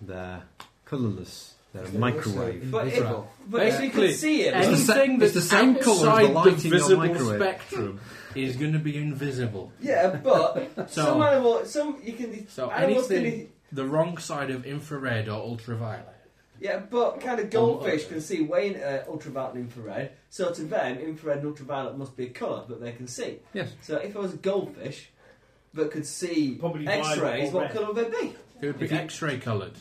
They're colourless. They're They're microwave. also But it- Invisible. they? But Basically, you can see it. It's the sa- Anything it's that's the same colour as the outside light in your visible microwave. spectrum is going to be invisible. (laughs) Yeah, but some (laughs) So, animal, some you can. so animals can anything the wrong side of infrared or ultraviolet. Yeah, but kind of Oh, goldfish uh, can see way in uh, ultraviolet and infrared, so to them, infrared and ultraviolet must be a colour that they can see. Yes. So if I was a goldfish that could see Probably x rays, violet or what red. colour would they be? It would be If you- X-ray coloured.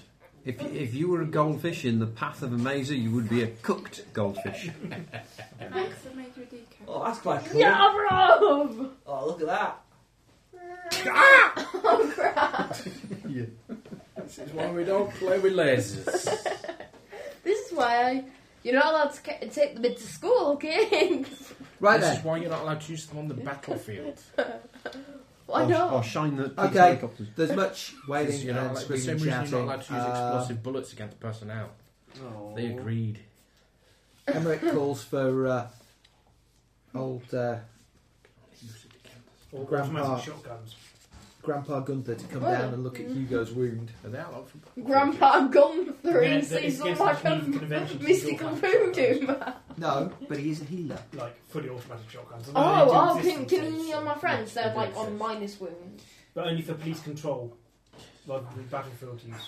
If, if you were a goldfish in the path of a mazer, you would be a cooked goldfish. Max have made you a decoy. Oh, that's quite cool. Yeah, (laughs) Rob! Oh, look at that. This is why we don't play with lasers. This is why I. You're not allowed to ca- take them into school, okay? Right this is then. why you're not allowed to use them on the battlefield. Why or, not? or shine the police Okay. helicopters. There's much Because wailing you're not and allowed- the same screaming and reason you're shouting. not allowed to use Uh, explosive bullets against personnel. Oh. They agreed. Emmerich calls for uh, old uh, Or Grandpa. automatic shotguns. Grandpa Gunther to come down and look at Hugo's wound. Are they out for Grandpa gone for Yeah, yeah, it's- it's sees all against my the (laughs) Geneva fun- Convention to mystical do all kinds voodoo. of man. Oh. No, but he is a healer. Like fully automatic shotguns. I know they do Oh, oh, exist can, in can states, any of my so- friends? They're it like makes on sense. minus wound. But only for police control, like with battlefield (laughs) use.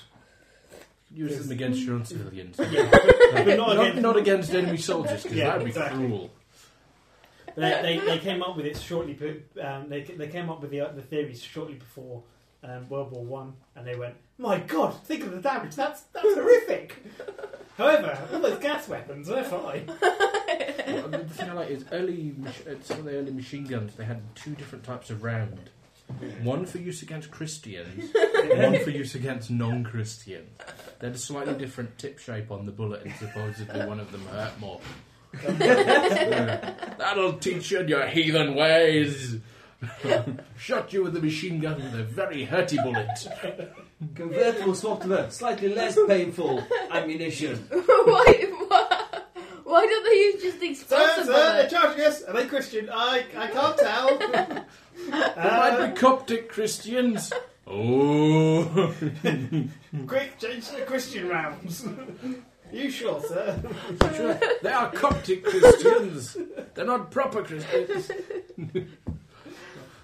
Use them against your own civilians. (laughs) But not not, against- not against enemy soldiers, because Yeah, that would be exactly. cruel. They, they, they came up with it shortly. be- Um, they, ca- they came up with the, uh, the theories shortly before um, World War One, and they went, "My God, think of the damage! That's that's (laughs) horrific." However, all those gas weapons, they're fine. Well, the thing I like is early mach- uh, some of the early machine guns. They had two different types of round, one for use against Christians, and one for use against non-Christians. They had a slightly different tip shape on the bullet, and supposedly one of them hurt more. Yeah. That'll teach you your heathen ways. Shot you with a machine gun with a very hurty bullet. Convertible swapped with a slightly less (laughs) painful ammunition. (laughs) why, why? Why don't they use just explosive bullets? charging us. Are they Christian? I I can't tell. (laughs) They Um, might be Coptic Christians. Oh, quick, change to the Christian rounds. (laughs) you sure, sir? they are Coptic Christians. They're not proper Christians. Why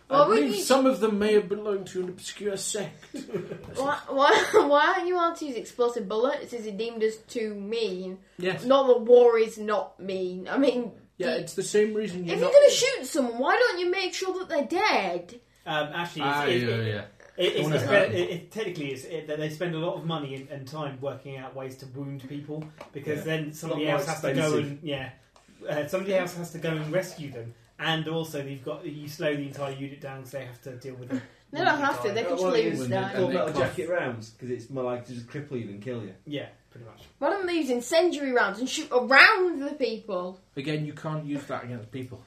I would believe you- some of them may have belonged to an obscure sect. (laughs) Why, why, why aren't you allowed to use explosive bullets? Is it deemed as too mean? Yes. Not that war is not mean. I mean, Yeah, you- it's the same reason you're if not. you're going to shoot someone, why don't you make sure that they're dead? Um, actually, it's, Ah, it- yeah, it- yeah. It, it's Don't it's know. better- it, it, technically, it's, it, they spend a lot of money and, and time working out ways to wound people because Yeah. then somebody Lot more else has to go expensive. and yeah, uh, somebody else has to go and rescue them, and also you've got you slow the entire unit down because they have to deal with them. They don't have to. They Uh, can just what do you leave use? us Wounded. die. Full And they metal cough. jacket rounds, because it's more likely to just cripple you than kill you. Yeah, pretty much. Why don't they use incendiary rounds and shoot around the people? Again, you can't use that against people.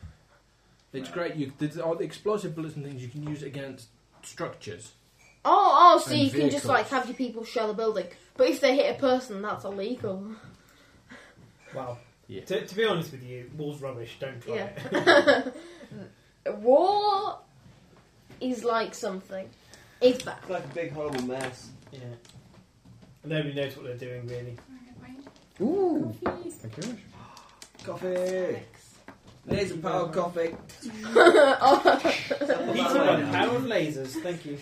It's great. You there's all the explosive bullets and things you can use against structures. Oh, oh, so And you can just vehicles. like have your people shell the building. But if they hit a person, that's illegal. Wow. Yeah. To, to be honest with you, war's rubbish. Don't try Yeah. (laughs) it. Raw is like something. It's bad. (laughs) It's like a big horrible mess. (laughs) Yeah. Nobody knows what they're doing, really. Ooh. Coffee. Thank you very much. Coffee. Laser power (laughs) coffee. He's on a power of lasers, thank you.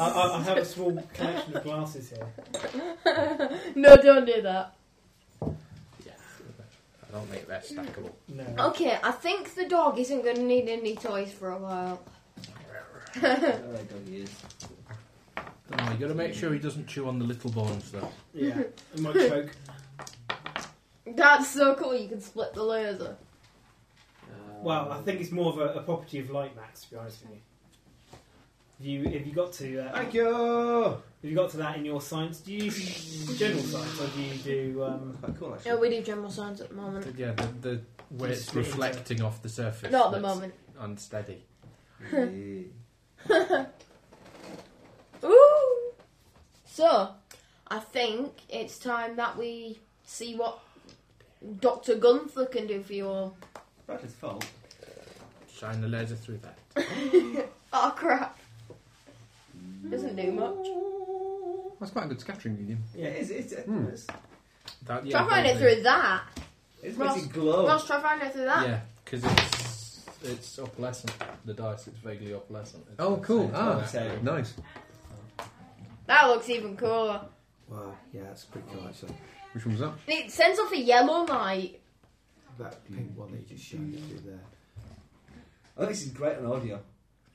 I, I, I have a small collection of glasses here. no, don't do that. I don't make that stackable. No. Okay, I think the dog isn't going to need any toys for a while. Alright, doggy is. Oh, you got to make sure he doesn't chew on the little bones, though. Yeah. It might choke. That's so cool. You can split the laser. Well, I think it's more of a, a property of light, Max. To be honest with you, if you if you got to uh, Thank you! if you got to that in your science, do you do general science or do you do um, Quite cool, actually. No, we do general science at the moment. But yeah, the, the where Just it's split into- reflecting off the surface. Not at the that's moment. Unsteady. Yeah. Ooh. So, I think it's time that we see what Doctor Gunther can do for you all. Right, it's fault. Shine the laser through that. Oh crap! Doesn't do much. That's quite a good scattering medium. Yeah, it's, it's, it's, Hmm. it's, that try find it vaguely. through that. it's Ross- makes it glow. Ross, try find it through that. Yeah, because it's it's opalescent. The dice it's vaguely opalescent. It's Oh, cool. the same Ah, colour. Okay. nice. That looks even cooler. Wow, yeah, that's pretty cool actually. Which one was that? It sends off a yellow light. That pink one that you just showed through there. I think this is great on audio.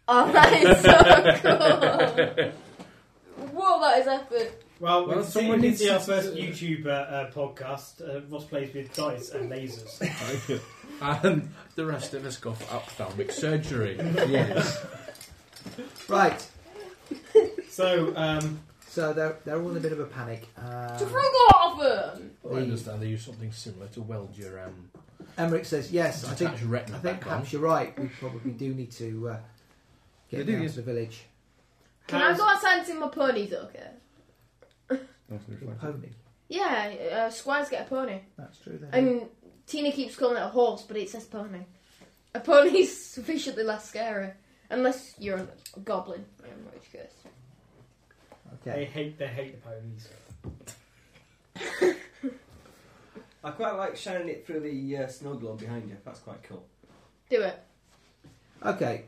Oh, that is so cool. Whoa, that is epic. well, Well, well someone someone needs see our to- first YouTube uh, uh, podcast. Uh, Ross plays with dice and lasers. (laughs) Ah. (laughs) and Um, the rest of us go for ophthalmic (laughs) surgery. Yes. Right, so um, so they're, they're all in a bit of a panic. To Um, frugal offer. I understand they use something similar to weld your um, Emmerich says, yes, I think detached retina I think back on. perhaps you're right. We probably do need to uh, They get do, down yes. to the village. Can I how's- go outside and see my ponies? Okay. Your pony. Yeah, uh, squires get a pony. That's true. Then. And Tina keeps calling it a horse, but it says pony. A pony is sufficiently less scary, unless you're a goblin, in which case. they okay. hate they hate the ponies. I quite like shining it through the uh, snow globe behind you. That's quite cool. Do it. Okay.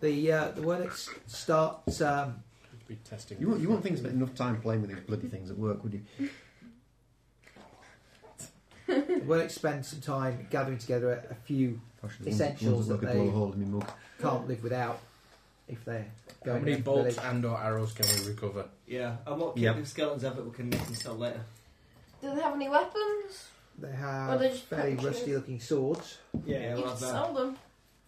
The uh, the Wernicks start. Um, Be testing. You want, you want things with enough time playing with these bloody things at work, would you? the Wernicks spend some time gathering together a, a few Gosh, Essentials The that ones that look a blow they- a hole in my mug. can't live without if they're How going many down to the bolts village. and or arrows can we recover? Yeah, and what Yeah. kind of skeletons have it we can make and sell later? Do they have any weapons? They Well, have they just very punch you. rusty looking swords. Yeah, well, you can I've, uh, sell them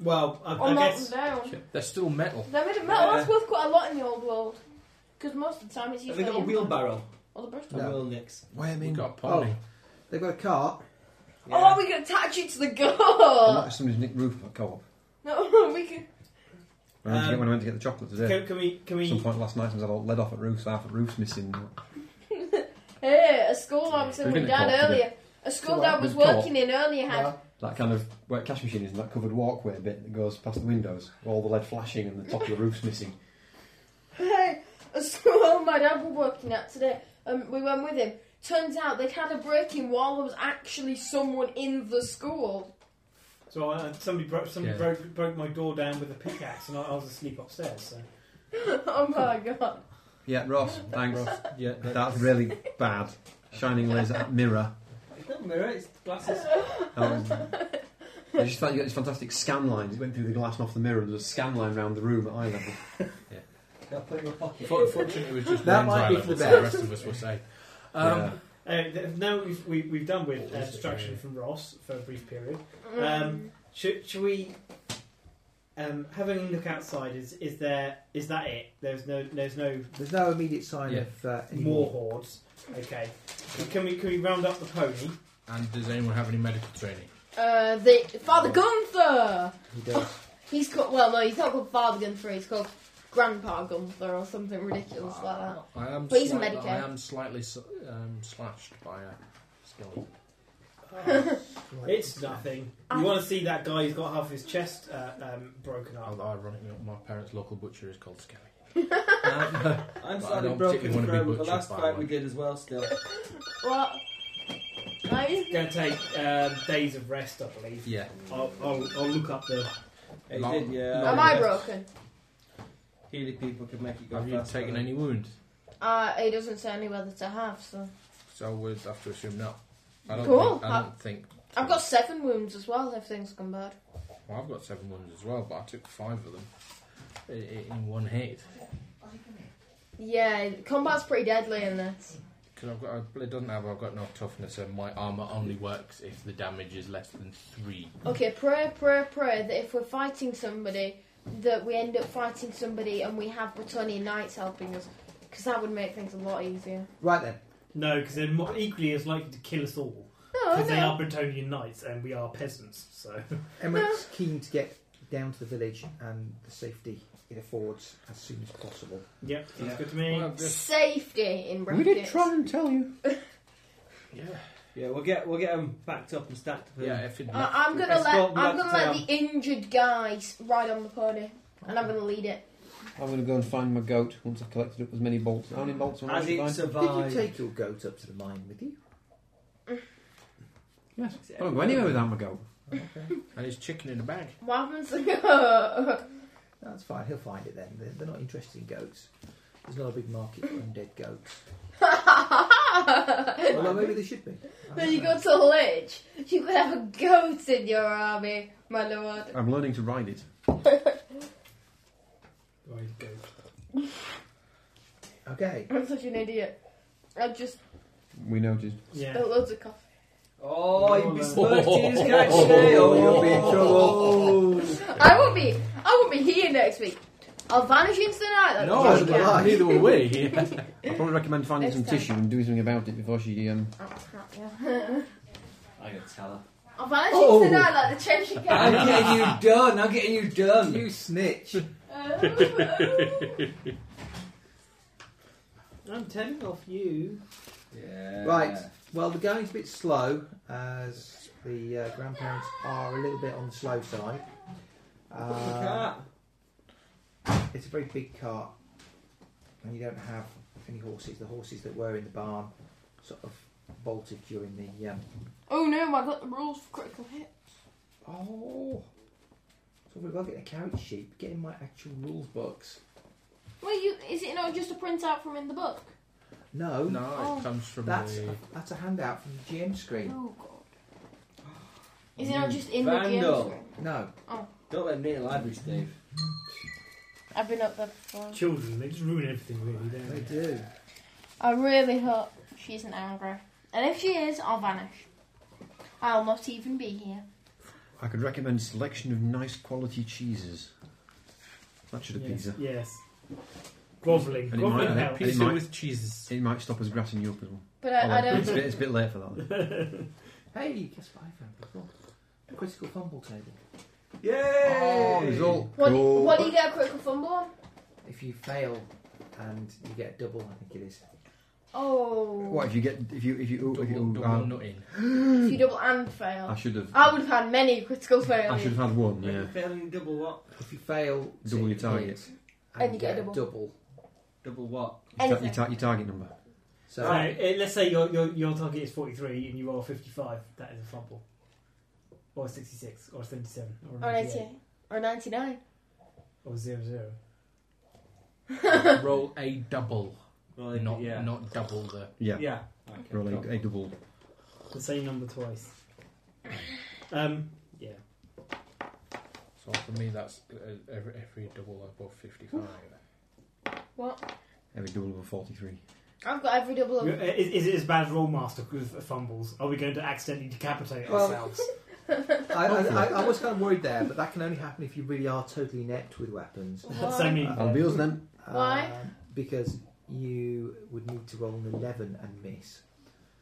Well, I, or I melt them guess down. They're still metal. They're made of metal. Yeah. That's worth quite a lot in the old world. Because most of the time it's Have used they for got a the wheelbarrow? or the Bristol. A No. wheel nix. Where We mean, oh. got a pony. They've got a cart. Oh, we can attach it to the unless goal. somebody's nicked roof at co-op. No, (laughs) we can. When, I went to Um, get, when I went to get the chocolate today, can, can we can at some we point last night, I was all led off at roofs. Half at roofs missing. Hey, a school I was We're in with gonna Dad co-op earlier. A school So Dad what? was We've co-op. working in earlier had. That kind of where cash machine is, and that covered walkway bit that goes past the windows, all the lead flashing and the top of the roof's missing. (laughs) Hey, a school (laughs) my dad was working at today. Um, we went with him. Turns out they'd had a break-in while there was actually someone in the school. (laughs) So uh, somebody broke somebody Yeah. broke, broke my door down with a pickaxe, and I, I was asleep upstairs. So oh my god. Yeah, Ross, thanks. Yeah, that- (laughs) That's really bad. Shining laser at mirror. It's not a mirror, it's glasses. (laughs) Um, I just thought you got these fantastic scan lines. It went through the glass and off the mirror, and there's a scan line round the room at eye level. I'll put it in my pocket. Fo- Fortunately, it was just That Wayne's might be Island, for the so the rest of us were safe. Um, Yeah. uh, th- now we've, we, we've done with uh, What is it, distraction really? from Ross for a brief period. Mm. Um, Should, should we um, having a look outside? Is is there is that it? There's no there's no There's no immediate sign Yeah. of uh, any more hordes. Okay, can we can we round up the pony? and does anyone have any medical training? Uh, the Father Gunther. He does. (laughs) He's called. Well, no, he's not called Father Gunther. He's called Grandpa Gunther or something ridiculous like that. I am. uh, Please, slight- Medicare. I am slightly s- um, slashed by a skeleton. It's nothing. You want to see that guy who's got half his chest uh, um, broken up. Although, ironically, my parents' local butcher is called Scary. (laughs) Uh, I'm But I slightly don't broken particularly wanna be through with the butchered last by fight we one. did as well. Still, What? Are you? It's going to take um, days of rest, I believe. yeah. I'll, I'll, I'll look up the. it Not- did, yeah. not- Am I broken? Healy people could make it go Have you faster. taken any wounds? Uh, he doesn't say me whether to have, so. So I would have to assume not. I don't Cool. Think, I don't think. I've got seven wounds as well if things come bad. Well, I've got seven wounds as well, but I took five of them i- i- in one hit. Yeah, combat's pretty deadly in this. Because I've got, I- it doesn't have, I've got no toughness, and my armor only works if the damage is less than three. Okay, pray, pray, pray that if we're fighting somebody, that we end up fighting somebody and we have Bretonian knights helping us, because that would make things a lot easier. Right then. No, because they're more, equally as likely to kill us all. No, Because they are no. Bretonian knights and we are peasants, so. (laughs) Emmerich's keen to get down to the village and the safety it affords as soon as possible. Yep, sounds Yeah. good to me. Well, I've just- Safety in brackets. and tell you. yeah, Yeah, we'll get we'll get them backed up and stacked up. yeah. If it, I- I'm gonna Let's let go I'm back gonna let down. the injured guys ride on the pony, and I'm gonna lead it. I'm going to go and find my goat once I've collected up as many bolts. How many bolts am I As actually it find? survives. Did you take your goat up to the mine with you? Yes. I don't go anywhere without my goat. and it's chicken in a bag. What happens? (laughs) to- That's fine. He'll find it then. They're, they're not interested in goats. There's not a big market for undead goats. Although maybe there should be. I when don't you know. go to Lich, you could have a goat in your army, my lord. I'm learning to ride it. Right, go. Okay. I'm such an idiot. I just We noticed. Yeah. spilled loads of coffee. Oh, you'd be Oh, smirked in his catch oh, today. oh, Oh, you'll (laughs) be in trouble. I won't be. I won't be here next week. I'll vanish into the night. That's all I neither can. will I. neither will (laughs) we. I probably recommend finding Next some time. tissue and doing something about it before she. Um, Oh, crap, yeah. I gotta tell her. (laughs) I'll vanish Oh. into the night like the Cheshire I'm Cat. (laughs) getting you done. I'm getting you done. You snitch. I'm telling off you. Yeah. Right. Well, the going's a bit slow as the uh, grandparents are a little bit on the slow side. Uh, it's a very big cart, and you don't have any horses. The horses that were in the barn sort of bolted during the. Um, (laughs) oh no! I got the rules for critical hit. oh, so we've got to get the carriage sheep. Get in my actual rules books. Well, you is it not just a printout from in the book? No, No, Oh. it comes from that's the. a, that's a handout from the GM screen. Oh god. Is it not just in the Vandal. game screen? No, Don't let me in the library, Steve. I've been up there before. Children, they just ruin everything, really, don't they they? do. I really hope she isn't angry. And if she is, I'll vanish. I'll not even be here. I could recommend selection of nice quality cheeses. That should appease Yes. her. yes. Groveling. And it Groveling might- hell. and it Pizza might- with cheeses. It might stop us grassing you up as well. But Uh, I, I Although it's, a don't. bit, it's a bit late for that. Hey, guess what I found before? A critical fumble table. Oh, Yay! What, what do you get a critical fumble on? If you fail and you get a double, I think it is. Oh. What if you get if you if you Double, if you double uh, nut in. If you double and I fail. should have. I would have had many critical I should failures. have had one. Yeah. Failing double what? If you fail, Double to your target. hit And, you get, a double. Double what? Your, ta- Anything. your, ta- your target number. So Right, eh, let's say your, your, your target is 43 and you are 55. That is a fumble. Or 66, or 77, or Or 98, 88. Or 99. or 00. Roll a double, Well, they- not yeah. not double the. Yeah. Yeah. Roll a, a double. The same number twice. Um, yeah. So for me, that's uh, every, every double above fifty-five. (laughs) What? Every double of a forty-three. I've got every double You- of. eh, Is, is it as bad as Rollmaster with fumbles? Are we going to accidentally decapitate Well- ourselves? I, I, I, I was kind of worried there, but that can only happen if you really are totally inept with weapons. so many. I'll be (laughs) us then. Why? Um, because you would need to roll an 11 and miss.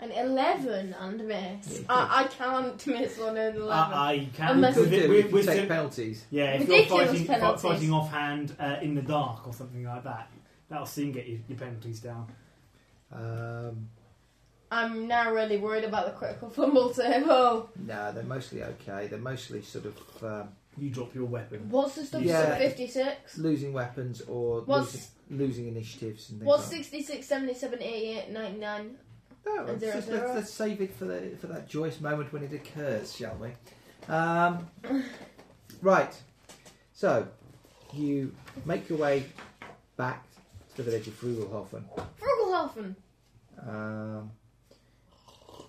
An 11 and miss. Yeah, I, I can't miss one Uh, and 11. I, I can. Unless- You could with it- do if with- you with take sim- penalties. yeah, if you're Ridiculous fighting, fi- penalties. fighting offhand uh, in the dark or something like that, that'll soon get your, your penalties down. Um, I'm now really worried about the critical fumble table. No, they're mostly okay. They're mostly sort of um, You drop your weapon. What's the stuff? Yeah. 56? losing weapons or What's- losing, losing initiatives and things What's like 66, 77, 88, 99? No, And let's, zero, just- zero. let's, let's save it for the for that joyous moment when it occurs, shall we? Um, right. So you make your way back to the village of Frugelhofen. Frugelhofen! Um,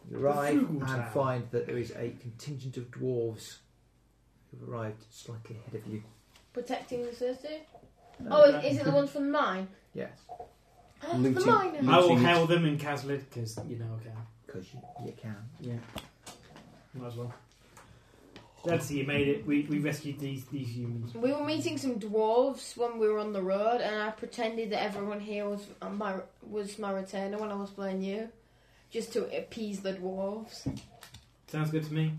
you arrive and Frugeltown. find that there is a contingent of dwarves who've arrived slightly ahead of you. Protecting the city? No, Oh, that- is, is it the ones from the mine? Yes, Ah, The Looting. mine! I will Looting it. hail them in Caslet because you know okay. because you, you can. Yeah. Might as well. Glad to see you made it. We, we rescued these these humans. We were meeting some dwarves when we were on the road, and I pretended that everyone here was uh, my was my retainer when I was playing you, just to appease the dwarves. Sounds good to me.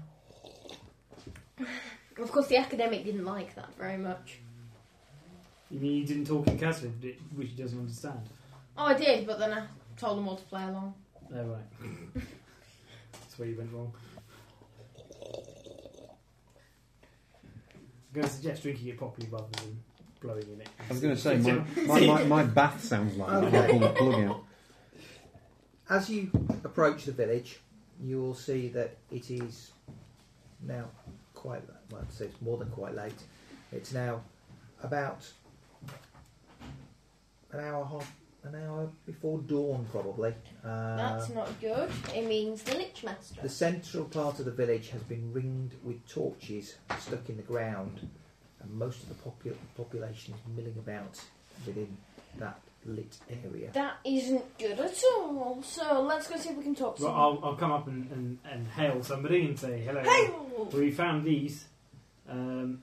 Of course, the academic didn't like that very much. You mean you didn't talk in Caslet, d- which he doesn't understand. Oh, I did, but then I told them all to play along. Oh, right. That's where you went wrong. I'm going to suggest drinking it properly rather than blowing in it. I was going to say, my, my, my, my bath sounds like that. I pulled the plug out. As you approach the village, you will see that it is now quite well. I'd say it's more than quite late. It's now about an hour half, an hour before dawn, probably. Uh, That's not good. It means the Lich Master. the central part of the village has been ringed with torches stuck in the ground, and most of the popu- population is milling about within that lit area. That isn't good at all. So let's go see if we can talk to Well, someone. I'll, I'll come up and, and, and hail somebody and say hello. Hey! We found these. Um,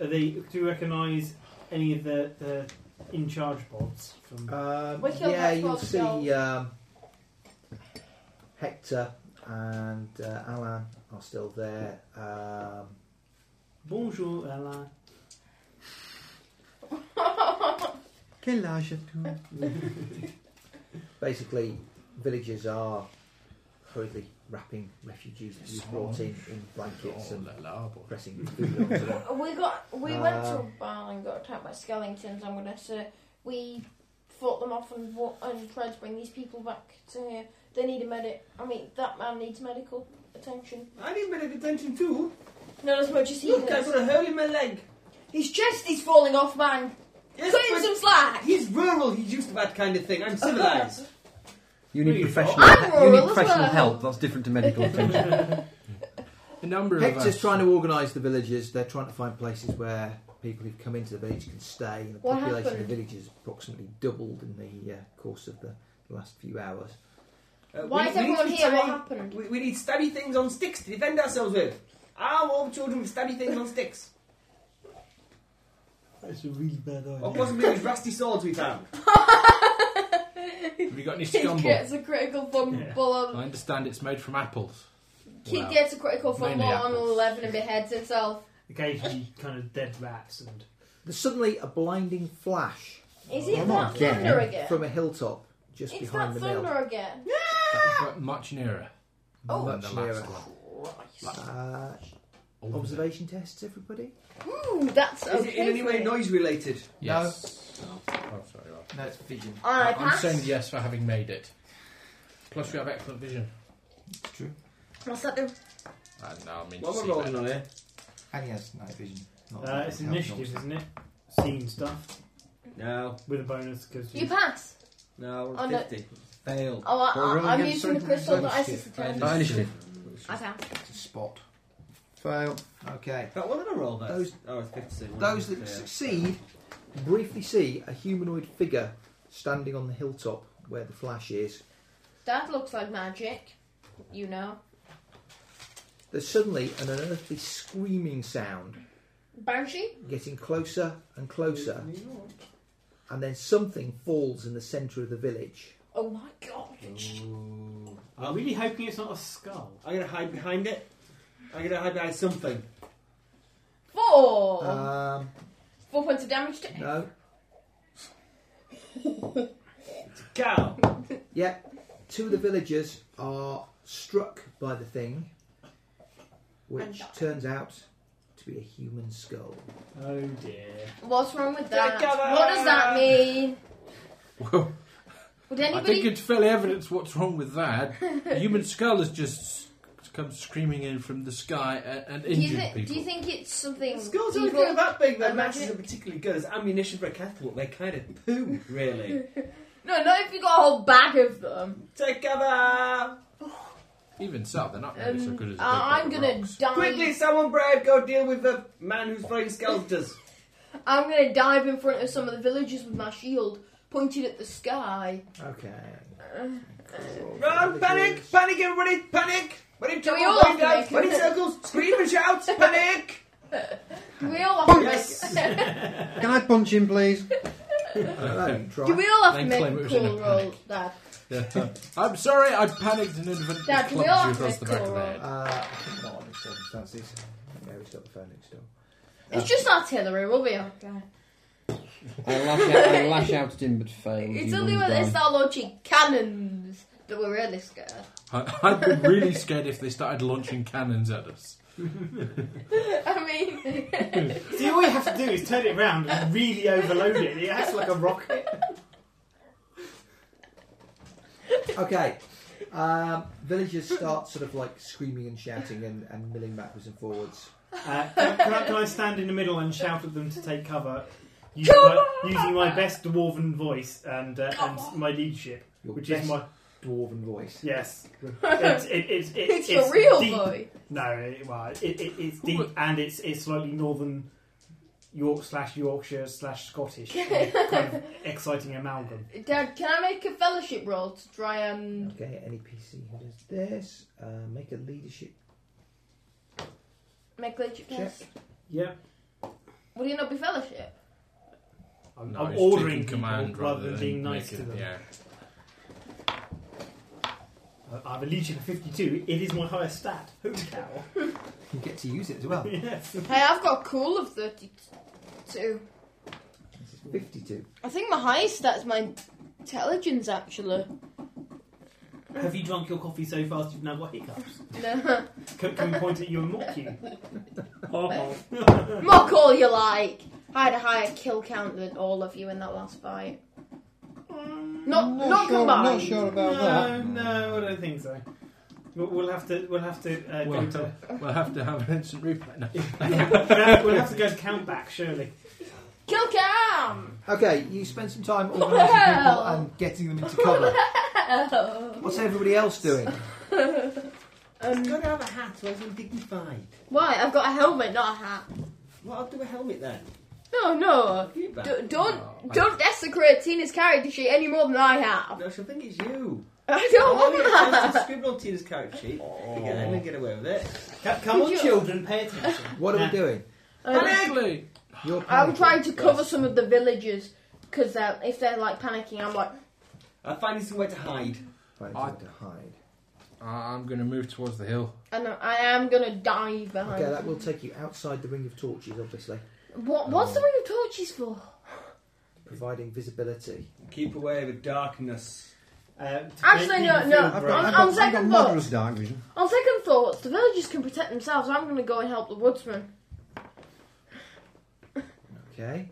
are they? Do you recognise any of the, the in charge bots from? Um, Which of yeah, us you'll was see gold? um, Hector and uh, Alan are still there. Um, Bonjour, Ella. basically, villagers are hurriedly wrapping refugees that you've brought in in blankets and pressing food onto them. We got we went to Uh, a bar and got attacked by skeletons. I'm gonna say we fought them off and wa- and tried to bring these people back to here. They need a medic. I mean, that man needs medical attention. I need medic attention too. Not as much as he Look, I've does. got a hole in my leg. His chest is falling off, man. Yes, Cut him but some slack. he's rural. He's used to that kind of thing. I'm civilized. (laughs) You Please, need professional, I'm he- rural you need as professional well. help. That's different (laughs) to medical attention. A number of Hector's us. (laughs) trying to organise the villagers. They're trying to find places where people who've come into the village can stay. And the What population of happened? the village has approximately doubled in the uh, course of the last few hours. Uh, we- Why is we need to everyone here? What try- happened? We, we need stabby things on sticks to defend ourselves with. Arm all children with stabby things on sticks. That's a really bad idea. Or possibly these rusty swords we (laughs) found. Have you got any Kid scumble? gets a critical fumble Yeah. I on. understand it's made from apples. Kid Wow. gets a critical fumble Mainly on apples. eleven and beheads himself. Occasionally, kind of dead rats and There's suddenly a blinding flash Is it Come that on, get thunder him. again? from a hilltop just It's behind that the mill. thunder again. But much nearer. Oh. than the Much last nearer. one. Uh, All of it. observation tests, everybody? Ooh, that's Is okay. it in any way for me. noise related? Yes. Oh, sorry. Right. No, it's vision. I I'm pass. saying yes for having made it. Plus, we have excellent vision. What's that do? I don't know, I mean, What to am I see rolling better. on here? And he has night vision. Oh, Not uh, it's help, initiative, not- isn't it? Scene stuff No, with a bonus because You pass. no, Oh, no. 50. Failed. Oh, I, Well, I, rolling I'm against using the certain crystal that I dice. just I turned. Uh, initiative. I can. It's a spot. Fail. Okay. But what did I roll there? Those- oh, it's 56. One Those of that them, yeah. succeed briefly see a humanoid figure standing on the hilltop where the flash is. That looks like magic. You know. There's suddenly an unearthly screaming sound Banshee? getting closer and closer, and then something falls in the centre of the village. Oh my god. Ooh. I'm really hoping it's not a skull. I'm gonna hide behind it. I'm gonna hide behind something. Four! Uh, Um, Four points of damage to. no. Cow. Yeah. two of the villagers are struck by the thing, And which die. turns out to be a human skull. Oh dear. What's wrong with that? Together! What does that mean? Well, Would I anybody? think it's fairly evident what's wrong with that. (laughs) A human skull has just come screaming in from the sky and, and do, you injured thi- people. do you think it's something? Skulls evil? aren't kind of that big. Their Imagine- matches are particularly good as ammunition for a catapult. They're kind of poo, really. (laughs) No, not if you got a whole bag of them. Take cover! Even so, they're not really so Um, good as. a uh, big I'm bag of gonna rocks. dive. Quickly, someone brave, go deal with the man who's throwing skeletons. I'm gonna dive in front of some of the villagers with my shield pointed at the sky. Okay. Uh, Run! Panic! Panic! Everybody! Panic! We're in Do we trouble! all We're in have doubt! to We're in make- circles! Scream and shout! (laughs) Panic! Do we all have to (laughs) Yes. make? Can I punch him, please? (laughs) Don't try. Do we all have Then to make claim it a was in a cool roll, panic. Dad? Yeah. I'm sorry, I panicked and inadvertently Dad, clubbed we you all have across the to back of the call. head. Uh, I think not on these circumstances. Mary stopped the phone next door. It's just artillery. We'll be okay. I lash, out, I lash out at him but fail. It's only when they start launching cannons that we're really scared. (laughs) I, I'd be really scared if they started launching cannons at us. I mean, (laughs) See, all you have to do is turn it around and really overload it. It acts like a rocket. Okay. Um, villagers start sort of like screaming and shouting and, and milling backwards and forwards. Uh, can, can I, can I stand in the middle and shout at them to take cover? Using, Come my, using my best dwarven voice and, uh, and s- my leadership, Your which best is my dwarven voice. (laughs) yes. It's, it, it's, it, it's your real deep. boy. No, it, well, it, it, it's deep and it's it's slightly northern York slash Yorkshire (laughs) slash Scottish kind of exciting amalgam. Dad, can I make a fellowship roll to try and? Okay, any PC who does this, uh, make a leadership Make leadership Check. test. Yep, Would it not be fellowship? I'm, No, I'm it's ordering taking people command rather than being nice making- to them. Yeah. I- I have a legion of 52. It is my highest stat. Holy cow. You get to use it as well. yes. Hey, I've got a cool of thirty-two. This is 52. I think my highest stat's my intelligence actually. Have you drunk your coffee so fast you've now got hiccups? (laughs) No. Can, can we point at you and mock (laughs) you? Oh. Mock all you like. I had a higher kill count than all of you in that last fight. Not, not, combined. Not sure about no, that. no, I don't think so. We'll, we'll have to, we'll have to uh, We'll go have to, We'll have to have an instant replay. (laughs) No. we'll, have, (laughs) we'll have to go to count back, surely. Kill cam. Okay, you spend some time What organising the people hell? and getting them into cover. What's everybody else doing? Um, It's got to have a hat or something dignified. Why? I've got a helmet, not a hat. Well, I'll do a helmet then. No, no. You bet. D- don't don't desecrate Tina's character sheet any more than I have. (laughs) No, she'll think it's you. I don't Well, you have want to that. scribble on Tina's character sheet. Oh. Again, and get away with it. Come, come on, Could you- children, pay attention. What are Nah. we doing? Um, Quickly! You're I'm panicking. trying to cover some of the villagers because if they're like panicking, I'm like, I'm finding somewhere to hide. I- Right, trying to hide. I'm going to move towards the hill. I know I am gonna dive behind. Okay, that will take you outside the ring of torches, obviously, What what's the ring of torches for? providing visibility. Keep away with darkness. Uh, to Actually, make no, people no. feel I've brave. got- I've on got- I've got second murderous dark vision. On second thoughts, the villagers can protect themselves. I'm gonna go and help the woodsman. Okay.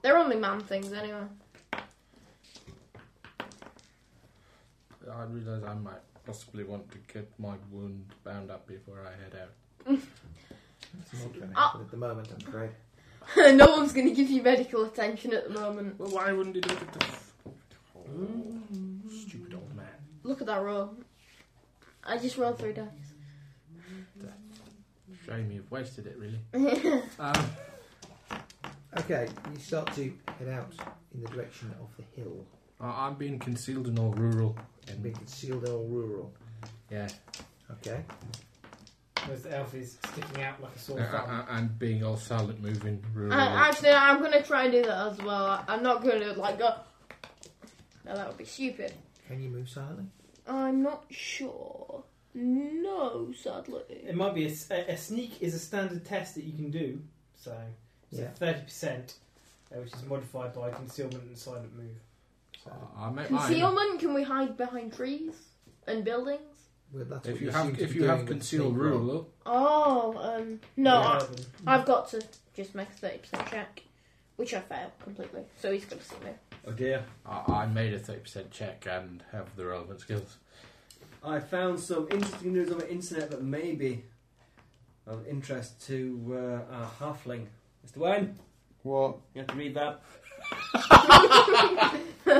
They're only man things anyway. (laughs) I realise I might possibly want to get my wound bound up before I head out. It's an odd one, Ah. but at the moment, I'm afraid. no one's gonna give you medical attention at the moment. Well, why wouldn't he look at the. F- oh, stupid old man. Look at that roll. I just rolled three dice. Shame you've wasted it, really. (laughs) um, Okay, you start to head out in the direction of the hill, I- I'm being concealed and all rural. being And, concealed and all rural. yeah, Okay. Because the elf is sticking out like a sore and, thumb. uh, and being all silent, moving rural. I, actually, I'm gonna try and do that as well. I'm not gonna like go. No, that would be stupid. Can you move silently? I'm not sure. No, sadly. It might be a, s- a- a sneak is a standard test that you can do. So Yeah. thirty percent, uh, which is modified by concealment and silent move. So I make mine. Concealment? Can we hide behind trees and buildings? well, that's If what you seem have to if be you have doing with concealed the sneak roll. ruler, Oh, um, no, Yeah. I, I've got to just make a thirty percent check, which I failed completely. So he's gonna see me. Oh dear. I, I made a thirty percent check and have the relevant skills. I found some interesting news on the internet that may be of interest to uh, our halfling. Mr. Wayne, What? you have to read that. (laughs)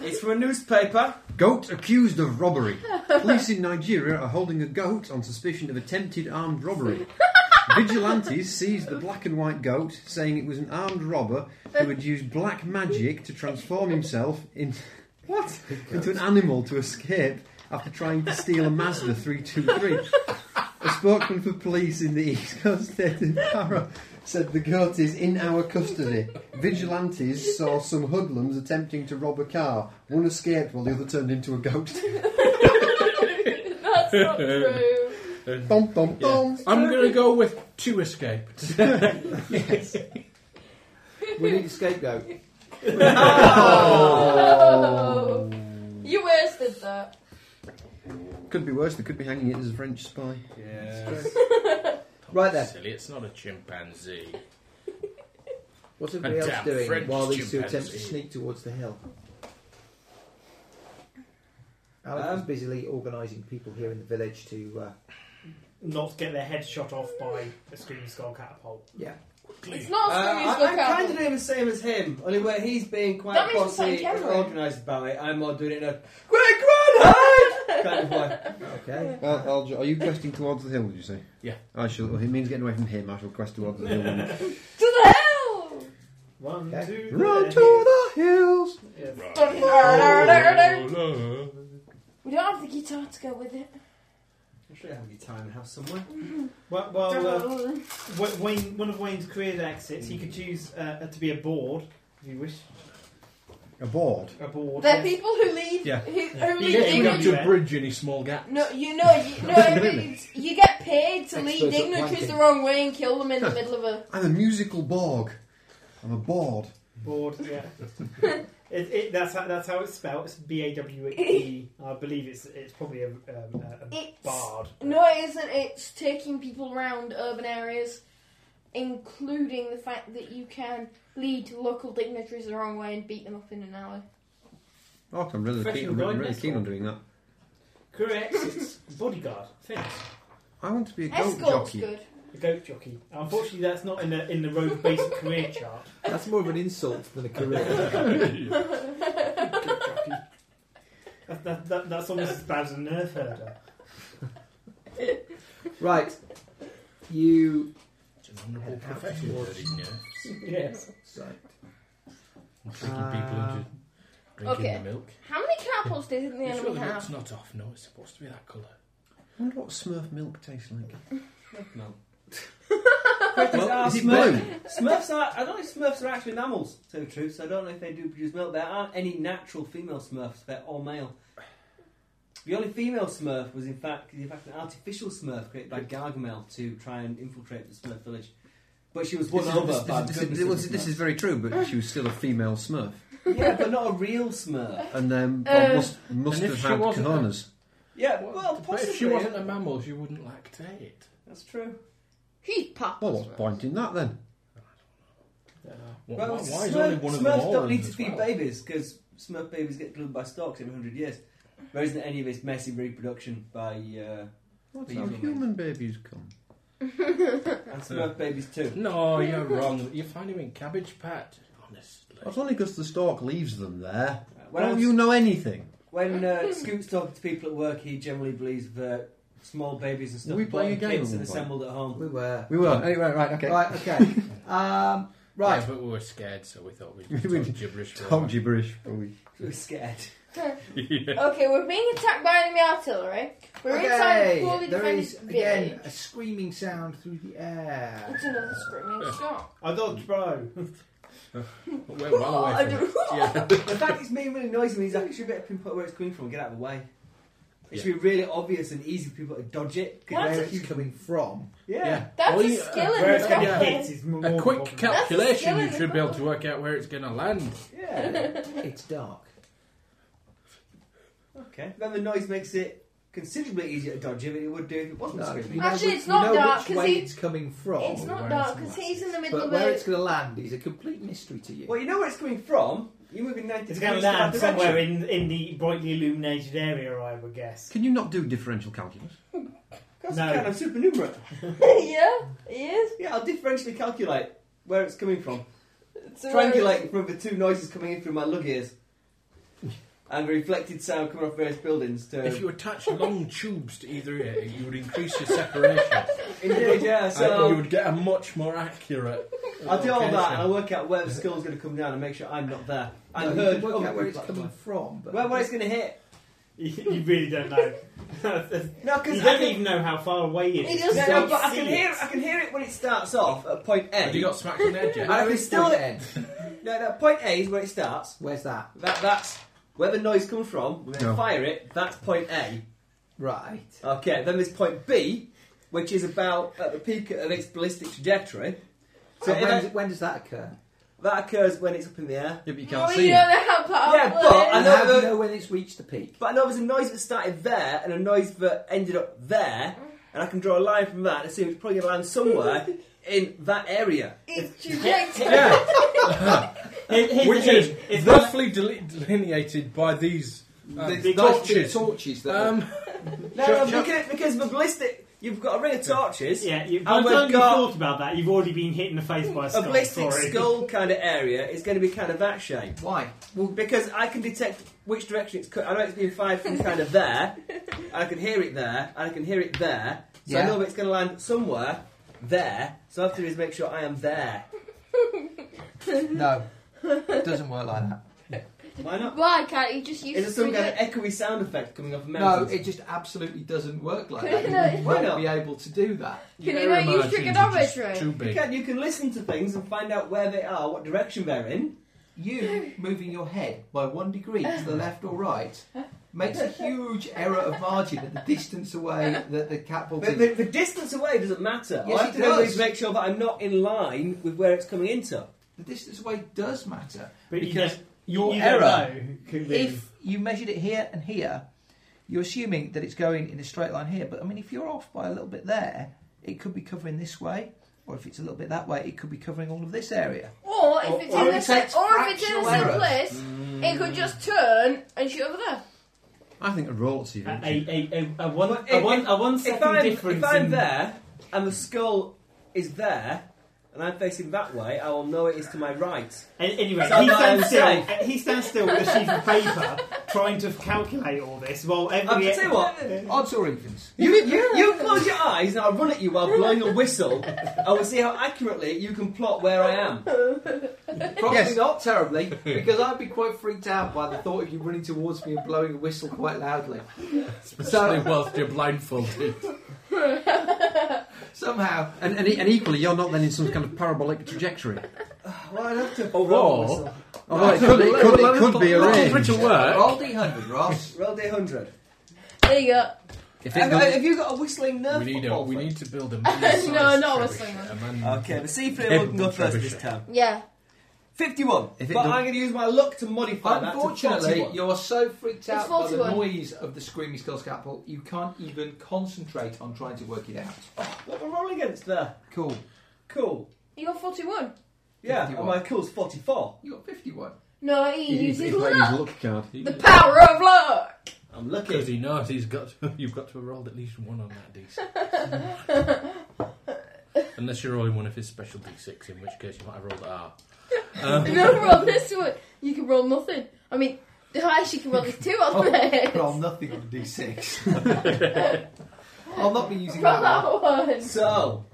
it's from a newspaper. Goat accused of robbery. Police in Nigeria are holding a goat on suspicion of attempted armed robbery. Vigilantes seized the black and white goat, saying it was an armed robber who had used black magic to transform himself in, (laughs) what? into an animal to escape after trying to steal a Mazda 323. A spokesman for police in the East Coast state of Para said the goat is in our custody. Vigilantes saw some hoodlums attempting to rob a car. One escaped while the other turned into a (laughs) goat. (laughs) That's not true. Bom, bom, bom. I'm gonna go with two escape. We need a scapegoat. Oh. (laughs) You wasted that. Could be worse, they could be hanging it as a French spy. Yes. Right then. Silly, it's not a chimpanzee. What's everybody else damn doing French while these two attempt to chimpanzee. sneak towards the hill? Alex is Um, busily organising people here in the village to. Uh, Not get their head shot off by a screaming skull catapult. yeah. It's not Uh, a serious I, am lookout. kind of doing the same as him, only where he's being That quite means we're playing bossy and Cameron. organised about it. I'm more doing it in a quick run, hide kind (laughs) of way. Okay. Well, I'll ju- Uh, are you questing towards the hill, did you say? Yeah. I shall, well, it means getting away from him. I shall quest towards the hill. To the hell! One, Okay. two, uh, Run to the hills! Yes. Oh, We don't have the guitar to go with it. I'm sure you have any time and have (laughs) somewhere. Well, well uh, Wa- Wayne, one of Wayne's career exits, he could choose uh, to be a board, if you wish. A board. A board. There are yes. people who leave. Yeah. Who, who We leave You get to go have dignitaries. to- to bridge any small gaps. No, you know, you, no, it means you get paid to lead Experts at dignitaries wanking. the wrong way and kill them in the middle of a. I'm a musical borg. I'm a board. Board, yeah. it, it, that's, how, that's how it's spelled. It's B A W E. I believe it's it's probably a, um, a, a It's bard. no, it isn't. It's taking people around urban areas, including the fact that you can lead local dignitaries the wrong way and beat them up in an alley. Oh, I'm really keen, Professional I'm really, really guidance. keen on doing that. Career exits, bodyguard, fence, I want to be a goat Escort's jockey. good. a goat jockey. Unfortunately, that's not in the in the road based career chart. That's more of an insult than (laughs) a career. Goat jockey. That, that, that, that's almost as bad as a nerf herder. right. You. It's an honourable profession. Towards- that, isn't it? Yes. So, Tricking Uh, people into drinking okay. the milk. How many catapults did the You sure enemy the milk's have? not off? No, it's supposed to be that colour. I wonder what Smurf milk tastes like. Well, Is it Smurf- blue? Smurfs are. I don't think Smurfs are actually mammals, to tell the truth. So I don't know if they do produce milk. There aren't any natural female Smurfs. They're all male. The only female Smurf was, in fact, in fact, an artificial Smurf created by Gargamel to try and infiltrate the Smurf village. But she was won This is- over this- by this- the goodness this- this- of the this is very true, but she was still a female Smurf. Smurf. yeah, but not a real Smurf. And um, Uh, must, must and if have she had wasn't a- cojones. Yeah, What- well, but possibly. if she wasn't a mammal, she wouldn't lactate. That's true. She's Oh, pop. Well, what's the point in that then? Why, Well, Uh, why, Smurf, why is only one of them Smurfs don't orange need to as feed well? babies because Smurf babies get killed by storks every hundred years. There isn't any of this messy reproduction by uh, What's But how you don't human babies come? and Smurf babies too. No, you're wrong. You find him in Cabbage Patch. Honestly. That's only because the stork leaves them there. Uh, Why When, I don't was- you know anything? when uh, Scoot's talking to people at work, he generally believes that small babies and stuff Were we are playing born a game kids at and one point? assembled at home. we were. We were. Anyway, right, okay. Right, okay. um, right. Yeah, but we were scared, so we (laughs) thought we'd We talk gibberish. for a Talk while. gibberish, but we... We were scared. Okay, we're being attacked by enemy artillery. We're inside a poorly Okay. There defended is village. again a screaming sound through the air. It's another screaming shot. Oh, I dodge, bro. But we're well away from it. Yeah. the fact it's being really noisy means I should be able to pinpoint where it's coming from and get out of the way. It should be really obvious and easy for people to dodge it. 'Cause What? Where they're are you huge- coming from? Yeah. (laughs) That's Well, a you- skill in Whereas the gonna can you Yeah. job. hit is more A quick more- calculation, That's you a should be able to skill. work out where it's going to land. Yeah. It's dark. okay. Then the noise makes it considerably easier to dodge it than it would do if it wasn't No, screaming. you know Actually, which- it's not you know dark, which 'cause way he- it's coming from. It's where not it's dark because not. he's in the middle but of where a. it's going to land is a complete mystery to you. Well, you know where it's coming from. You're moving 90 degrees It's going in to that land direction. somewhere in, in the brightly illuminated area, I would guess. (laughs) Can you not do differential calculus? Of course No. I can, I'm supernumerate. (laughs) yeah, he is. Yeah, I'll differentially calculate where it's coming from. So Triangulate from the two noises coming in through my lug ears. And the reflected sound coming off various buildings to... If you attach long tubes to either ear, you would increase your separation. Indeed, yeah, (laughs) (laughs) so... and you would get a much more accurate. I'll do all location. that and I'll work out where the skull's going to come down and make sure I'm not there. I No, you heard can work other out where it's people- coming from, but Where, where it's going to hit. You, you really don't know. (laughs) you No, because I don't can, even know how far away it He no, does is. You just no, don't don't but I see can it. hear it. I can hear it when it starts off at point A. Have you got smacked in the head I yet? can Where is still- point N? No, no, point A is where it starts. Where's that? That that's where the noise comes from. We're going to No. fire it. That's point A. Right. Okay, then there's point B, which is about at the peak of its ballistic trajectory. So So if when, I- does- when does that occur? that occurs when it's up in the air. Yeah, but you can't Well, see you it. don't know how powerful Yeah, but I it And know how do you the- know when it's reached the peak? But I know there's a noise that started there and a noise that ended up there, and I can draw a line from that and see it's probably going to land (laughs) somewhere in that area. is. It's trajectory. (laughs) Yeah, Here- here's which the is thing. It's not- roughly deli- delineated by these uh, There's big nice big torches. torches that Um, No, Sure, no, sure. because, because the ballistic, you've got a ring of torches. Yeah, you, I by the would time you go- thought about that, you've already been hit in the face by a A skull. ballistic sorry. skull kind of area is going to be kind of that shape. why? Well, because I can detect which direction it's cut. I know it's been fired from kind of there, and I can hear it there, and I can hear it there. So I Yeah. know that it's going to land somewhere there. So all I have to do is make sure I am there. No, it doesn't work (laughs) like that. Why not? Why can't you just use Is there some three kind of di- echoey sound effect coming off the No, mountains? it just absolutely doesn't work like that. You No, would why not not? be able to do that. (laughs) Can your you not air use margins are just trigonometry? Too You big. can, you can listen to things and find out where they are, what direction they're in. You moving your head by one degree to the left or right makes a huge error of margin at the distance away that the catapult The, is. the, the distance away doesn't matter. All Yes, I have it to do does. is make sure that I'm not in line with where it's coming into. The distance away does matter But you because don't- your you error. Don't know, could be. if you measured it here and here, you're assuming that it's going in a straight line here. But I mean, if you're off by a little bit there, it could be covering this way, or if it's a little bit that way, it could be covering all of this area. Or if Or- it's or in it the same, takes or if it's in fractional the same errors. place, it could just turn and shoot over there. I think a roll at see a, eventually. a, a, a, one, But a, if- one, a one If second I'm, difference. if I'm in, there and the skull is there and I'm facing that way, I will know it is to my right. A- Anyway, So he that stands I'm still. safe. He stands still with a sheet of paper, trying to calculate all this. Well, every I'll tell you (laughs) what. Odds or evens? You, you, you close your eyes and I'll run at you while blowing a whistle. I will see how accurately you can plot where I am. Probably Yes. not terribly, (laughs) because I'd be quite freaked out by the thought of you running towards me and blowing a whistle quite loudly. Especially (laughs) whilst you're blindfolded. Somehow, And, and, and equally, you're not then in some kind of parabolic trajectory. (laughs) Well, I'd have to Oh, Or- roll a whistle. Although Oh, it could, it could, it could be Not arranged. different to work. roll d100, Ross. Roll day 100. There you go. If it Have, does- have you got a whistling nerve? We need, a, football we thing? need to (laughs) build a man-sized No, no, trebuchet, we're saying that. a man- Okay, (laughs) the C3 one can go first this time. Yeah. 51. If But it I'm don't- going to use my luck to modify that to Unfortunately, 41. you're so freaked out by the 41. noise of the screaming skull scalpel, you can't even concentrate on trying to work it out. What we're rolling against there? Cool. Cool. You got 41. Yeah, and 51. my cool's 44. You got 51. No, he, He- uses he played his luck. luck card. The power of luck. I'm Because lucky. he knows he's got to, (laughs) you've got to have rolled at least one on that d6. (laughs) Unless you're rolling one of his special d6, in which case you might have rolled R. Um, No, roll this one. You can roll nothing. I mean, the highest you can roll is two on this. Roll nothing on d6. I'll not be using Roll (laughs) that that one. So,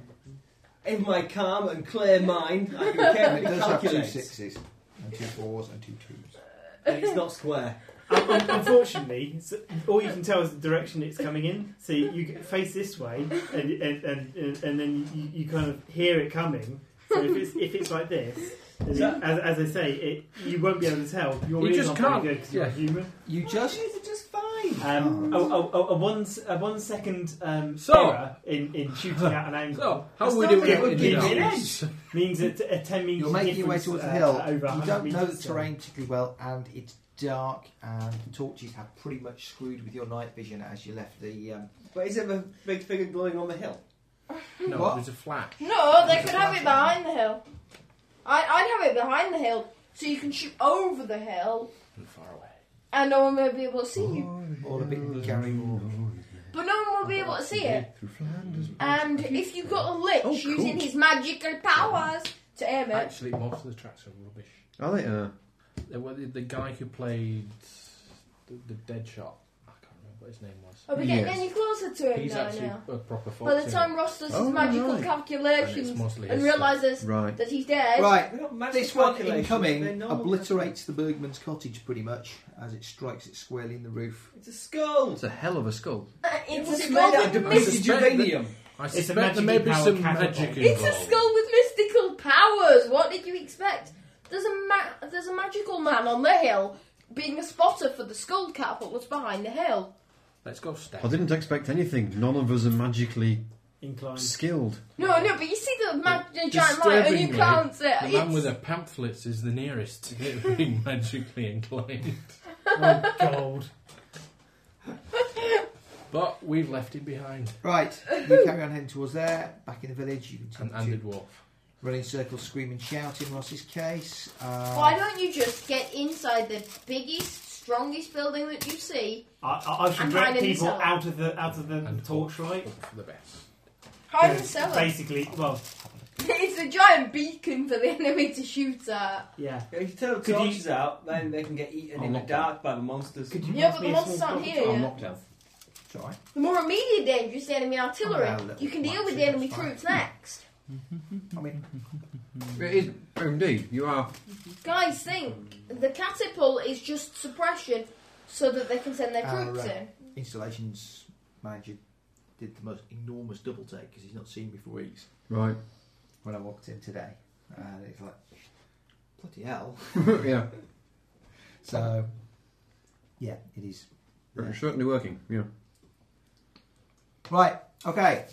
in my calm and clear mind, I can one. It carefully does have two calculate. sixes, and two fours, and two twos. And it's not square. Un- un- Unfortunately, s- all you can tell is the direction it's coming in. So you, you get- face this way, and and, and, and, and then you, you kind of hear it coming. So if it's if it's like this, then So- it- as, as I say, it you won't be able to tell. Your You ears just aren't very can't, good 'cause you're yeah. human. You My just ears are just fine. Um, a, a, a, a one s- a one second um, So- error in, in shooting at (laughs) an angle So, how That's are we not doing really it good in giving the an hours? means a, a ten means You're making your way towards the hill. Uh, You over 100 don't know the meters, so- terrain particularly well, and it's dark, and the torches have pretty much screwed with your night vision as you left the. Um, But is it a big figure glowing on the hill? (laughs) No, What? there's a flat. No, they could have it behind the hill. I, I'd have it behind the hill so you can shoot over the hill And far away. and no one will be able to see Oh. you. all a bit Gary Moore. But no one will be able to see it. Through Flanders. And if you got a lich Oh, cool. using his magical powers to aim it, Actually, most of the tracks are rubbish. Are they? Uh, There were the, the guy who played the, the dead shot. I can't remember what his name was. are we oh, getting Yes. any closer to him He's now? actually now? a proper fox. By the isn't time Ross does his Oh, magical right. he? and it's calculations mostly and his realises right. that he's dead, Right, We're not magic this one calculations, they're incoming normal obliterates the Bergman's cottage pretty much as it strikes it squarely in the roof. It's a skull. It's a hell of a skull. (laughs) it's It's a made skull out with of mys- depleted suspect that- uranium. stuff. I It's a suspect there may be magically powered some catapult. magic It's involved. a skull with mystical powers. What did you expect? There's a ma- there's a magical man on the hill being a spotter for the skull catapult that's behind the hill. Let's go step. I didn't expect anything. None of us are magically (laughs) inclined. skilled. No, no, but you see the ma- giant light and you Disturbingly, can't see it. The man with the pamphlets is the nearest to it being (laughs) magically inclined. Oh, gold. But we've left him behind. Right, (laughs) you carry on heading towards there, back in the village. You And, continue and the to dwarf. run in circles, screaming, shouting. Ross's case. Uh, Why don't you just get inside the biggest, strongest building that you see? I, I, I I'm should direct hiding people myself. out of the out of the, the And torchlight. hope For the best. Hide and Because sell it. Basically, well, (laughs) It's a giant beacon for the (laughs) enemy to shoot at. yeah. If you turn the Could you- torches out, then they can get eaten Oh, in the lockdown. dark by the monsters. Could you Yeah, pass but me the a monsters small aren't bottle? here I'm yet. (laughs) locked out. It's alright. The more immediate danger is the enemy Oh, artillery. well, You can well, deal with see, the enemy that's fine. troops next. I mean, It is oh, indeed. You are. Guys, think the catapult is just suppression so that they can send their Ah, troops right. in. installations manager did the most enormous double take because he's not seen me for weeks. Right. (laughs) when I walked in today, and it's like bloody hell. yeah. So yeah, it is. It's Certainly working. Yeah. Right. Okay.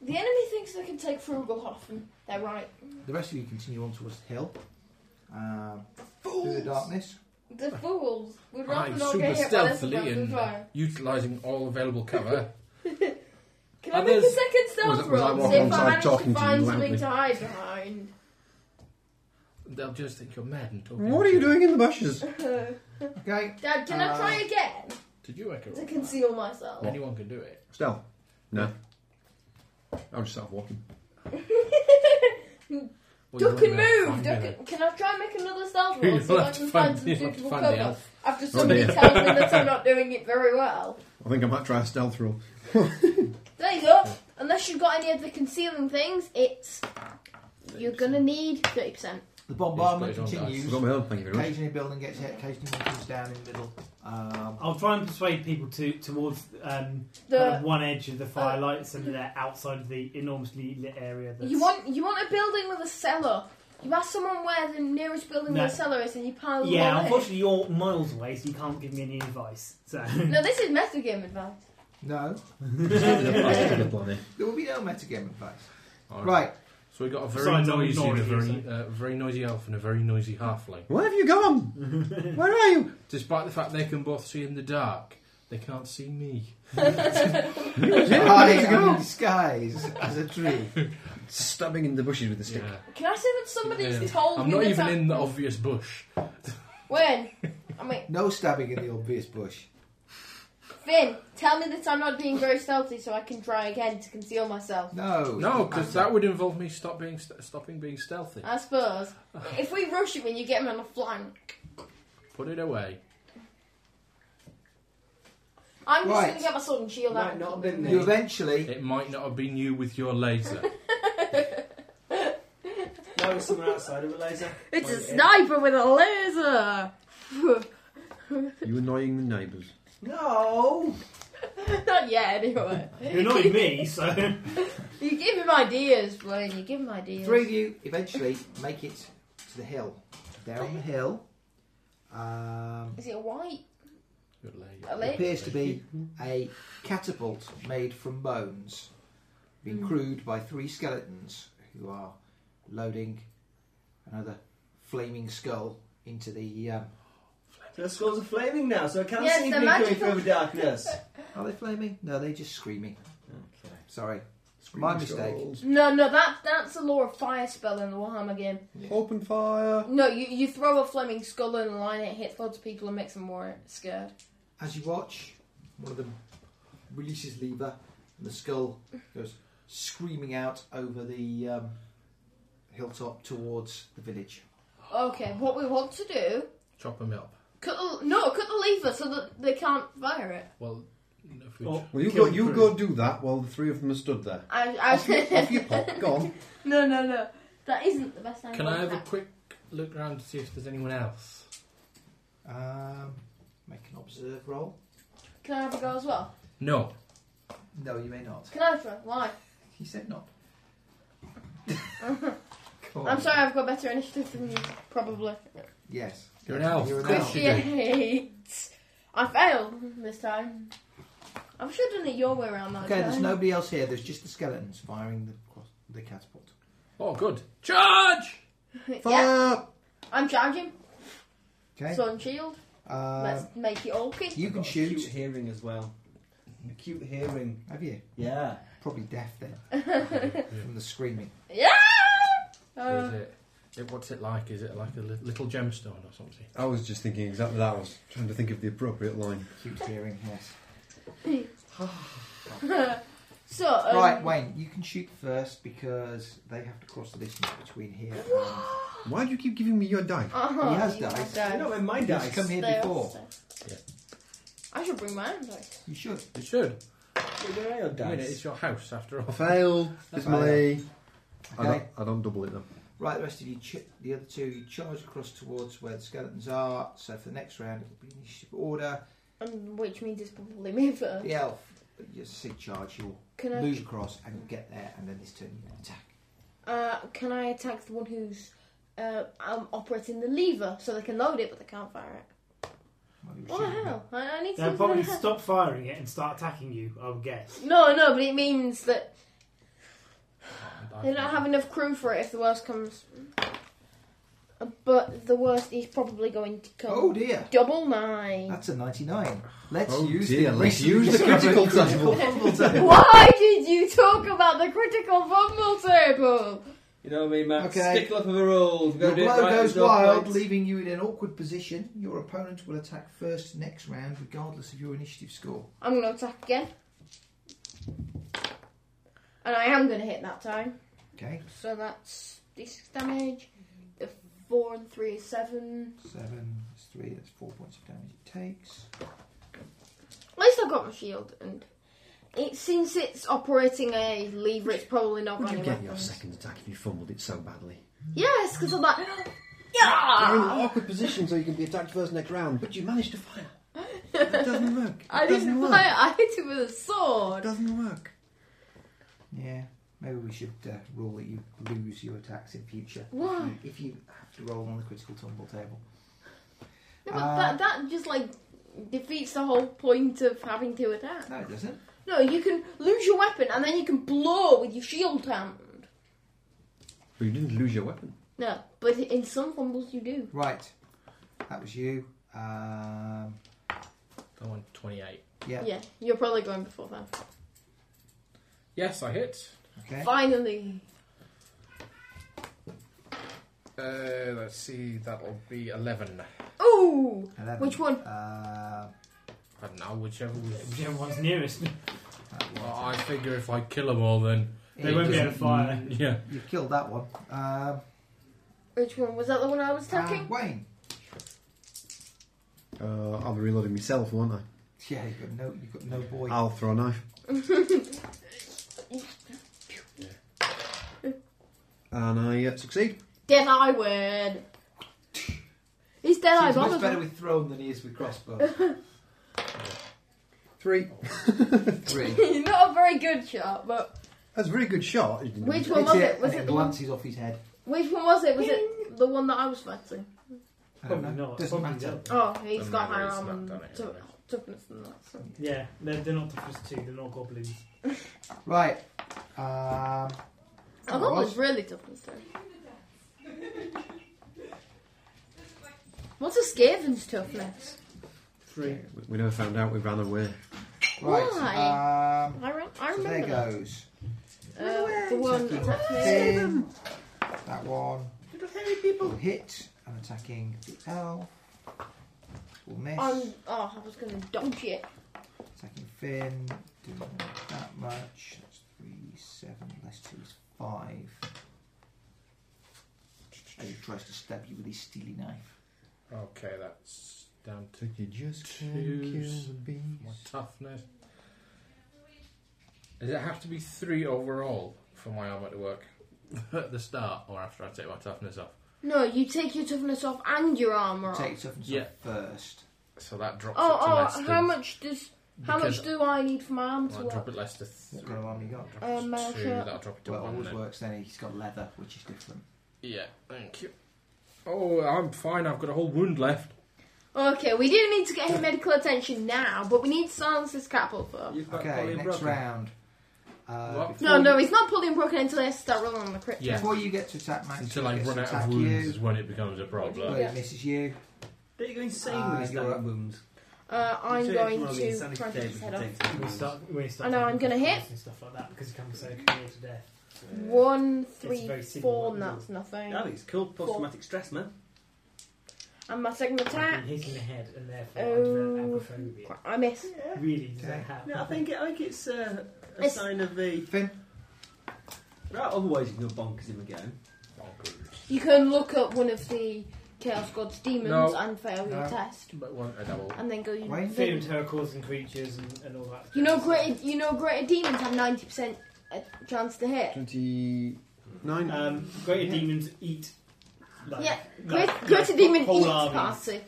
The enemy thinks they can take Frugalhofen. They're right. The rest of you continue on towards the hill. Um, through the darkness. The (laughs) fools would rather Aye, not Ah, super get hit by this stealthily and utilising all available cover. Can And I make a Ah, there's- second stealth was I roll? walking See if I alongside manage talking to to you find loudly? something to hide behind. (laughs) They'll just think you're mad and talking. What are to you them. doing in the bushes? Okay. Dad, can I Uh, Ah. try again Did you echo? to conceal myself? (laughs) Anyone can do it. Stealth. No. I'll just start walking. Well, Duck you're gonna and move! find Duck it. and- can I try and make another stealth (laughs) You'll roll so I have to can find- find some you'll have to suitable find the cover? elf. After somebody dear. tells me that I'm not doing it very well. I think I might try a stealth roll. There you go. Unless you've got any of the concealing things, it's you're gonna need thirty percent. The Yes, bombardment but it's on I've continues. got my own thing very much. Occasionally, a building gets hit. Occasionally, one comes down in the middle. Um, I'll try and persuade people to towards um, kind of The uh, one edge of the firelight, so that they're outside of the enormously lit area. Oh, That's you want you want a building with a cellar. You ask someone where the nearest building No. with a cellar is, and you pile them Yeah, all in. unfortunately, you're miles away, so you can't give me any advice. So No, this is meta game advice. no, there will be no metagame in place. All Right. So we got a very Besides, I'm noisy, and a noisy, very, uh, very noisy elf and a very noisy halfling. Where have you gone? Where are you? Despite the fact they can both see in the dark, they can't see me. I am in disguise as a tree. Stabbing in the bushes with a stick. Yeah. Can I say that somebody's Yeah. told I'm me not that even I- in the obvious bush. When (laughs) I mean No stabbing in the obvious bush. Finn, tell me that I'm not being very stealthy, so I can try again to conceal myself. No. No, because that would involve me stop being st- stopping being stealthy. I suppose if we rush him and you get him on the flank, Put it away. I'm just Right. gonna get my sword and shield out. Might and not keep have been them. You eventually It might not have been you with your laser. No, it's someone outside of a laser. It's a Might be it. sniper with a laser. You annoying the neighbours. No! (laughs) Not yet, anyway. (laughs) you're annoying me. So (laughs) You give him ideas, Blaine. You give him ideas. Three of you eventually make it to the hill. Down the hill, Um, Is it white? Good lady. A it lid? appears to be a catapult made from bones, being crewed by three skeletons who are loading another flaming skull into the. Um, So the skulls are flaming now, so I can't Yes, see they're me going magical. through the darkness. are they flaming? No, they're just screaming. Okay. Sorry, my mistake. No, no, that that's the lore of fire spell in the Warhammer game. Open fire. No, you, you throw a flaming skull in the line, it hits lots of people and makes them more scared. As you watch, one of them releases lever, and the skull goes screaming out over the um, hilltop towards the village. Okay, what we want to do? Chop them up. Cut the, no, cut the lever so that they can't fire it. Well, if we Oh. Well, you Kill go, you crew. go do that while the three of them are stood there. I, Off you, I off you pop. Go on. (laughs) no, no, no, that isn't the best idea. Can I have a quick look around to see if there's anyone else? Um, make an observe roll. Can I have a go as well? No. No, you may not. Can I try? Why? He said not. Come on. I'm sorry, I've got better initiative than you, probably. Yes. You're an elf. You're an Quick. elf. she Fifty-eight. I failed this time. I should have done it your way around that Okay, there's time. nobody else here. There's just the skeletons firing the cross- the catapult. Oh, good. Charge! yeah, Fire! I'm charging. Okay. Sun shield. Um, Let's make it okay. you I've can got Acute shoot. hearing as well. Acute hearing. Have you? Yeah. Probably deaf then from the screaming. Yeah. Uh, is it, it- What's it like? Is it like a li- little gemstone or something? I was just thinking exactly that. I was trying to think of the appropriate line. Acute hearing. Yes. so um, right, Wayne. You can shoot first because they have to cross the distance between here. And Why do you keep giving me your die? Uh-huh, He has you have dice. You know, when my He's dice. come here They are before. dice. Yeah. I should bring my own dice. You should. You should. Where are your I mean, it's dice? your house after all. Fail. It's melee. I, don't, Okay. I don't double it though. Right, the rest of you, ch- the other two, you charge across towards where the skeletons are. So for the next round, it'll be initiative order. Um, which means it's probably me first. The elf, you just say charge, you'll Can I? move across and you'll get there, and then this turn you attack. Uh, can I attack the one who's uh, um, operating the lever so they can load it but they can't fire it? Well, you're What the shooting. Oh, hell? I, I need They'll something probably to help. stop firing it and start attacking you, I would guess. (laughs) No, no, but it means that (laughs) I they don't have enough crew for it if the worst comes. Uh, But the worst is probably going to come. Oh dear, Double nine. that's a 99. Let's Oh use dear, the let's recently use the (laughs) critical discovered table. critical (laughs) table. Why did you talk about the critical fumble table? You know me, man. Okay. Stickler for the rules. We've got to Your do it blow right, goes there's no wild, points. leaving you in an awkward position. Your opponent will attack first next round, regardless of your initiative score. I'm going to attack again. And I am going to hit that time. Okay, So that's d6 damage. The 4 and 3 is 7. seven, that's three, that's four points of damage it takes. At least I've got my shield. And it, since it's operating a lever, it's probably not Would going you to get your second attack if you fumbled it so badly? Yes, because I'm like. (gasps) You're in an Yeah! awkward position so you can be attacked first next round, but you managed to fire. (laughs) It doesn't work. It I doesn't didn't work. fire, I hit him with a It sword. doesn't work. Yeah, maybe we should uh, rule that you lose your attacks in future. Why? If you have to roll on the critical tumble table. No, but Uh, that, that just like defeats the whole point of having to attack. No, it doesn't. No, you can lose your weapon and then you can blow with your shield hand. But you didn't lose your weapon. No, but in some fumbles you do. Right, that was you. Um, I want 28. yeah. Yeah, you're probably going before that. Yes, I hit. Okay. Finally. Uh, let's see, that'll be 11. Ooh! 11. Which one? Uh, I don't know, whichever (laughs) was. Whichever one's nearest. that one. Well, I figure if I kill them all, then. They won't be able to fire. Yeah. You've killed that one. Um, Which one? Was that the one I was attacking? and Wayne. Uh, I'll be reloading myself, won't I? Yeah, you've got no, you've got no boy. I'll throw a knife. And I uh, succeed. Dead Eye Word. (laughs) He's Dead Eye He's much better Bomber. with thrown than he is with crossbow. (laughs) Three. (laughs) Three. Not a very good shot, but That's a very good shot. which one was Hits it? Was and it the one? glances off his head. Which one was it? Was it the one that I was fighting? I don't Probably know. not, Doesn't probably matter. Oh, he's Doesn't got um, matter, higher it's arm not and done it tou- anyway. toughness than that. So. Yeah, they're, they're not the first two. They're not goblins. Right. Um, I what? thought it was really toughness too. What's a Skaven's toughness? Three. We, we never found out. We ran away. right. Why? Um, I, re- I so there remember that. goes. Uh, the one Attacking that's me. him. That one. Will hit. I'm attacking the elf. Will miss. Um, oh, I was going to dodge it. Attacking Finn. Doing that much. That's three, seven. Less two is five. And he tries to stab you with his steely knife. Okay, that's down to So you just can't Choose. kill my toughness. Does it have to be three overall for my armor to work (laughs) at the start or after I take my toughness off? No, you take your toughness off and your armor off. Take your toughness Yeah. off first. So that drops Oh, it to oh, less how than, much does how because- much do I need for my arm to I'll drop work? it less to three. What kind of arm you got? Drop Uh, it to mail two, shirt. that'll drop it to Well, it one always then. works then. He's got leather, which is different. Yeah, thank you. Oh, I'm fine. I've got a whole wound left. Okay, we do need to get him medical attention now, but we need to silence this catapult first. You've got Okay, Colin next Brocken. round. Uh, What? No, no, he's not pulling broken until he has to start rolling on the crit. Yeah, Before you get to attack Max, until I he gets run to out attack of wounds is you. when it becomes a Well, problem. Yeah. it misses you. Don't you go insane Ah, with this you're damn up. wound? Uh, I'm Say it's going one of the to insanity try to get tables his head that off. takes the We wounds. start. We start. I know, I'm gonna taking hit. shots and stuff like that because you can't say kill to death. One, three, very simple four, and one. that's nothing. Alex, called post-traumatic stress, man. And my second I've attack, been hit in the head and therefore Oh. I develop agoraphobia. crap, I miss. Yeah. Really, does Okay. that happen? No, I think I think it's uh, a It's- sign of the Finn, right. Otherwise, you can go bonkers him again. Oh, You can look up one of the Chaos God's demons No. and fail your No. test, But one a double. and then go. You Wait. Fear and terror causing creatures and, and all that. You know, greater you know greater demons have ninety percent uh, chance to hit. Twenty-nine. Uh, Um, greater demons eat. Like, Yeah, like, Great, greater demon whole eats armies. party.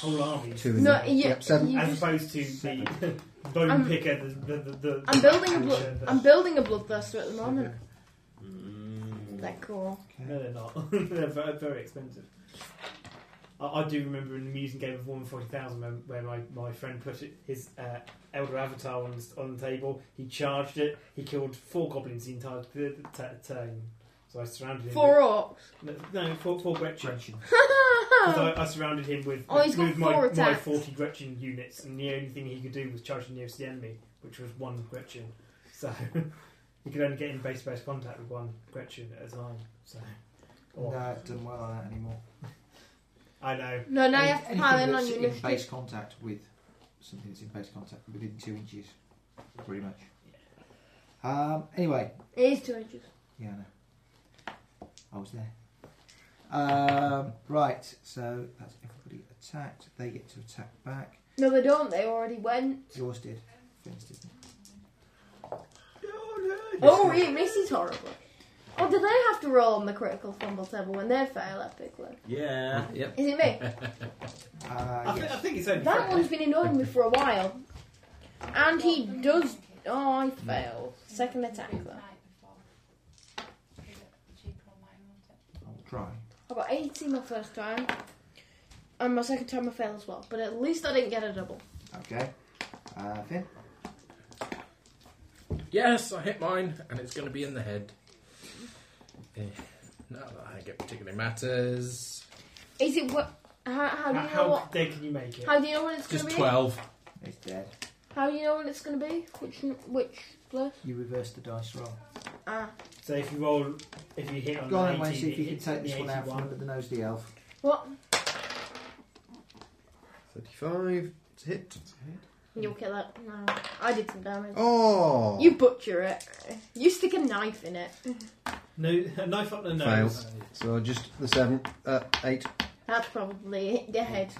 Whole armies. Two. No, yeah, Yep, seven. you As just- opposed to the (laughs) bone I'm- picker, the. the, the, the I'm building a the- blood. the- I'm building a bloodthirster at the moment. That cool. No, they're not. (laughs) they're very, very expensive. I, I do remember an amusing game of Warhammer 40,000 when- where my, my friend put it, his uh, Elder Avatar on, the- on the table. He charged it. He killed four goblins the entire t- t- turn. So I surrounded him. Four orcs. With, no, four, four Gretchen. oh, Because I, I surrounded him with, Oh, he's got with my, four my attacks. 40 Gretchen units, and the only thing he could do was charge the nearest the enemy, which was one Gretchen. So (laughs) he could only get in base to base contact with one Gretchen at a time. So no, or- it doesn't work like that anymore. I know. (laughs) no, now you Any- have to anything pile in that's on your in base initiative. contact with something that's in base contact within two inches, pretty much. Um, anyway, It is two inches. yeah, I know. I was there. Um, right, so that's everybody attacked. They get to attack back. No, they don't. They already went. Yours did. Finn's didn't. Oh, it misses horribly. Oh, do they have to roll on the critical fumble table when they fail epically? Yeah. Yep. Is it me? Uh, I, yes. thi- I think it's only That fair. one's been annoying me for a while. And he does. Oh, I failed. Second attack though. I'll try. I got 80 my first time, and my second time I failed as well. But at least I didn't get a double. Okay. Uh, Finn. Yes, I hit mine, and it's going to be in the head. Eh, Not that I think it particularly matters. Is it what? How, how do How, you know how what? dead can you make it? How do you know when it's going Just to be? twelve. It's dead. How do you know when it's going to be? Which n- which place? You reverse the dice roll. Ah, So if you roll, if you hit on Go on and the wait, 80, see if you it can hits take this the one out from 81. under the nose of the elf. what? Thirty-five. It's a hit. You'll kill it. No, I did some damage. Oh. You butcher it. You stick a knife in it. No, a knife up the nose. So just the seven, uh, eight. That's probably it. The head.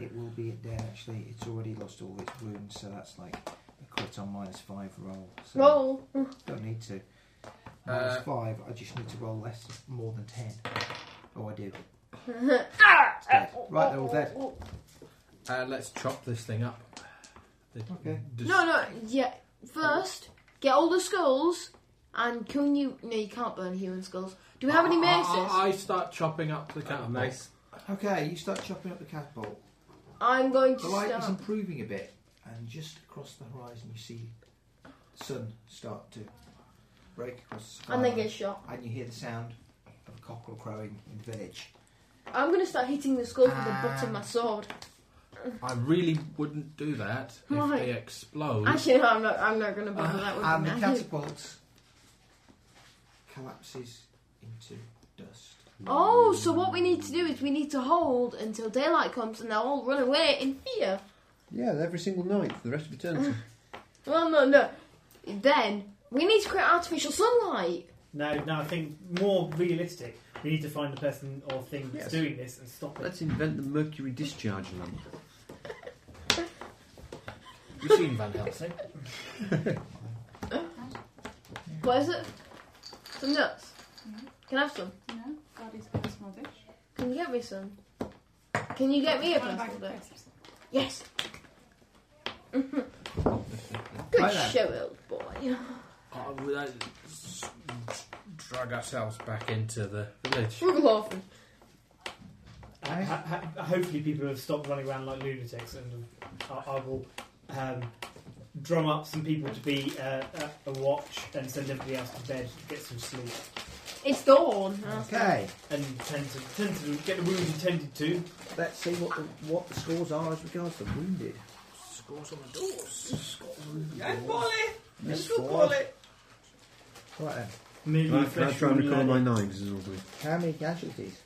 It will be dead actually. It's already lost all its wounds, so that's like a crit on minus five roll. So Roll. Don't need to. Minus Uh, five. I just need to roll less, more than ten. Oh, (laughs) I do. Ah! dead. Right, they're all dead. Uh, let's chop this thing up. The- Okay. just- No, no. Yeah. First, get all the skulls, and can you? No, you can't burn human skulls. Do we have any I- I- Ah, maces? I, I start chopping up the catapult. nice. Okay, you start chopping up the catapult. I'm going to The light start. is improving a bit, and just across the horizon, you see the sun start to break across the sky. And then get shot. and you hear the sound of a cockerel crowing in the village. I'm going to start hitting the skulls with the butt of my Um, sword. I really wouldn't do that if Why? they explode. Actually, no, I'm not. I'm not going to bother. that and would the be nice. catapult collapses into dust. Oh, so what we need to do is we need to hold until daylight comes, and they'll all run away in fear. Yeah, every single night for the rest of eternity. Well, no, no. Then we need to create artificial sunlight. No, no, I think more realistic. We need to find the person or thing that's Yes. doing this and stop it. (laughs) Let's invent the mercury discharge lamp. You've seen Van Helsing. What is it? Some nuts. Mhm. Can I have some? No, daddy's got a small dish. Can you get me some? Can you get me a Want a plastic bag of bit? crisps? (laughs) Yes. Good Right then. show, old boy. Oh, well, let's drag ourselves back into the village. Rugelhofen. Ha- ha- ha- hopefully, people have stopped running around like lunatics, and I, I will um, drum up some people to be uh, a, a watch and send everybody else to bed to get some sleep It's dawn. Okay, and tend to, tend to get the wounds attended to. let's see what the, what the scores are as regards the wounded. Scores on the doors. Scores on the And doors. volley! Miss Let's go four. volley! Right then, Merely Right, can I flesh try and wound recall my leather. knives as well, please? how many casualties?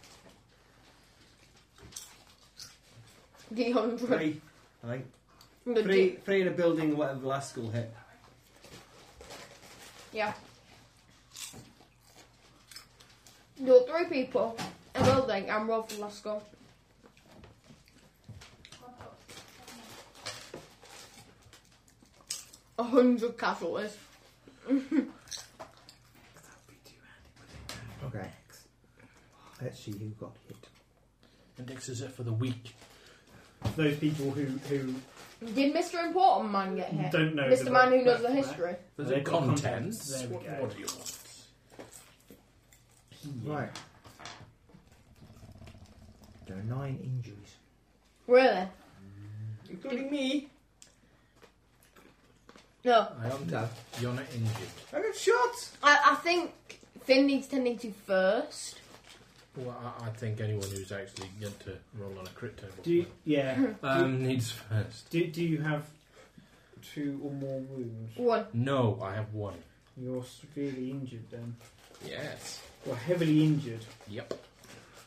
The hundred. Three, I think. Three, three in a building, whatever the last school hit. Yeah. There were three people. A building and Rolf Lasco. A hundred casualties. Okay, let's see who got hit. Indexes are for the weak. Those people who, who Did Mr. Important Man get hit? don't know. Mr. the Man who right- eh? knows the right- history. There's They've a got contents. contents. There we What, go. what do you want? Right, there are nine injuries. Really? Including me. No. I am No. You're not injured. I got shot! I, I think Finn needs tending to first. Well, I, I think anyone who's actually going to roll on a crit table Do you, (laughs) yeah. um, needs first. Do, do you have two or more wounds? One. No, I have one. You're severely injured then. Yes. You're heavily injured. Yep.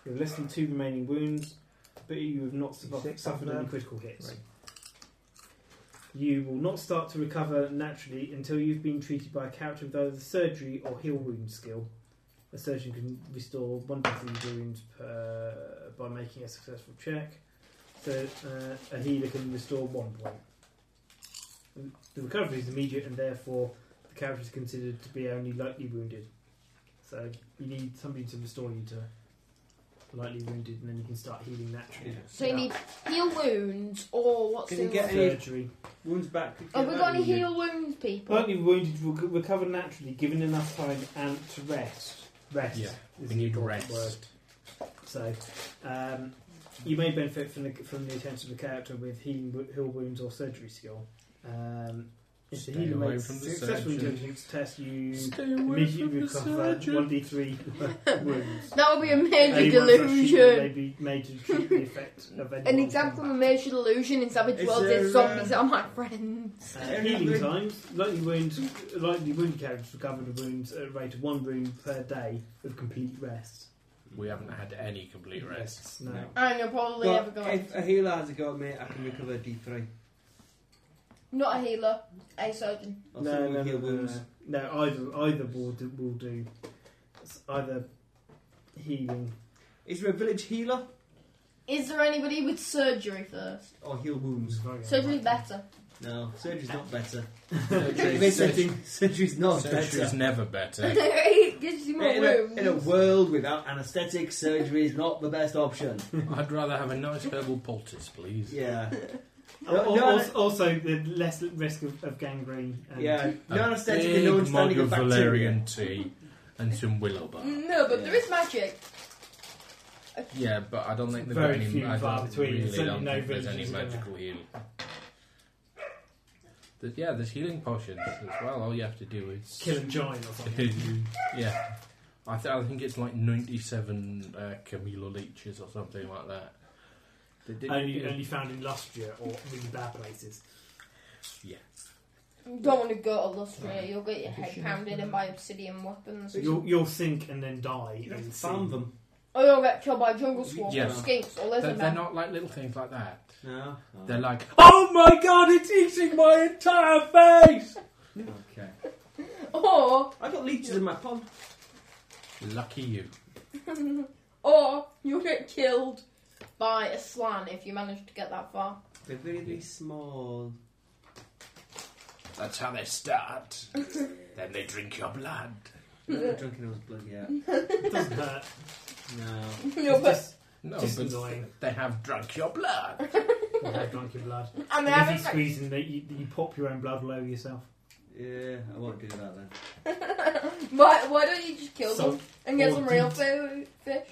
You have less than two remaining wounds, but you have not suffer- Six suffered of any them. critical hits. Right. You will not start to recover naturally until you've been treated by a character with either surgery or heal wound skill. A surgeon can restore one person's wounds per, by making a successful check. So uh, a healer can restore one point. The recovery is immediate, and therefore the character is considered to be only lightly wounded. So you need somebody to restore you to lightly wounded, and then you can start healing naturally. So you need heal wounds or what's Can you the get any- Surgery. Wounds back. could Have get we got that. any heal wounds, people? Lightly wounded will c- recover naturally, given enough time and to rest. Rest. Yeah, is We an need important rest. word. So, um, you may benefit from the, from the attention of the character with healing, wo- heal wounds or surgery skill. Um, if the Stay healer away makes a from the successful surgeon. intelligence test, you Stay away immediately from the recover surgeon. 1d3 (laughs) wounds. That would be a major Anyone that's treated may delusion. be made to treat the effect of anyone. An example of a major delusion in Savage Is Worlds there, is zombies uh, are my friends. Uh, healing times, lightly wounds, lightly wound carriers recover the wounds at a rate of one wound per day with complete rest. We haven't had any complete rest. No. No. And you'll probably ever But go. if a healer has a go at me, I can recover a D3. Not a healer, a surgeon. Or someone with heal wounds. no, no, either either will do, will do. It's either healing. Is there a village healer Is there anybody with surgery first? or heal wounds? Surgery's better. No, surgery's not better. (laughs) Surgery- In this setting, surgery's not Surgery's better. never better. (laughs) (laughs) it gives you more In a, in a wounds. world without anaesthetic, surgery is not the best option. I'd rather have a nice herbal poultice, (laughs) please. Yeah, Al- al- No, no, also, also the less risk of, of gangrene. And yeah. No A anaesthetic and big no mug understanding of of bacteria. valerian tea and some willow bark. No, but there is magic. Yeah, but I don't think they've Very got any. few and I far don't between. Really Certainly don't no think there's any villages are gonna- magical healing. The- yeah, there's healing potions as well. All you have to do is Kill and join or something. (laughs) yeah, I, th- I think it's like 97 uh, Camilla leeches or something like that. They did- only, only found in Lustria or really bad places. yeah. You don't want to go to Lustria. You'll get your head She must pounded know. and by obsidian weapons. So you'll, you'll sink and then die. You in don't sea. farm them. Or you'll get killed by jungle swarms Yeah. or skinks They're, or lizard they're men. not like little things like that. No. They're like, oh my god, it's eating my entire face! Okay. Or, I got leeches in my pond. Lucky you. (laughs) or you'll get killed by a slan if you manage to get that far. They're really small. That's how they start. then they drink your blood. I've never drunk anyone's blood yet. It doesn't hurt. No. You'll It's just, No, Just but annoying. they have drunk your blood. I've drunk your blood. put- and they And if haven't you squeeze and they, you, you pop your own blood all over yourself. Yeah, I won't do that then. Why, why don't you just kill So- them and get or some real did- fi- fish?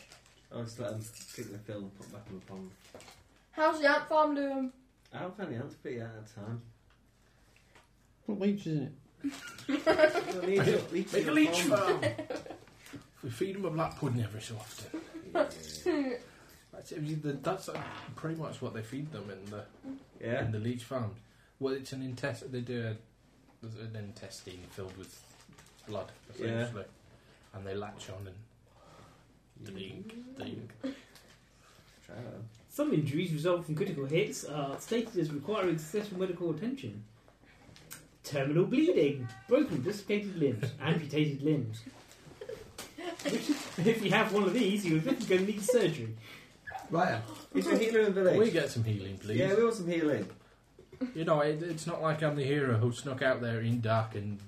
I'll just let them pick their fill and put back in the pond. How's the ant farm doing? I haven't found the answer for you yet at that time. What leech is it? leech, leech Make a leech farm. (laughs) we feed them a black pudding every so often. That's, I mean, the- that's uh, pretty much what they feed them in the Yeah. in the leech farm. Well, it's an intestine. They do a, there's an intestine filled with blood, essentially, Yeah. and they latch on and drink, drink. Try that. then. Some injuries result from critical hits are stated as requiring successful medical attention. Terminal bleeding, broken, dislocated limbs, amputated limbs. Which, if you have one of these, you're definitely going to need surgery. Right. Is there a healer in the Can we village? get some healing, please? Yeah, we want some healing. You know, it, it's not like I'm the hero who snuck out there in dark and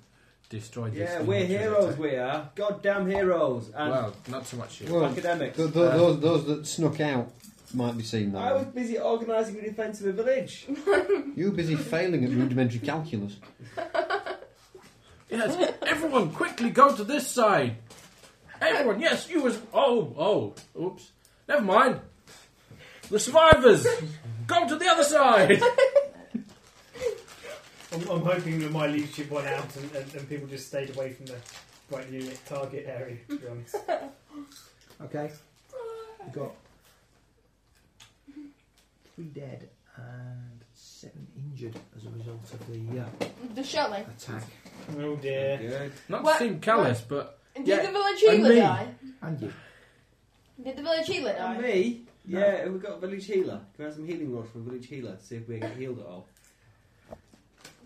destroyed this. Yeah, thing we're which was heroes, attacked. we are. Goddamn heroes. And Well, not so much. Here. Well, academics. Th- th- those, those that snuck out might be seen I was that. busy organising the defence of a village. way. You were busy failing at rudimentary calculus. Yes, everyone, quickly go to this side. Everyone, yes, you as. Oh, oh, oops. Never mind. The survivors, go to the other side. I'm, I'm hoping that my leadership went out and, and, and people just stayed away from the brightly lit target area, to be honest. Okay. We've got three dead and seven injured as a result of the uh, The shelling. attack. (laughs) Oh dear. Good. Not What? to seem callous, but Did Yeah, the village and healer me. die? And you. Did the village healer And die? me? Yeah, have we got a village healer? Can we have some healing rods from a village healer? See if we get healed at all.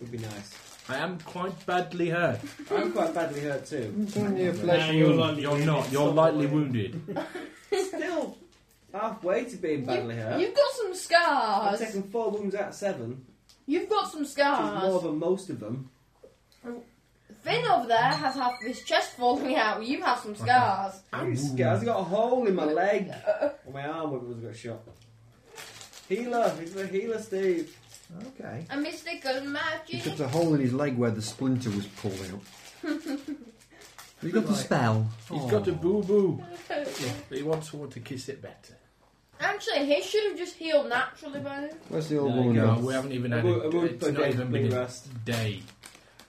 Would be nice. I am quite badly hurt. I'm quite badly hurt too. Now you're likely You're to not. be You're stopped lightly by- wounded. Still halfway to being badly hurt. You've got some I've scars. taken four wounds out of seven, You've got some which is more scars. than most of them. Finn over there has half of his chest falling out. You have some scars. I'm scared. I've got a hole in my leg. Or my arm when it got shot. Healer, he's a healer, Steve. Okay. A mystical He magic. cut a hole in his leg where the splinter was pulled (laughs) out. He's got the spell. Oh. He's got a boo (laughs) boo, but he wants someone to kiss it better. Actually, he should have just healed naturally by now. Where's the old There you woman? go. No, gone? we haven't even I had. won't- I A, won't it's put not down even clean been a rest. day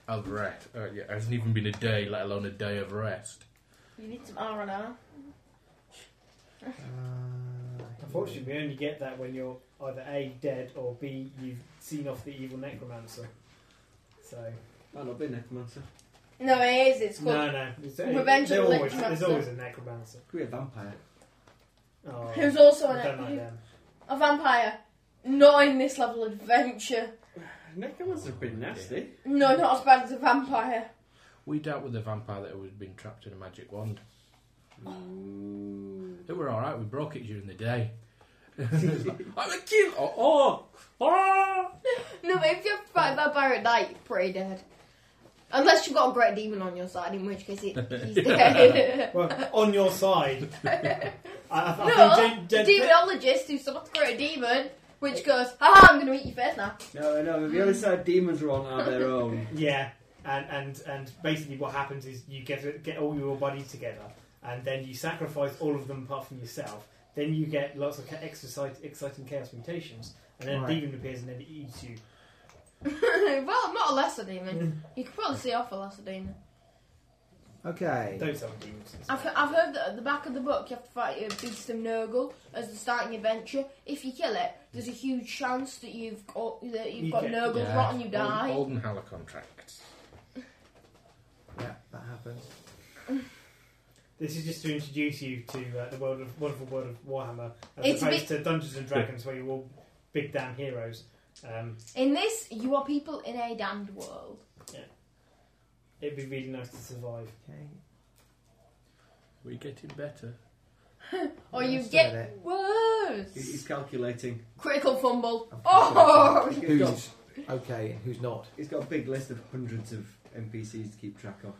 of rest. Uh, yeah, it hasn't even been a day, let alone a day of rest. You need some R and R. Uh, Unfortunately, we only get that when you're either A, dead, or B, you've seen off the evil necromancer. So. Might not be necromancer. No, it is. It's called. No, no. It's, Revenge they're of the always, There's necromancer. always a necromancer. Could be a vampire. Oh, (laughs) Who's also I (laughs) don't like an, them. a vampire. Not in this level of adventure. Necromancers are pretty nasty. No, not as bad as a vampire. We dealt with a vampire that had been trapped in a magic wand. Oh, Ooh. They were alright, we broke it during the day. (laughs) It's like, I'm a kill! Oh! oh, oh. No, but if you're fight a vampire at night, you're pretty dead. Unless you've got a great demon on your side, in which case he, (laughs) he's dead. Well, on (laughs) your side. I, I, I no, think the Jen- Jen- demonologist who summoned the great demon, which goes, "Ah, I'm going to eat your face now." (laughs) No, no, the Mm. other side demons are on out their own. Yeah, and, and and basically what happens is you get get all your bodies together, and then you sacrifice all of them apart from yourself then you get lots of ca- exercise, exciting chaos mutations, and then Right. a demon appears and then it eats you. well, not a lesser (laughs) demon. You could probably see off a lesser demon. Okay. Those are demons. I've, I've heard that at the back of the book you have to fight a beast of Nurgle as the starting adventure. If you kill it, there's a huge chance that you've got, that you've You got get- Nurgle rot and you die. Old, Olden Haller contracts. Yeah, that happens. This is just to introduce you to uh, the world of wonderful world of Warhammer, as It's a opposed to Dungeons and Dragons, where you're all big damn heroes. Um, In this, you are people in a damned world. it'd be really nice to survive. Okay. We're getting better. Or Yeah, Oh, you let's do get that. He's, worse. he's calculating. Critical fumble. I've got Oh! He's got, Who's okay and who's not? he's got a big list of hundreds of NPCs to keep track of.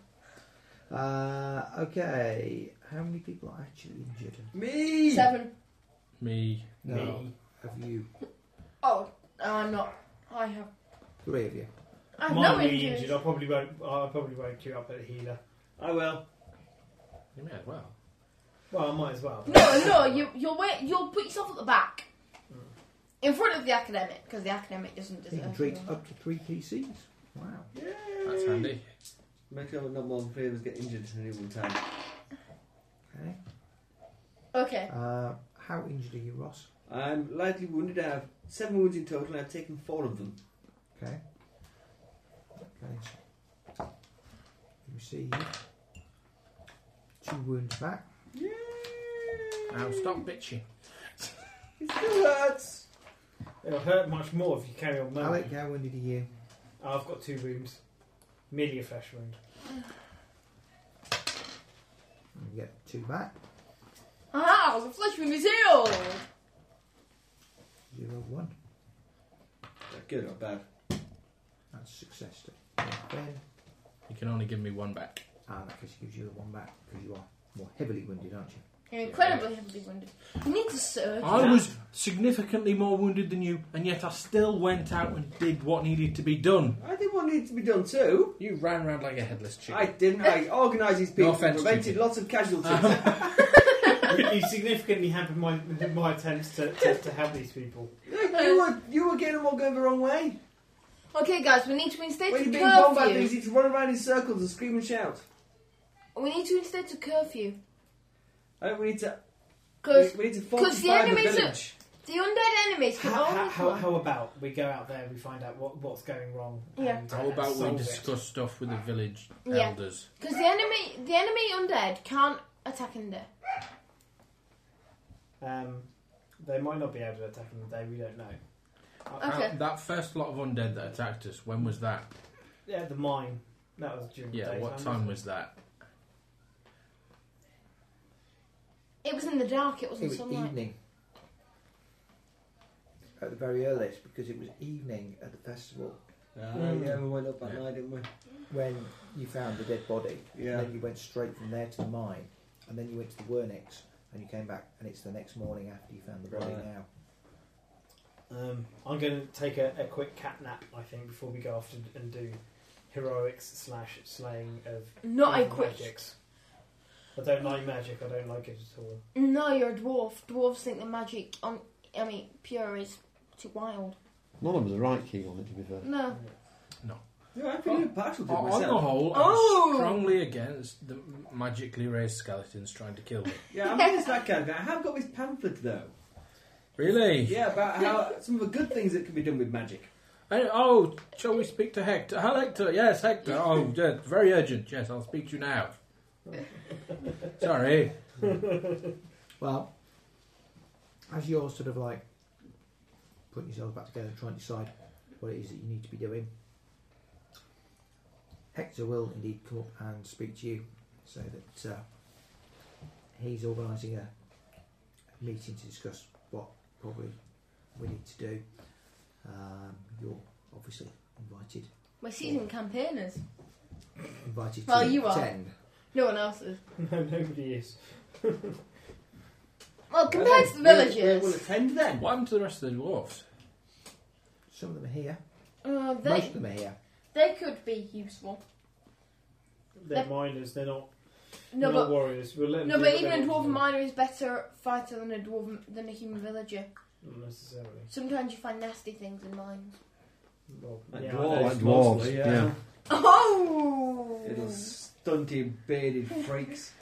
Uh, okay. How many people are actually injured? Me! (laughs) Seven. Me. No. Have you? Oh, I'm not. I have. Three of you. I have Mine no will be injuries. injured. I probably won't. I probably won't queue up at a healer. I will. You may as well. Well, I might as well. No, no, you, you'll wait. You'll put yourself at the back, Hmm. in front of the academic, because the academic doesn't You can deserve. treat it. up to three PCs. Wow. That's handy. Make sure not more than three of us get injured at any one time. Okay. Okay. Uh, how injured are you, Ross? I'm lightly wounded. I have seven wounds in total, and I've taken four of them. Okay. Okay. You receive two wounds back. Yay! Now stop bitching. It still hurts. It'll hurt much more if you carry on. mowing. Alec, how wounded are you? I've got two wounds, merely a flesh wound. You get two back. Aha! The flesh wound is healed. Zero one. Good or bad? That's success. to Ben. You can only give me one back. Ah, that just gives you the one back because you are more heavily wounded, aren't you? You're incredibly heavily wounded. You need to surgery. I was significantly more wounded than you, and yet I still went out and did what needed to be done. I think what needs to be done too. You ran around like a headless I chicken. didn't. I organised these people, offence, prevented Judy. lots of casualties. (laughs) you significantly hampered my my attempts to, to, to help these people. you were you were getting them all going the wrong way. Okay, guys, we need to instate When a you're being bombed by curfew. things, you just run around in circles and scream and shout. We need to instate a curfew I think we need to. We, because we need to 'cause the fortify the, enemies are- village. the undead enemies can How, only how, how, come. how about we go out there, we find out what, what's going wrong? Yeah. and, uh, How about we solve it? discuss stuff with the Ah. village Yeah. elders? Because the enemy, the enemy undead can't attack in there. Um, they might not be able to attack them today. We don't know. Okay. Uh, that first lot of undead that attacked us, when was that? Yeah, the mine. That was during. Yeah, the what daytime, time wasn't was that? It was in the dark. It It wasn't was sunlight. evening. At the very earliest, because it was evening at the festival Ah, Mm. Yeah, we went up that Yeah. night, didn't we? when you found the dead body. Yeah. And then you went straight from there to the mine, and then you went to the Wernix, and you came back, and it's the next morning after you found the body. Right. Now, Um, I'm going to take a, a quick cat nap, I think, before we go off and, and do heroics slash slaying of Not a evil quick. magics. I don't like magic. I don't like it at all. No, you're a dwarf. Dwarves think the magic on, I mean, pure is too wild. None of us are right keen on it, to be fair. No. Yeah, I'm feeling partial to On- on the myself. whole, Oh! I'm strongly against the magically raised skeletons trying to kill me. Yeah, I'm against that kind of guy. I have got this pamphlet though. Really? Yeah, about (laughs) how some of the good things that can be done with magic. Hey, oh, shall we speak to Hector? Hello, Hector. Yes, Hector. Oh, yeah, very urgent. Yes, I'll speak to you now. (laughs) Sorry. well, as you're sort of like putting yourselves back together and trying to decide what it is that you need to be doing, Hector will indeed come up and speak to you, so that uh, he's organising a a meeting to discuss what probably we need to do. Um, you're obviously invited We're seasoned campaigners. invited Well, to you are. attend. No one else is. (laughs) No, nobody is. Well, compared to the villagers, We'll attend then. What happened to the rest of the dwarves? Some of them are here. uh, Most they of them are here. they could be useful. They're They're- miners. They're not. No, We're but not warriors. We'll let them no, do but what even they a want dwarven to miner is better fighter than a dwarven than a human villager. do. Not necessarily. Sometimes you find nasty things in mines. (laughs) Well, Like yeah, dwarves, those- Like dwarves, mostly, yeah. Oh! Little stunted, bearded (laughs) freaks.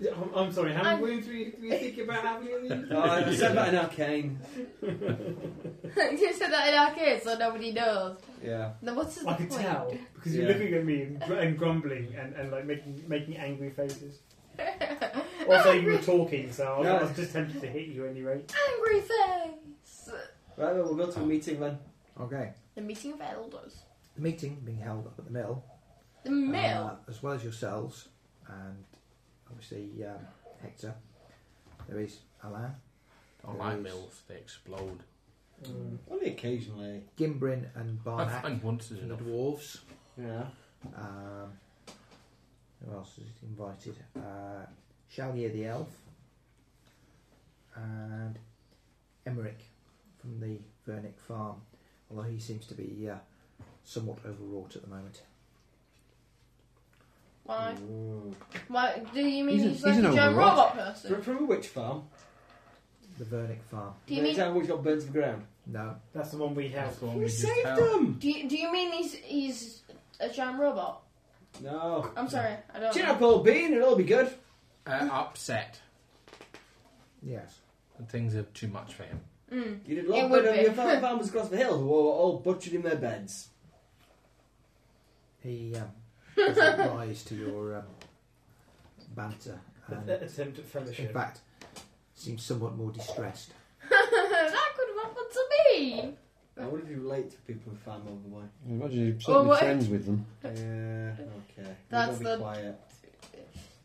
Yeah, (laughs) I'm, I'm sorry. How I'm- many wounds do we, do we think about having (laughs) in these? Oh, I said that in Arcane. (laughs) you said that in arcade, so nobody knows. Yeah. Now, what's the I could point? (laughs) tell because you're Yeah. looking at me and, gr- and grumbling and, and like making making angry faces. (laughs) Also, you were talking, so I was, I was just tempted to hit you anyway. Angry face. Right, well, we'll go to a meeting then. Okay. The meeting of elders. The meeting being held up at the mill. The mill. uh, as well as yourselves, and obviously um, Hector. There is Alain, I like Oh, mills, they explode. Mm. Only occasionally. Gimbrin, and Oh, I Barnack, find once is and the enough. dwarves. Yeah. Um, who else is invited? Uh, Shalier the elf, and Emmerich from the Vernick farm. Although he seems to be uh, somewhat overwrought at the moment. Why? Ooh. Why? Do you mean He's he's, a- like he's an a giant overwrought. robot person? From, from a witch farm. The Vernick farm. Do you The mean? town which got burnt to the ground. No, That's the one we have. That's the one We just saved had. them! Do you, do you mean he's he's a giant robot? No. I'm sorry, I don't. Chin know. up, old bean, it'll all be good. Uh, upset. yes. And things are too much for him. Mm. You did a It lot would better than be. your fellow farmers across the hill who were all butchered in their beds. (laughs) He um, doesn't rise to your um, banter and, Attempt at in fellowship. fact, seems somewhat more distressed. (laughs) that could have happened to me. I wonder if you relate to people who farm over the way. Imagine you're Oh, suddenly what? friends with them. Yeah, okay. We've got That's to the- be quiet.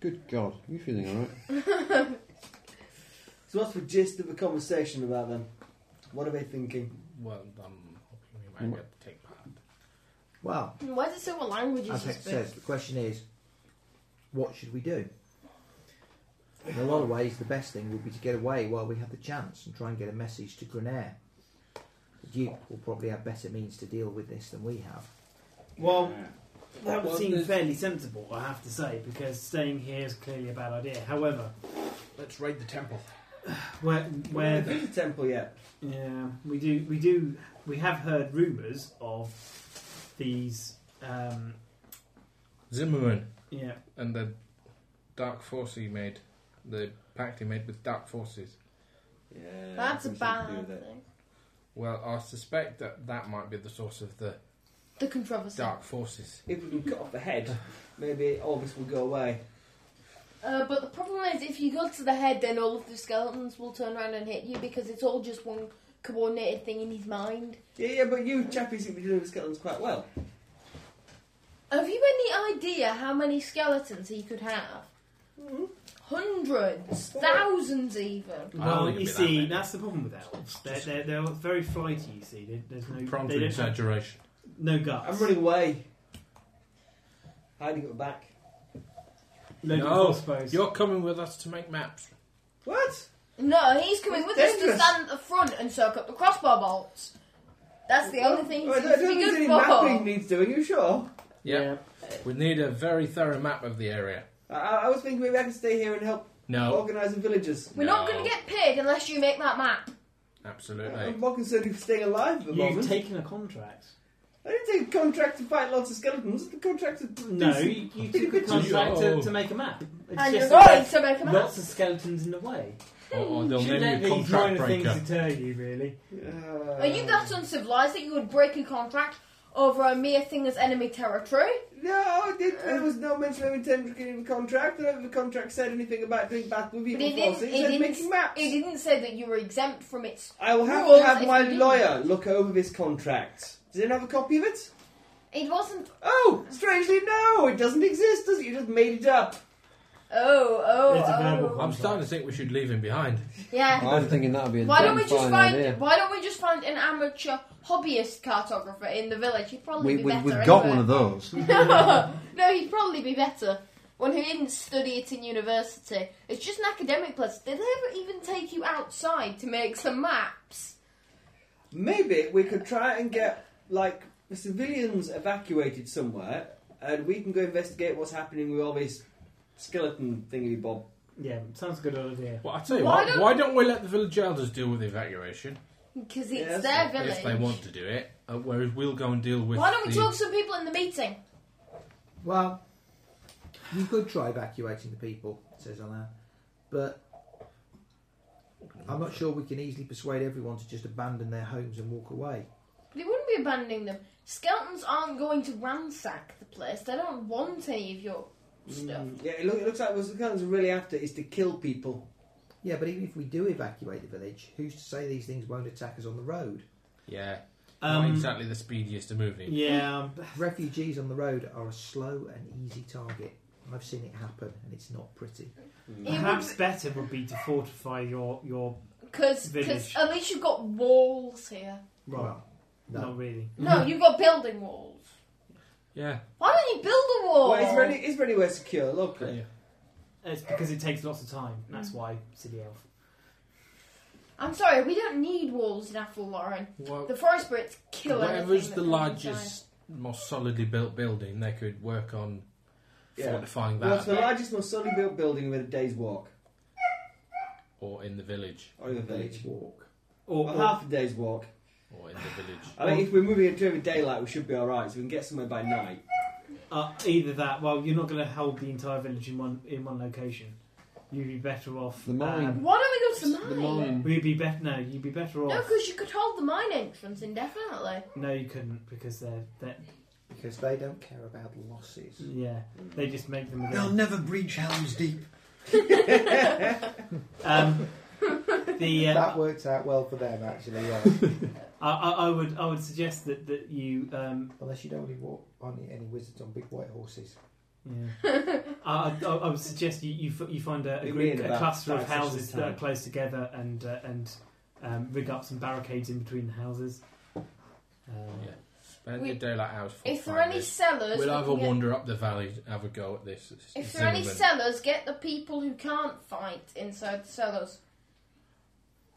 Good God, you feeling alright? So what's the gist of the conversation about them? What are they thinking? Well, I'm hoping we might get to take part. Well, Why is it so what languages as you Hector speak? says, the question is, what should we do? In a lot of ways, the best thing would be to get away while we have the chance and try and get a message to Grenier. The Duke will probably have better means to deal with this than we have. Uh, Well, that would Well, seem there's- fairly sensible, I have to say, because staying here is clearly a bad idea. However, Let's raid the temple. where Where where have been to temple yet? Yeah, we do. We do. We have heard rumours of these. Um, Zimmerman yeah, and the dark force he made, the pact he made with dark forces. Yeah, That's a something to do bad with it. thing. Well, I suspect that that might be the source of the The controversy. dark forces. If we can cut off the head, maybe all this will go away. Uh, but the problem is, if you go to the head, then all of the skeletons will turn around and hit you because it's all just one coordinated thing in his mind. Yeah, yeah, but you chappies seem to be doing the skeletons quite well. Have you any idea how many skeletons he could have? Hmm? Hundreds, thousands, even. don't well, think you it'd be that see, many. that's the problem with elves. They're, they're, they're very flighty. You see, There- there's no Prone they to don't have exaggeration. no guts. I'm running away. Hiding at the back. Loaded No, crossbows. You're coming with us to make maps. What? No, he's coming with us to dangerous. stand at the front and soak up the crossbow bolts. That's the only thing he Well, I seems don't to think be there's good any for. mapping needs doing, you sure? Yeah. We need a very thorough map of the area. I, I I was thinking maybe I could stay here and help No, organise the villagers. We're not going to get paid unless you make that map. absolutely. I'm more concerned with staying alive at the You've moment. taken a contract. I didn't take a contract to fight lots of skeletons. The contract to do No, some- you, (laughs) you took a contract to, to make a map. It's and Ah, you're just going to make a map. lots of skeletons in the way. Or, or they'll Shouldn't name let you a these minor contract things breaker. deter you, really. Uh, Are you that uncivilized that you would break a contract over a mere thing as enemy territory? No, it, there was no mention of intent in the contract. None of the contract said anything about doing battle with But evil it didn't, forces. It, it, said making didn't, maps. it didn't say that you were exempt from its. I will have rules to have if my you didn't. lawyer look over this contract. Does it have a copy of it? It wasn't. Oh, strangely, no, it doesn't exist, does it? You just made it up. Oh, oh, It's a verbal oh. contract. I'm starting to think we should leave him behind. Yeah. I'm thinking that'd be a Why damn don't we just fine find? idea. Why don't we just find an amateur hobbyist cartographer in the village? He'd probably We, be we, better. we've got anyway. (laughs) one of those. no, he'd probably be better. One who didn't study it in university. It's just an academic place. Did they ever even take you outside to make some maps? Maybe we could try and get, like, the civilians evacuated somewhere, and we can go investigate what's happening with all these skeleton thingy bob. Yeah, sounds a good idea. Well, I tell you Why what, don't- why don't we let the village elders deal with the evacuation Because it's Yes, their if they village. want to do it? Uh, whereas we'll go and deal with. Why don't we the- talk to some people in the meeting? Well, you could try evacuating the people, says Alain, but I'm not sure we can easily persuade everyone to just abandon their homes and walk away. They wouldn't be abandoning them. Skeletons aren't going to ransack the place. They don't want any of your stuff. Mm, yeah, it, look, it looks like what the guns are really after is to kill people. Yeah, but even if we do evacuate the village, who's to say these things won't attack us on the road? Yeah, not Um, exactly the speediest of moving. Yeah, um, Refugees on the road are a slow and easy target. I've seen it happen, and it's not pretty. perhaps better would be to fortify your your. Because Village. at least you've got walls here. Right. Well, no. Not really. No, you've got building walls. Yeah, Why don't you build a wall? Well, is, there any, is there anywhere secure locally? It's because it takes lots of time. That's why city elf. I'm sorry, we don't need walls in Athol, Lauren. Well, The forest birds kill whatever's the anything that comes inside. largest, most solidly built building, they could work on Yeah. fortifying Well, it's that, the largest, most solidly built building with a day's walk. or in the village, Or in the village. walk. Or, Well, or- half a day's walk. or in the (sighs) village. I think if we're moving it during daylight, we should be alright, so we can get somewhere by night. uh, either that. Well, you're not going to hold the entire village in one in one location. You'd be better off. The mine. (laughs) um, Why don't we go to The the mine? mine. we'd be better. No, you'd be better No, off. because you could hold the mine entrance indefinitely. No, you couldn't because they're, they're Because they don't care about losses. yeah they just make them. They'll Again. never breach Helm's Deep. (laughs) Um, the uh, That worked out well for them, actually. Yeah. I, I, I would I would suggest that that you um, Unless you don't really walk on any wizards on big white horses. (laughs) yeah. Uh, I, I, I would suggest you you, f- you find a, a Be group, weird a about cluster of five sessions houses that are time. close together and uh, and um, rig up some barricades in between the houses. Uh, Yeah. Spend We- the daylight hours. If there are fortifying any this. cellars, we'll we either can get- wander up the valley, have a go at this. if there are any Zimmerman. cellars, get the people who can't fight inside the cellars.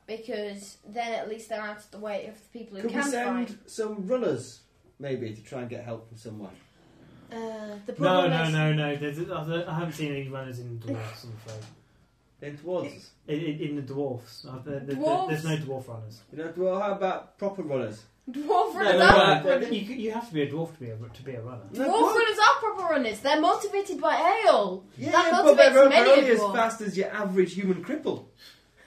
Because then at least they're out of the way of the people who Could we can send fight. some runners, maybe, to try and get help from someone? Uh, the no, problem no, is, no, no. There's, I don't- I haven't seen any runners in the dwarfs. I'm afraid. Then towards us. In, in, in the dwarfs, uh, there- there- Dwarves? there's no dwarf runners. You know, well, how about proper runners? dwarf No, runners no, are no, proper uh, You, you have to be a dwarf to be a, to be a runner. No, Dwarf proper- runners are proper runners. They're motivated by ale. Yeah, that but motivates they're many only a as dwarf. fast as your average human cripple.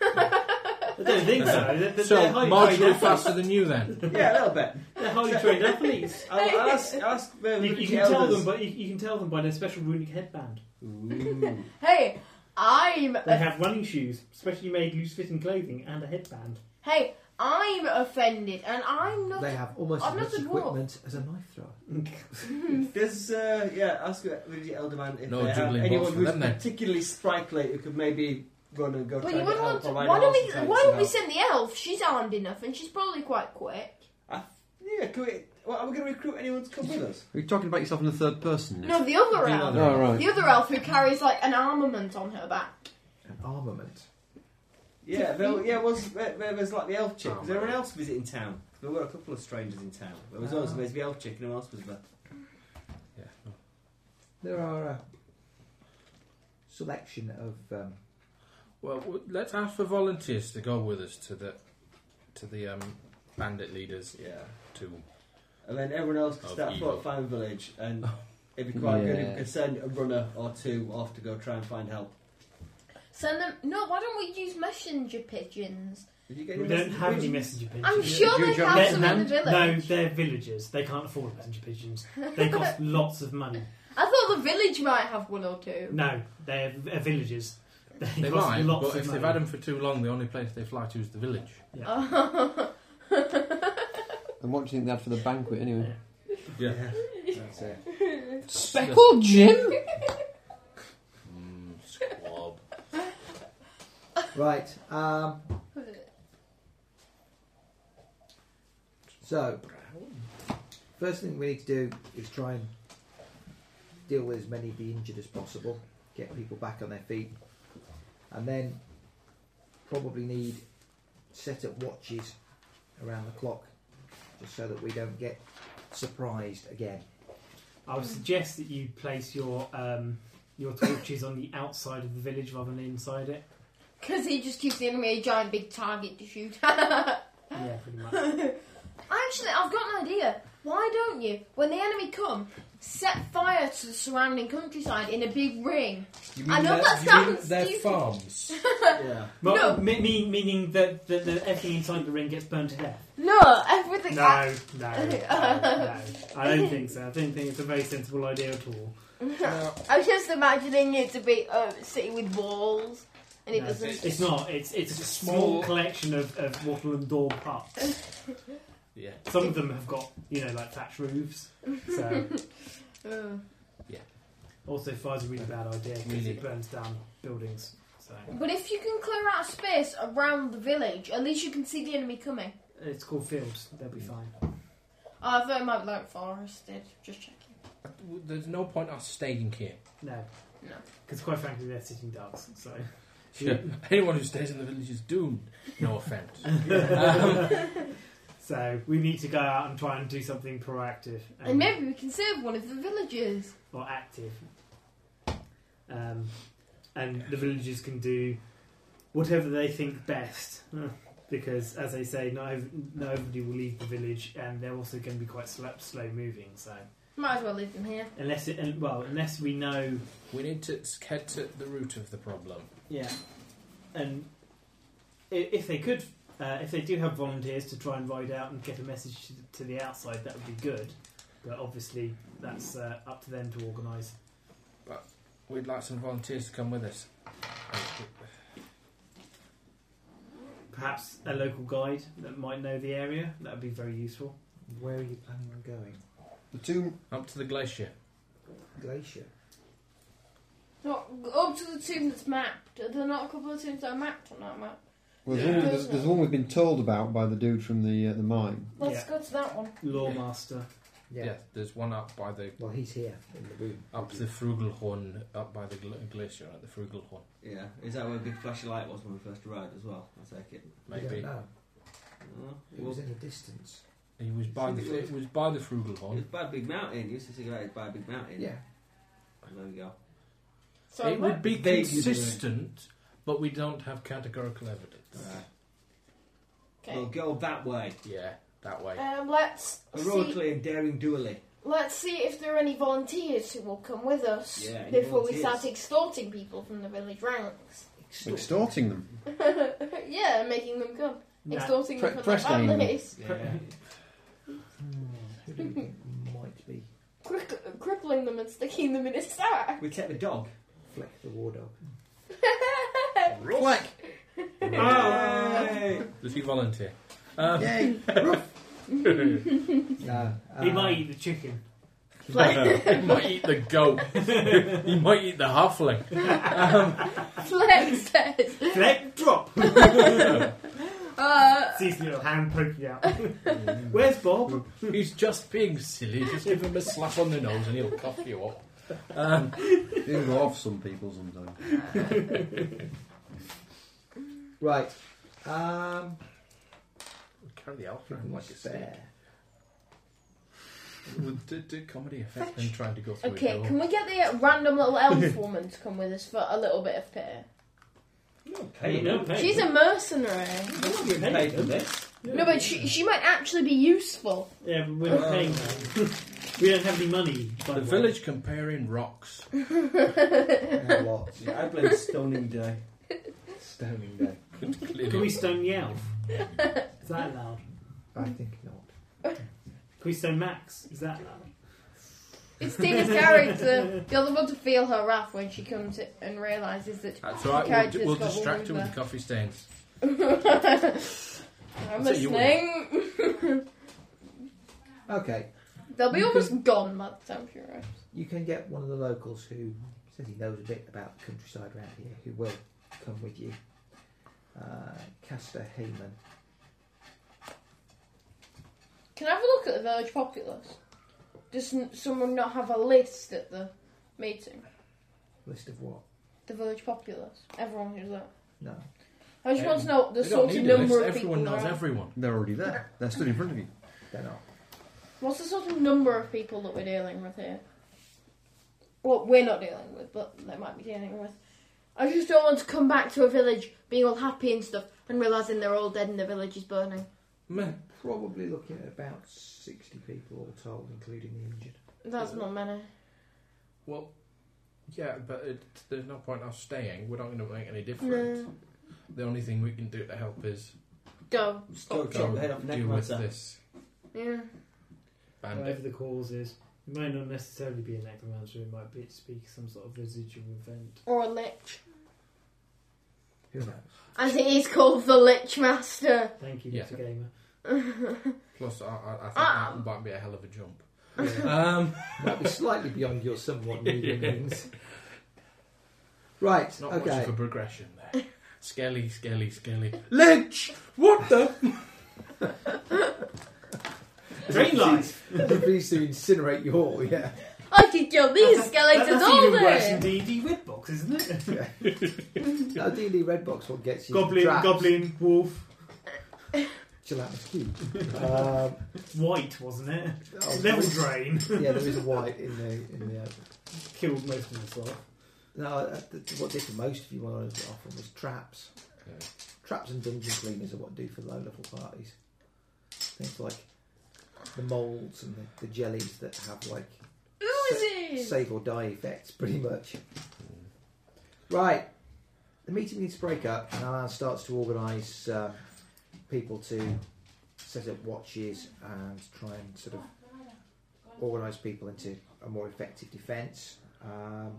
I don't think so. They're, they're, So they're highly trained marginally athletes. faster than you then. Yeah, a little bit. They're highly trained athletes. (laughs) (laughs) I'll ask, ask uh, the You, you village can tell elders. them, but you, you can tell them by their special runic headband. Ooh. Hey, I'm They a, have running shoes, specially made loose-fitting clothing, and a headband. hey, I'm offended, and I'm not. They have almost I'm as not much a dwarf. equipment as a knife thrower. Does uh, yeah, ask the village elder man if No they have juggling balls anyone for who's them then. particularly sprightly who could maybe run and go try But you and get wouldn't want help to. or ride Why a don't horse and try we? and Why get don't we some send the elf? She's armed enough, and she's probably quite quick. help. Yeah, could we, well, are we going to recruit anyone to come with (laughs) us? Are you talking about yourself in the third person? No, the other The elf. other Oh, right. The other elf who carries like an armament on her back. An armament. Yeah, there, yeah. Was there, there was like the elf chick. Oh, was anyone man. else visiting town? There were a couple of strangers in town. There Ah. was Oh. also there's the elf chick. and No one else was there. Yeah. There are a selection of. Um, Well, w- let's ask for volunteers to go with us to the to the um, bandit leaders Yeah, to and then everyone else could Of start evil. fortifying the village, and it'd be quite good if Yeah. we could send a runner or two off to go try and find help. Send them. No, why don't we use messenger pigeons? Did you get We any don't message- have did any you- messenger pigeons. I'm Yeah, sure do they you have They're- some in the they're- village. no, they're villagers. They can't afford messenger pigeons. (laughs) They cost lots of money. I thought the village might have one or two. No, they're v- uh, villagers. They, They cost might, lots but of if money. they've had them for too long, the only place they fly to is the village. (laughs) And what do you think they had for the banquet anyway? Yeah. that's it. Speckled Jim? Mm, squab. Right. Um, so, first thing we need to do is try and deal with as many of the injured as possible, get people back on their feet, and then probably need set up watches around the clock just so that we don't get surprised again. I would suggest that you place your um, your torch is on the outside of the village rather than inside it. Because he just keeps the enemy a giant big target to shoot (laughs) at. Yeah, pretty much. (laughs) Actually, I've got an idea. Why don't you, when the enemy come, set fire to the surrounding countryside in a big ring? You I know their- that you mean sounds their stupid. farms? yeah. No. Well, me- me- meaning that, that, that everything inside the ring gets burned to death. No, (laughs) everything. No, no, no, no. I don't think so. I don't think it's a very sensible idea at all. I was just imagining it to be a city with walls, and it No, doesn't. It's not. It's it's, a small, small- collection of, of wattle and daub huts. Yeah. Some of them have got you know like thatch roofs. So Uh, also fire's a really bad idea because Really? it burns down buildings. So (laughs) But if you can clear out space around the village, at least you can see the enemy coming. it's called fields. They'll be fine. Oh, I thought it might be like forested. Just checking. There's no point us staying here. No, No. because quite frankly they're sitting ducks. So (laughs) Anyone who stays in the village is doomed. No offence. (laughs) so we need to go out and try and do something proactive Um, And maybe we can save one of the villages. or active. Um, and the villagers can do whatever they think best. Because, as they say, not, ev- not everybody will leave the village, and they're also going to be quite slow, slow moving. So, Might as well leave them here. unless it, un- well, unless we know, we need to s- head to the root of the problem. yeah, and i- if they could, uh, if they do have volunteers to try and ride out and get a message to the, to the outside, that would be good. But obviously, that's uh, up to them to organise. We'd like some volunteers to come with us. Perhaps a local guide that might know the area. That would be very useful. Where are you planning on going? The two Up to the glacier. Glacier. Not up to the tomb that's mapped. Are there not a couple of tombs that are mapped on that map? Well, there's, one, there's, there's one we've been told about by the dude from the uh, the mine. Let's Yeah. go to that one. Lawmaster. Yeah. there's one up by the Well, he's here in the room. up the Frugelhorn, up by the gl- glacier at the Frugelhorn. Yeah. Is that where Big Flashy Light was when we first arrived as well? I take it. Oh, We don't Maybe know. No. It was in the distance. he was by the it was by the Frugelhorn. It's by Big Mountain. You used to think about it by Big Mountain. Yeah. There we go. So it would be Vaguely consistent, but we don't have categorical evidence. Alright. We'll okay. go that way. Yeah, that way. Um, let's see. Heroically and daring dually. Let's see if there are any volunteers who will come with us Yeah, any before we volunteers? start extorting people from the village ranks. (laughs) Extorting them. yeah, making them come. No. Extorting Pre- them from press their name. families. Yeah. (laughs) Who do we think might be? Crick- crippling them and sticking them in a sack. we take the dog. Fleck the war dog. Fleck! Ah. Hey! Does he volunteer? Um, Yay! no, he uh, might eat the chicken. (laughs) he might eat the goat. he might eat the halfling. Flex says. Fleck drop! Uh, Sees the little hand poking (laughs) out. Where's Bob? He's just being silly. Just give him a slap on the nose and he'll cough you up. Um, It'll go off some people sometimes. Right. Um, Carry the elf give around him a like a stick. spare. Would do, do comedy effect and trying to go through okay, a door. can we get the random little (laughs) elf woman to come with us for a little bit of pay? Hey, No, pay. She's a mercenary. You're not getting paid for this. No, but she, she might actually be useful. Yeah, but we're not paying her. we don't have any money. By Ah. The way. village comparing rocks. A lot. I blame Stoning Day. Stoning day. Clearly. Can we stone the elf? Is that loud? I Mm. think not. Can we stone Max? Is that loud? It's (laughs) Tina's character. The other one to feel her wrath when she comes and realises that That's all right. Character's We'll, we'll got distract all him with over. the coffee stains. (laughs) I'm So you would- listening. (laughs) Okay, They'll be almost gone by the time she arrives. you can get one of the locals who says he knows a bit about the countryside around here who will come with you. Uh, Castor Heyman. Can I have a look at the village populace? Does n- someone not have a list at the meeting? List of what? The village populace. Everyone who's there. No. I just want to know the We Um, don't sort of need a list. number of Everyone people there knows are. everyone. They're already there. They're stood in front of you. They're not. What's the sort of number of people that we're dealing with here? what we're not dealing with, but they might be dealing with. I just don't want to come back to a village being all happy and stuff and realising they're all dead and the village is burning. Meh. Probably looking at about 60 people all told, including the injured. That's not many. Well, yeah, but it, there's no point us staying. We're not going to make any difference. No. The only thing we can do to help is Go. go Stop, chop the head off deal with necromancer. this Yeah. bandit. Whatever the cause is, it might not necessarily be a necromancer. It might be speak some sort of residual event. Or a lich. Who knows? As it is called, the Lich Master. (laughs) Thank you, Yeah. Mr. Gamer. Plus, I, I, I think Ah. that might be a hell of a jump. (laughs) Yeah. Um, Might be slightly beyond your somewhat medium means. Right, not much okay. of a progression there. Skelly, skelly, skelly. Lich! What the? Drain life. Everybody's to incinerate you all, yeah. I could kill these skeletons that's all even worse day. than D&D with box, isn't (laughs) it? Ideally, red box what gets you. Goblin, trapped. goblin, wolf, Gelatinous cube. um, white, wasn't it? oh, Level drain Yeah, there is a white in the. In the uh, killed most of us off. no, uh, th- what did the most of you wanted to offer was traps. Yeah. Traps and dungeon cleaners are what do for low level parties. Things like the moulds and the, the jellies that have like Who sa- is it? save or die effects, pretty much. Right, the meeting needs to break up, and Alan starts to organise uh, people to set up watches and try and sort of organise people into a more effective defence. Um,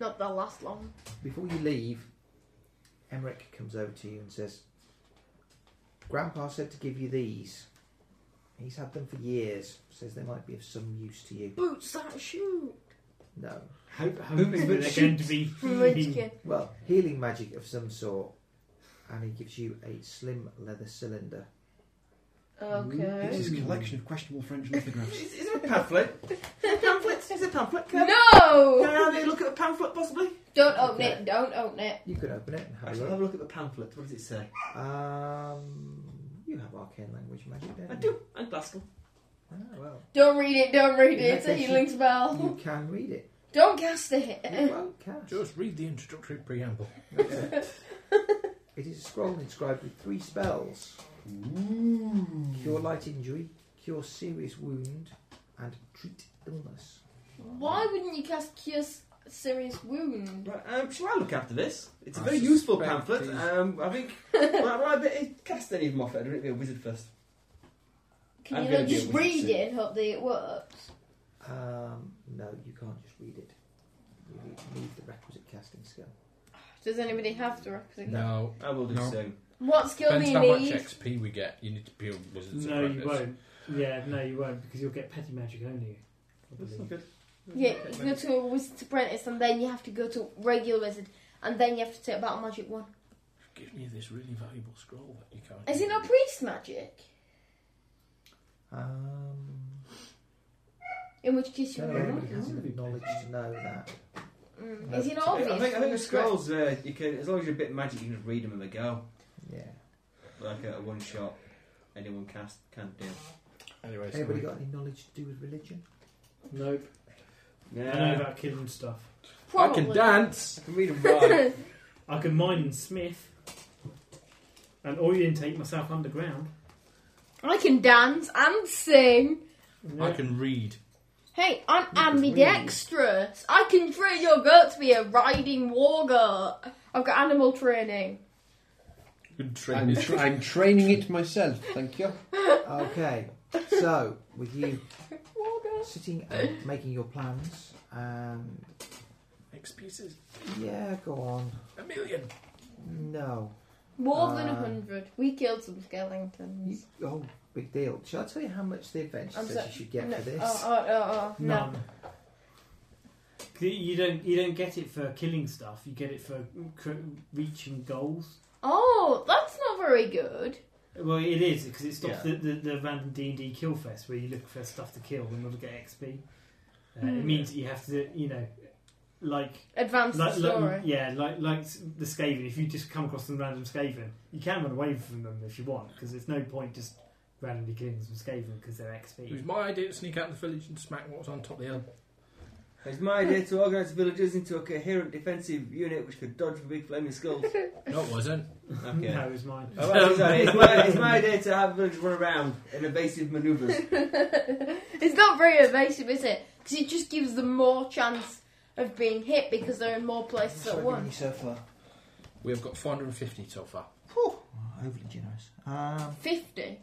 Not the last long. before you leave, Emmerich comes over to you and says, Grandpa said to give you these. He's had them for years, says they might be of some use to you. Boots that (laughs) shoot. No. Hope, hoping that they're going to be From (laughs) healing. Munchkin. Well, healing magic of some sort. And he gives you a slim leather cylinder. It's Okay. his collection of questionable French lithographs. Is, is there a pamphlet? Is there a pamphlet? Is there a pamphlet? Can I- No! Can I have a look at the pamphlet, possibly? Don't open Okay. it. Don't open it. You could open it and have a Actually, look. have a look at the pamphlet. What does it say? Um, you have arcane language magic, don't I you? do. And Glasgow. Ah, well, Don't read it. Don't read it. Yeah, It's a okay, healing Uh-huh. spell. you can read it. (laughs) Don't cast it. You well, can. Just read the introductory preamble. it (laughs) is a scroll inscribed with three spells Cure Light Injury, Cure Serious Wound, and Treat Illness. Why wouldn't you cast Cure S- Serious Wound? Right, um, shall I look after this? It's a I very useful suspect pamphlet. he's- Um, I (laughs) think. well, I better cast any of them off it. I don't need to be a wizard first. Can I'm you gonna not be a just wizard read soon. it and hope that it works? Um, no, you can't just read it. You need, need the requisite casting skill. Does anybody have the requisite? No, I will do No. soon. What skill do depends you how much need? XP we get. You need to peel wizards. No, of you practice. won't. Yeah, no, you won't because you'll get petty magic only. I That's not believe. good. Yeah, you go to a wizard's apprentice and then you have to go to regular wizard and then you have to take a battle magic one. Give me this really valuable scroll that you can't. Is it use. not priest magic? Um, In which case no, you would nobody has enough knowledge to know that. mm. No. Is it I obvious? think, I think, I think the Right. scrolls, uh, you can, as long as you're a bit magic, you can just read them and they go. Yeah. Like a, a one shot, anyone cast can do. Anyway, so Anybody we, got any knowledge to do with religion? Nope. Yeah. I know about killing stuff. I can Probably. dance. I can read them right. I can mine and smith, and orientate myself underground. I can dance and sing. I can read. Hey, I'm ambidextrous. I can train your goat to be a riding war goat. I've got animal training. Good train I'm, is (laughs) tra- I'm training it myself, thank you. Okay, so with you War goat. sitting and making your plans, and X pieces. yeah, go on. A million. No. More than a Uh, hundred. We killed some You, skeletons. oh, big deal. Shall I tell you how much the adventure I'm says so- you should get no, for this? Oh, oh, oh, oh, no. None. You don't you don't get it for killing stuff. You get it for cr- reaching goals. Oh, that's not very good. Well, it is because it stops the, the, the random D and D kill fest where you look for stuff to kill in order to get XP. Uh, It Hmm. means that you have to you know like Advanced like, story. like yeah like like the Skaven. If you just come across some random Skaven, you can run away from them if you want because there's no point just randomly killing some Skaven because they're Hmm. It was XP. my idea to sneak out in the village and smack what was on top of the hill. It's my idea to organise villagers into a coherent defensive unit which could dodge big flaming skulls. No, it wasn't. Okay. (laughs) No, it was mine. Oh, well, sorry, it's, my, it's my idea to have villagers run around in evasive manoeuvres. (laughs) it's not very evasive, is it? Because it just gives them more chance of being hit because they're in more places at once. so far. We have got 450 so far. overly generous. Um, Fifty.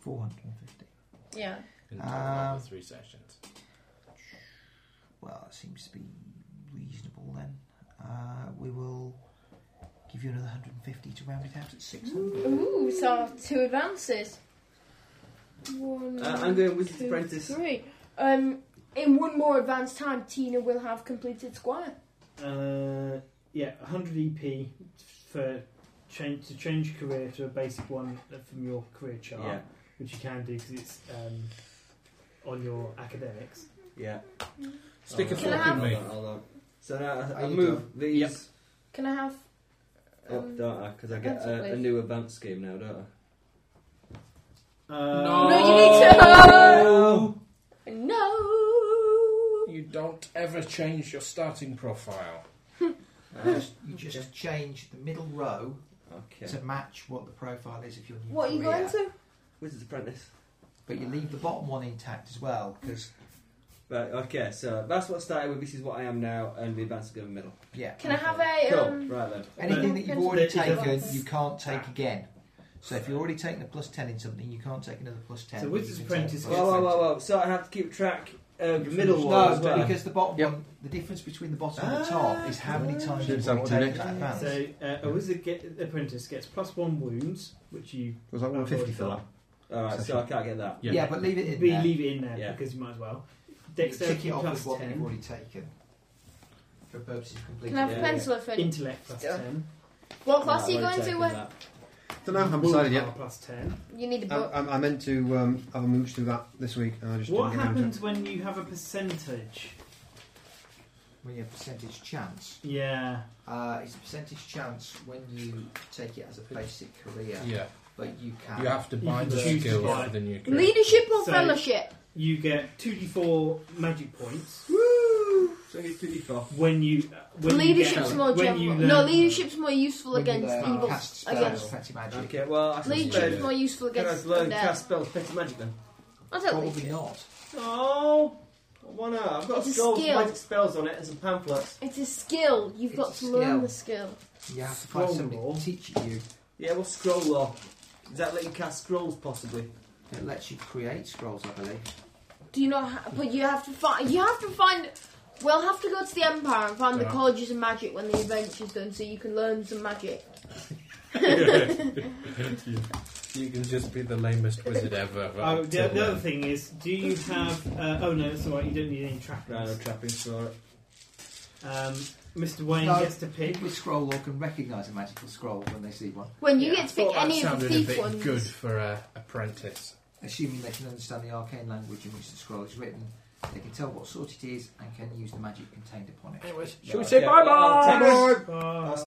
450. Yeah. In total Um, over three sessions. Well, that seems to be reasonable then. Uh, we will give you another 150 to round it out at 600. Ooh, so two advances. One. Uh, I'm going Wizard's two, Apprentice. Three. Um, in one more advanced time, Tina will have completed Squire. Uh, yeah, 100 EP for change to change your career to a basic one from your career chart, Yeah, which you can do because it's um, on your academics. yeah. Stick a Hold Can I fork have- in on, me. hold on, hold on. So now Are I, I you move these Can I have? up, um, don't I? Because I get that's a, okay. a new advanced scheme now, don't I? Uh, No. No, you need to. Oh. No. You don't ever change your starting profile. You just, you just change the middle row Oh, (laughs) Okay. to match what the profile is of your new What are you career. going to? Wizard's Apprentice. But you leave the bottom one intact as well, because, Right, okay, so that's what I started with, this is what I am now, and the advanced is going in the middle. yeah. Can I have a? Cool, Um, right then. Anything that you've already But it taken, doesn't- you can't take again. So if you're already taking a plus 10 in something, you can't take another plus 10. So but Wizard's you can take a Apprentice plus Whoa, whoa, 20. whoa, whoa. So I have to keep track of the Which middle one's one as last well. because the bottom Yep. one, the difference between the bottom and the Ah. top is how many times Should you've have already the taken next that one. advance. So uh, a wizard get, apprentice gets plus one wounds, which you Was that 150 for that? Alright, so I can't get that. yeah. but leave it in we there. leave it in there Yeah. because you might as well. Tick Dexterity it off plus with what you've ten, already taken. For purposes of can completing. I have Yeah, a yeah. pencil for? intellect plus Yeah. ten, What class No, are you I won't going take to? Uh, that. Don't know, I haven't decided yet. willpower plus ten. you need a I, book. I, I meant to um, have a mooch through that this week, and I just What didn't get around to it. happens when you have a percentage? When you have percentage chance, Yeah. uh, it's a percentage chance when you take it as a basic career, Yeah. but you can. You have to buy can the choose to skill buy. for the new career. Leadership or So- fellowship? You get 2d4 magic points So I get 2d4. when you. When you Leadership's get, more when You general. learn- No, leadership's more useful when you, against uh, evil. cast spells, Against petty magic. Okay, well, I Legion. leadership's suspect. more useful Can I against learn undead. cast spells, petty magic then? I don't Probably leadership. not. Oh, why not? I've got It's a a scroll with skill. magic spells on it and some pamphlets. It's a skill. You've got It's to a learn skill. the skill. You have to find Scroll somebody roll. to teach it you. Yeah, well, scroll law. Does that let you cast scrolls possibly? It lets you create scrolls, I believe. Do you not? Ha- but you have to find. You have to find. We'll have to go to the Empire and find the Yeah. colleges of magic when the adventure's done, so you can learn some magic. You can just be the lamest wizard ever. Oh, right, the, till the other then. thing is, do you have? Uh, oh no, it's all right. You don't need any No, no trappings. trapping for it. Um, Mr. Wayne No. gets to pick. People with scroll law can recognise a magical scroll when they see one, When you Yeah, get to pick Thought any that of the sounded a thief bit ones, good for a apprentice. assuming they can understand the arcane language in which the scroll is written. They can tell what sort it is and can use the magic contained upon it. Anyways, Should we say bye-bye? Uh,